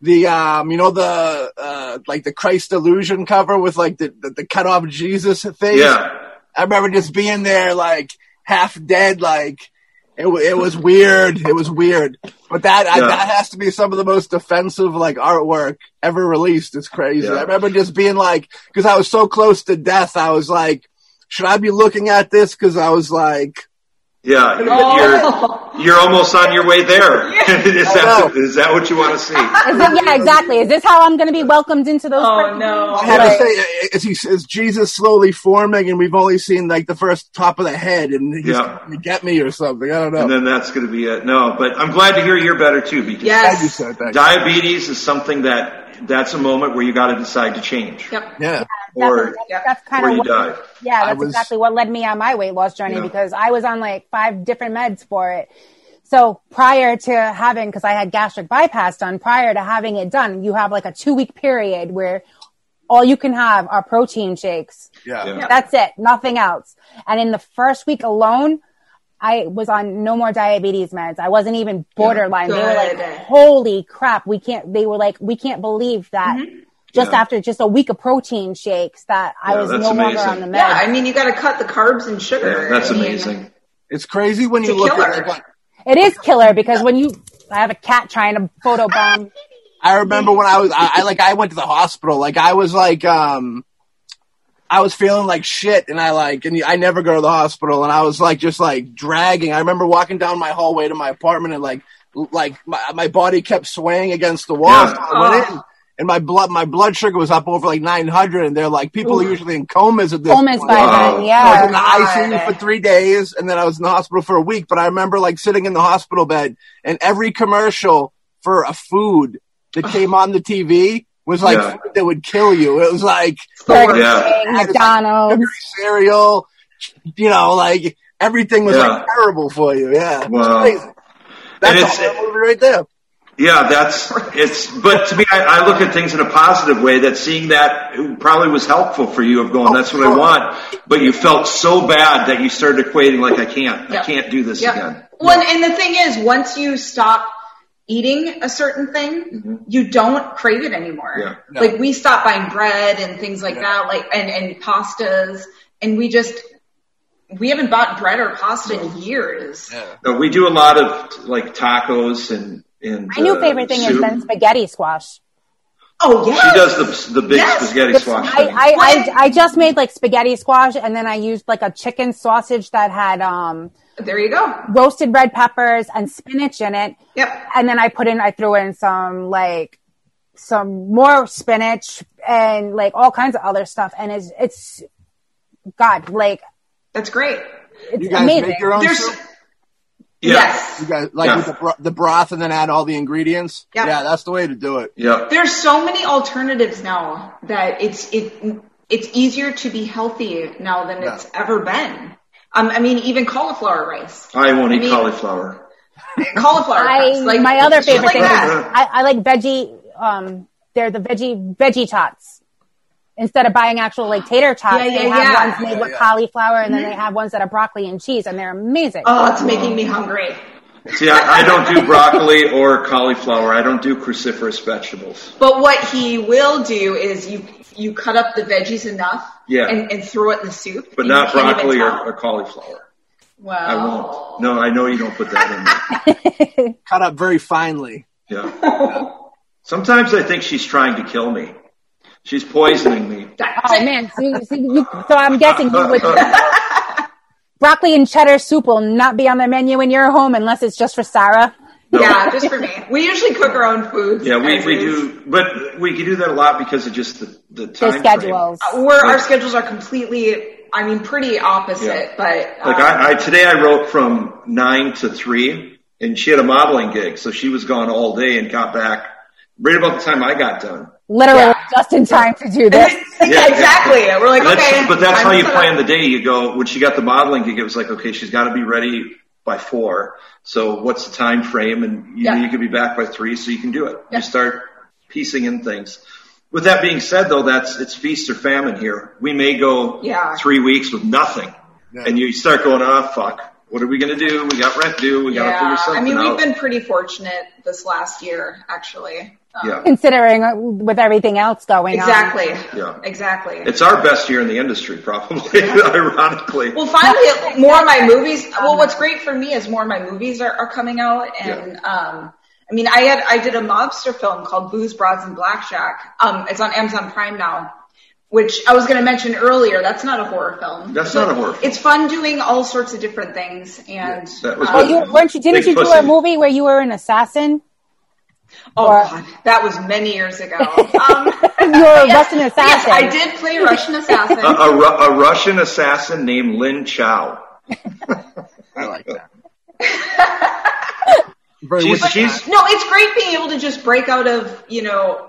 the, um, you know, the, uh, like, the Christ Illusion cover with, like, the, the, the cut off Jesus face?
yeah.
I remember just being there, like half dead, like it, wa- it was weird. It was weird, but that I,
Yeah.
that has to be some of the most offensive like artwork ever released. It's crazy.
Yeah.
I remember just being like, because I was so close to death, I was like, should I be looking at this? Because I was like,
Yeah, you're,
[laughs] Oh.
you're you're almost on your way there. [laughs] is that
I know.
is that what you want to see?
Is it- yeah, exactly. Is this how I'm going to be welcomed into those?
Oh
friends?
I
no.
had
Right.
to say, is he is Jesus slowly forming, and we've only seen like the first top of the head, and he's
Yeah.
going to get me or something. I don't know.
And then that's going to be it. No, but I'm glad to hear you're better too because
Glad you
Yes.
said that.
diabetes is something that that's a moment where you got to decide to change
Yep.
yeah.
or
Definitely. That's, that's kind
or
of
you
what,
die.
Yeah,
I
that's
was-
exactly what led me on my weight loss journey
Yeah.
because I was on like five different meds for it. So prior to having, because I had gastric bypass done, prior to having it done, you have like a two week period where all you can have are protein shakes.
Yeah.
[laughs]
Yeah.
That's it, nothing else. And in the first week alone, I was on no more diabetes meds. I wasn't even borderline. They were like,
Good.
holy crap, we can't, they were like, we can't believe that
Mm-hmm.
just
Yeah.
after just a week of protein shakes that I
Yeah,
was no
that's
longer
amazing.
on the meds.
Yeah, I mean, you got to cut the carbs and sugar.
Yeah, that's
I mean,
amazing.
It's crazy when
It's
you
a
look
killer.
at like,
It is killer because when you, I have a cat trying to
[laughs]
photobomb.
I remember when I was I, I like I went to the hospital. Like I was like um I was feeling like shit and I like and I never go to the hospital and I was like just like dragging. I remember walking down my hallway to my apartment and like l- like my, my body kept swaying against the wall.
Yeah.
So I went
Oh.
in and my blood my blood sugar was up over like 900 and they're like people are usually in comas at this
Comas
point.
by
I was
then,
Wow.
in
yeah.
Oh,
the ICU
God.
for three days, and then I was in the hospital for a week. But I remember like sitting in the hospital bed, and every commercial for a food
[sighs]
that came on the TV was like
Yeah.
food that would kill you. It was like
Burger
Yeah.
King,
Oh.
McDonald's.
cereal, you know, like everything was
Yeah.
like terrible for you. Yeah, It's
Wow.
crazy. That's
it's-
a horror movie right there.
Yeah, that's it's. But to me, I, I look at things in a positive way. That seeing that probably was helpful for you. Of going, that's what I
Oh,
sure.
want. But you felt so bad that you started equating like, I can't,
Yeah.
I can't do this
Yeah.
again.
Well, and the thing is, once you stop eating a certain thing, you don't crave it anymore.
Mm-hmm.
No.
Yeah.
Like we stopped buying bread and things like
Yeah.
that, like and and pastas, and we just we haven't bought bread or pasta in years.
No, we do a lot of like tacos and and.
My new
uh,
favorite thing has
soup.
been spaghetti squash.
Oh yeah.
She does the the big
Yes.
spaghetti
It's-
squash
I,
thing.
I, I, I just made like spaghetti squash and then I used like a chicken sausage that had um,
There you go.
roasted red peppers and spinach in it.
Yep.
And then I put in, I threw in some like some more spinach and like all kinds of other stuff. And it's, it's, God, like
That's great.
it's
You guys
amazing.
make your own
There's
soup.
yeah.
yes.
You guys like
Yeah.
with the, bro- the broth and then add all the ingredients.
Yeah.
Yeah, that's the way to do it.
Yeah.
There's so many alternatives now that it's it it's easier to be healthy now than
Yeah.
it's ever been. Um, I mean, even cauliflower rice,
I won't eat
mean-
cauliflower.
cauliflower
I,
rice, like
my other
shit
favorite
like
thing is
that.
I, I like veggie, um, they're the veggie, veggie tots. Instead of buying actual like tater tots,
Yeah, yeah,
they have
yeah. Mm-hmm.
ones made
Yeah,
with
yeah.
cauliflower and then they have ones that are broccoli and cheese and they're amazing.
Oh, it's making me hungry.
See, I, I don't do broccoli or cauliflower. I don't do cruciferous vegetables.
But what he will do is you you cut up the veggies enough,
Yeah.
and, and throw it in the soup,
But
and
not
you can't
broccoli
even
or,
tell.
or cauliflower.
Wow.
I won't. No, I know you don't put that
Cut up very finely.
in there. Yeah. Sometimes I think she's trying to kill me. She's poisoning me.
That's
Oh
it.
man, so, you- so, you, so I'm guessing you
[laughs]
would broccoli and cheddar soup will not be on the menu in your home unless it's just for Sarah.
No.
Yeah, just for me. We usually cook our own food.
Yeah, we, we do, but we do that a lot because of just the, the
Their
time
schedules.
Uh, We're, our schedules are completely, I mean, pretty opposite,
Yeah.
but
Like
um,
I, I today I wrote from nine to three and she had a modeling gig, so she was gone all day and got back right about the time I got done.
Literally
Yeah.
just in time to do this.
[laughs]
Yeah,
exactly. We're like,
But that's,
okay.
but that's
time
how
to
you
set
plan
up.
the day. You go when she got the modeling gig, it was like, okay, she's got to be ready by four. So what's the time frame? And you, know,
Yeah.
you could be back by three, so you can do it.
Yeah.
You start piecing in things. With that being said, though, that's it's feast or famine here. We may go
Yeah.
three weeks with nothing,
Yeah.
and you start going, ah, fuck. What are we gonna do? We got rent due. We gotta figure
Yeah. I
something
mean,
out.
we've been pretty fortunate this last year, actually. Um,
yeah,
Considering uh, with everything else going on.
Exactly.
Yeah.
Exactly.
it's our best year in the industry, probably. [laughs] ironically,
well, finally, more of my movies. Well, what's great for me is more of my movies are, are coming out, and um, I mean, I had I did a mobster film called Booze, Broads, and Blackjack. Um, it's on Amazon Prime now, which I was going to mention earlier. That's not a horror film.
That's
So
not a horror film.
It's fun doing all sorts of different things, and
that was
um,
Oh, you weren't you? Didn't
Big
you do
pussy.
a movie where you were an assassin?
oh,
or-
God, that was many years ago. Um,
You were a
yes,
Russian
yes,
assassin.
I did play Russian assassin.
a, a, Ru- a Russian assassin named Lin Chow.
I like that. Very
She's-
wicked.
she's-
No, it's great being able to just break out of, you know,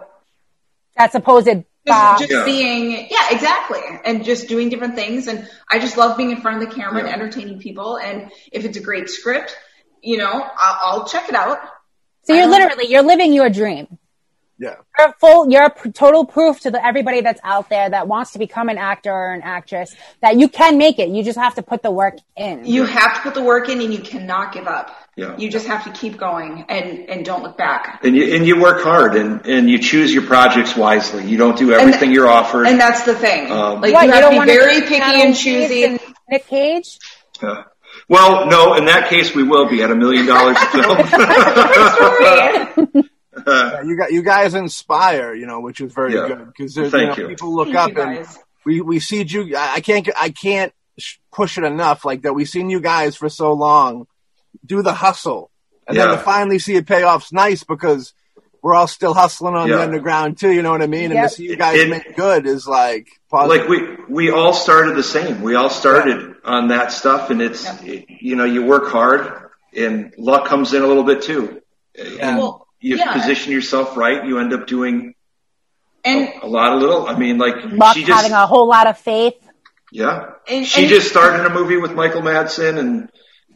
That supposed
just,
uh,
just
Yeah.
seeing, yeah, exactly, and just doing different things. And I just love being in front of the camera
Yeah.
and entertaining people. And if it's a great script, you know, I'll, I'll check it out.
So you're literally you're living your dream.
Yeah.
You're full. You're pr- total proof to the, everybody that's out there that wants to become an actor or an actress that you can make it. You just have to put the work in.
You have to put the work in and you cannot give up.
Yeah.
You just have to keep going and, and don't look back.
And you, and you work hard and, and you choose your projects wisely. You don't do everything you're offered.
And that's the thing.
Um,
like
What,
you have to be
wanna
very
do
picky
Keanu
and
Reeves
choosy. [laughs]
and Nick Cage.
Yeah. Uh, Well, no, in that case, we will be at a million dollars a film.
Yeah, you got you guys inspire, you know, which is very
Yeah.
good because there's
Thank
you know,
you.
people look
Thank
up
you
and
guys.
we we see you. I I can't I can't sh- push it enough. Like that, we've seen you guys for so long do the hustle, and then
Yeah.
to finally see it pay off's nice because we're all still hustling on the
Yeah.
underground too. You know what I mean? And
Yep.
to see you guys
It-
make good is like positive.
like we we all started the same. We all started on that stuff, and it's you know you work hard, and luck comes in a little bit too. And
Well,
you
yeah.
position yourself right, you end up doing
And
a lot of little. I mean, like
Luck
she just
having a whole lot of faith.
yeah,
And-
she
and-
just started a movie with Michael Madsen, and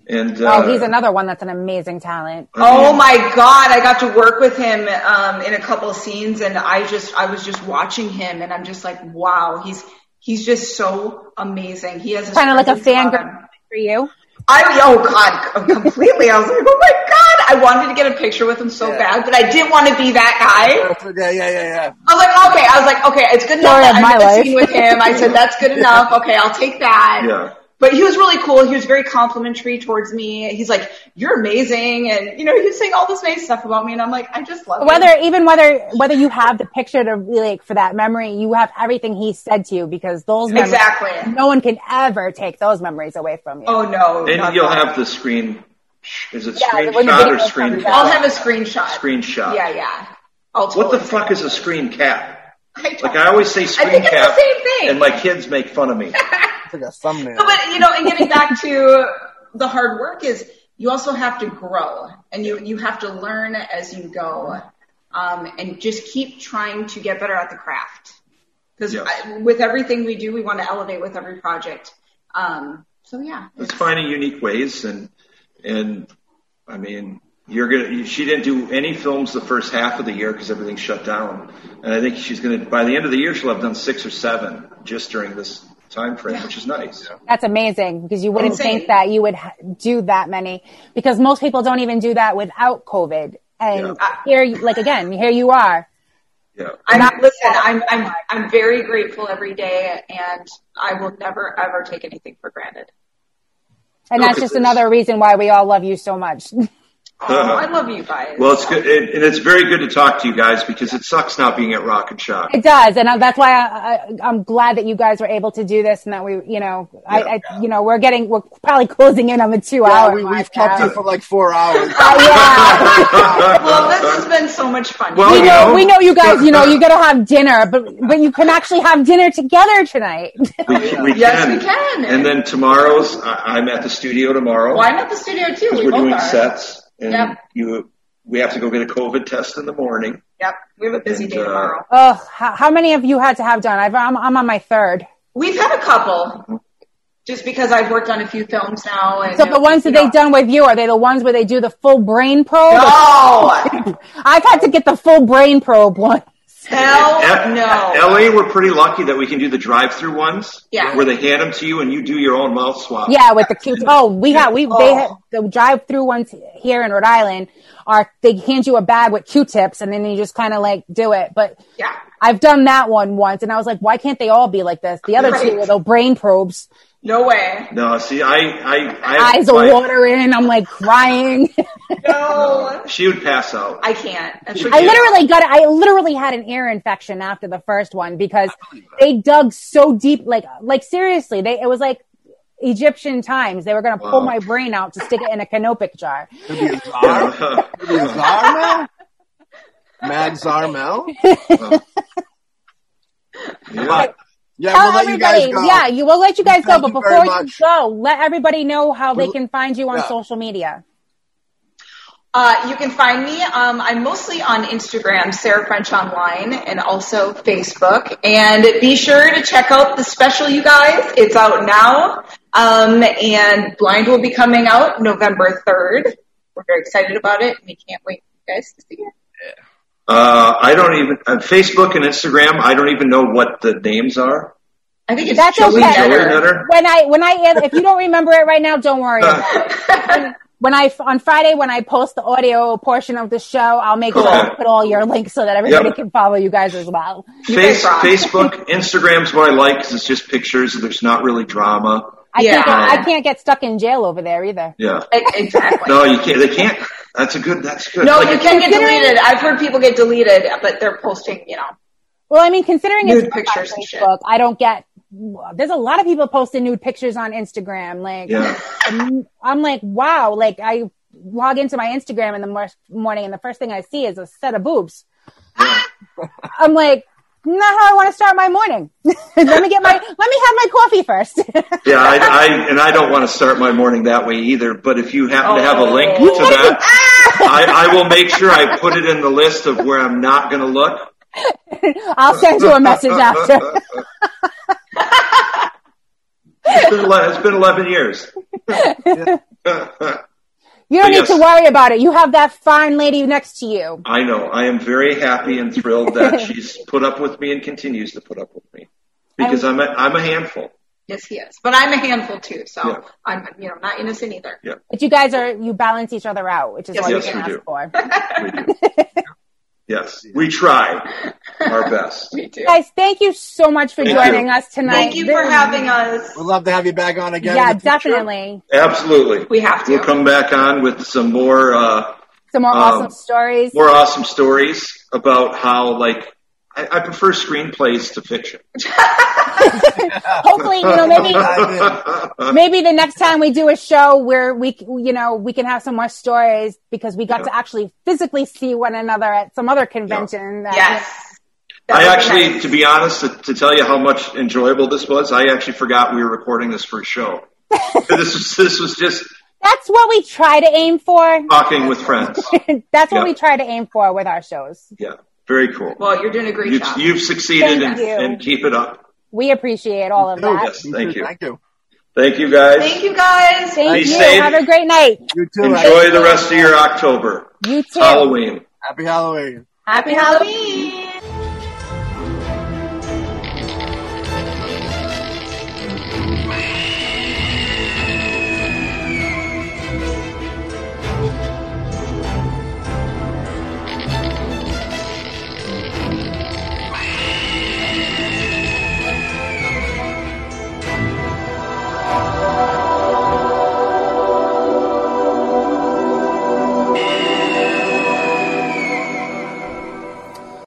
and uh,
oh, he's another one that's an amazing talent.
Oh my god, I got to work with him um, in a couple of scenes, and I just I was just watching him, and I'm just like, wow, he's he's just so amazing. He has
Kind of like a
presence about
fangirl
him.
for you.
I oh god, completely. I was like, oh my god, I wanted to get a picture with him so
Yeah.
bad, but I didn't want to be that guy.
yeah, yeah, yeah, yeah.
I was like, okay, I was like, okay, it's good enough.
Story
That
of
I
my
did a
life.
scene with him. I said that's good enough. Okay, I'll take that
yeah.
but he was really cool. He was very complimentary towards me. He's like, "You're amazing," and you know, he was saying all this nice stuff about me, and I'm like, I just love
Whether
it.
even whether whether you have the picture to like for that memory, you have everything he said to you because those memories,
exactly.
no one can ever take those memories away from you.
Oh no,
And
not
you'll
that.
have the screen. Is it
Yeah,
screen
when the
shot or
video
screen
comes
I'll
out.
cap?
have a screenshot.
Screenshot.
Yeah, yeah. I'll
What
totally
the fuck is a screen cap?
I don't-
Like I always say, screen
think it's the
cap,
same thing.
and my kids make fun of me.
It's like a thumbnail.
No, but you know, and getting back to the hard work is you also have to grow and you, you have to learn as you go. Um, and just keep trying to get better at the craft. Because
Yes.
with everything we do, we want to elevate with every project. Um, so yeah.
It's finding unique ways, and and I mean, you're gonna. She didn't do any films the first half of the year because everything shut down, and I think she's gonna. By the end of the year, she'll have done six or seven just during this time frame, which is nice.
That's amazing because you wouldn't
Insane.
think that you would ha- do that many because most people don't even do that without COVID. And
Yeah.
here, you- like again, here you are.
Yeah.
I'm, listen, I'm, I'm, I'm very grateful every day and I will never ever take anything for
[laughs]
granted.
And
No,
that's
'cause
just
it's-
another reason why we all love you so much. [laughs]
Oh, I love you guys.
Well, it's good, and and it's very good to talk to you guys because it sucks not being at Rock and Shock.
It does, and I- that's why I, I, I'm glad that you guys were able to do this, and that we, you know, I, I you know, we're getting, we're probably closing in on the two
Yeah,
hour.
we,
mark Uh,
we've kept
now.
you for like four hours.
Well, this has been so much fun.
uh, Well,
We
you
know,
know.
we know you guys. You know, you gotta have dinner, but but you can actually have dinner together tonight.
[laughs] We, we
Yes,
can.
we can.
And then tomorrow's, I, I'm at the studio tomorrow.
Well, I'm at the studio too.
Because
We
we're
both
doing
are.
sets, and
Yep.
you, we have to go get a COVID test in the morning.
Yep. We have a busy
And,
day
uh,
tomorrow.
Oh, how, how many of you had to have done? I've, I'm I'm on my third.
We've had a couple, just because I've worked on a few films now. And
So the ones
you
that they've
know-
done with you are they the ones where they do the full brain probe?
No,
I've had to get the full brain probe one.
hell
At-
Oh, no.
at LA, we're pretty lucky that we can do the drive-through ones.
Yeah.
Where they hand them to you and you do your own mouth swab.
Yeah, with the cute. Oh, we have we they
Oh.
have, the drive through ones here in Rhode Island are they hand you a bag with Q-tips and then you just kind of like do it. But
Yeah.
I've done that one once and I was like, why can't they all be like this? The other two
Right.
were the brain probes,
No way.
No, see, I, I, I
eyes are
my-
watering. I'm like crying. [laughs]
No.
She would pass [laughs] out.
I can't. That's
I
ridiculous.
literally got I literally had an ear infection after the first one because they dug so deep, like like seriously, they it was like Egyptian times. They were gonna pull
Wow.
my brain out to stick it in a
[laughs]
canopic jar.
Could be a czar. Could be a
[laughs]
Zarmel. Mad Zarmel.
yeah.
But yeah,
Tell
we'll let you
Uh, everybody,
guys go.
yeah, you will let you guys
Thank
go, but
you very
before you
much.
go, let everybody know how they
Well,
can find you on
yeah.
social media.
Uh, you can find me. Um, I'm mostly on Instagram, Sarah French Online, and also Facebook. And be sure to check out the special, you guys. It's out now. Um, and Blind will be coming out November 3rd. We're very excited about it. and We can't wait, for you guys, to see it.
Uh, I don't even on Facebook and Instagram. I don't even know what the names are.
I think it's
That's
Joey
okay.
Nutter.
Nutter.
When I when I am, if you don't remember it right now, don't
[laughs]
worry. About it. When I on Friday when I post the audio portion of the show, I'll make sure I
Cool.
put all your links so that everybody
Yep.
can follow you guys as well.
guys
Face,
rock.
Facebook, Instagram's what I like because it's just pictures. There's not really drama.
I
Yeah.
can't get, I can't get stuck in jail over there either.
Yeah.
E- Exactly.
No, you can't. They can't. That's a good. That's good.
No,
Like,
you can get
Considering-
deleted. I've heard people get deleted, but they're posting, you know.
Well, I mean, considering it's
Nude
on
pictures and shit.
Facebook, I don't get. There's a lot of people posting nude pictures on Instagram. Like,
Yeah.
I'm, I'm like, wow. Like, I log into my Instagram in the mor- morning, and the first thing I see is a set of boobs. I'm like, not how I want to start my morning. [laughs] let me get my, let me have my coffee first.
Yeah, I, I and I don't want to start my morning that way either. But if you happen to have a link
Oh.
[laughs]
to that, I, I will make sure I put it in the list of where I'm not going to look.
I'll send you a message
[laughs]
after.
It's been, ele- it's been 11 years.
You don't
But
need to
yes.
worry about it. You have that fine lady next to you.
I know. I am very happy and thrilled
[laughs]
that she's put up with me and continues to put up with me because I'm a, I'm a handful.
Yes, he is. But I'm a handful too, so
Yeah.
I'm, you know, not innocent either.
Yeah.
But you guys are, you balance each other out, which is
Yes,
what
yes,
you can
we
ask
do.
for.
We do. Yes, we
[laughs]
try our best.
Me too.
guys, thank you so much for
Thank
joining
you.
us tonight.
Thank you for
This-
having us.
We'd love to have you back on again.
Yeah,
in the future.
definitely.
Absolutely.
We have to.
We'll come back on with some more uh,
Some more
Um,
awesome stories.
more awesome stories about how like I, I prefer screenplays to fiction.
Hopefully, you know,
[laughs]
maybe maybe the next time we do a show where we, c- you know, we can have some more stories because we got
Yeah.
to actually physically see one another at some other convention. that-
Yes. That
[laughs] I
would be
actually,
nice.
to be honest, to, to tell you how much enjoyable this was, I actually forgot we were recording this for a show. this was this was just
That's what we try to aim for. [laughs]
talking with friends.
That's what
Yeah.
we try to aim for with our shows.
Yeah, very cool.
Well, you're doing a great
You've,
job.
you've succeeded
Thank
and,
you.
and keep it up.
We appreciate all of that.
Oh, Yes, thank you.
Thank you.
Thank you guys.
Thank you guys.
Thank
Be
you.
safe.
Have a great night.
You too.
Enjoy the rest of your October,
You too.
Halloween.
Happy Halloween.
Happy Halloween.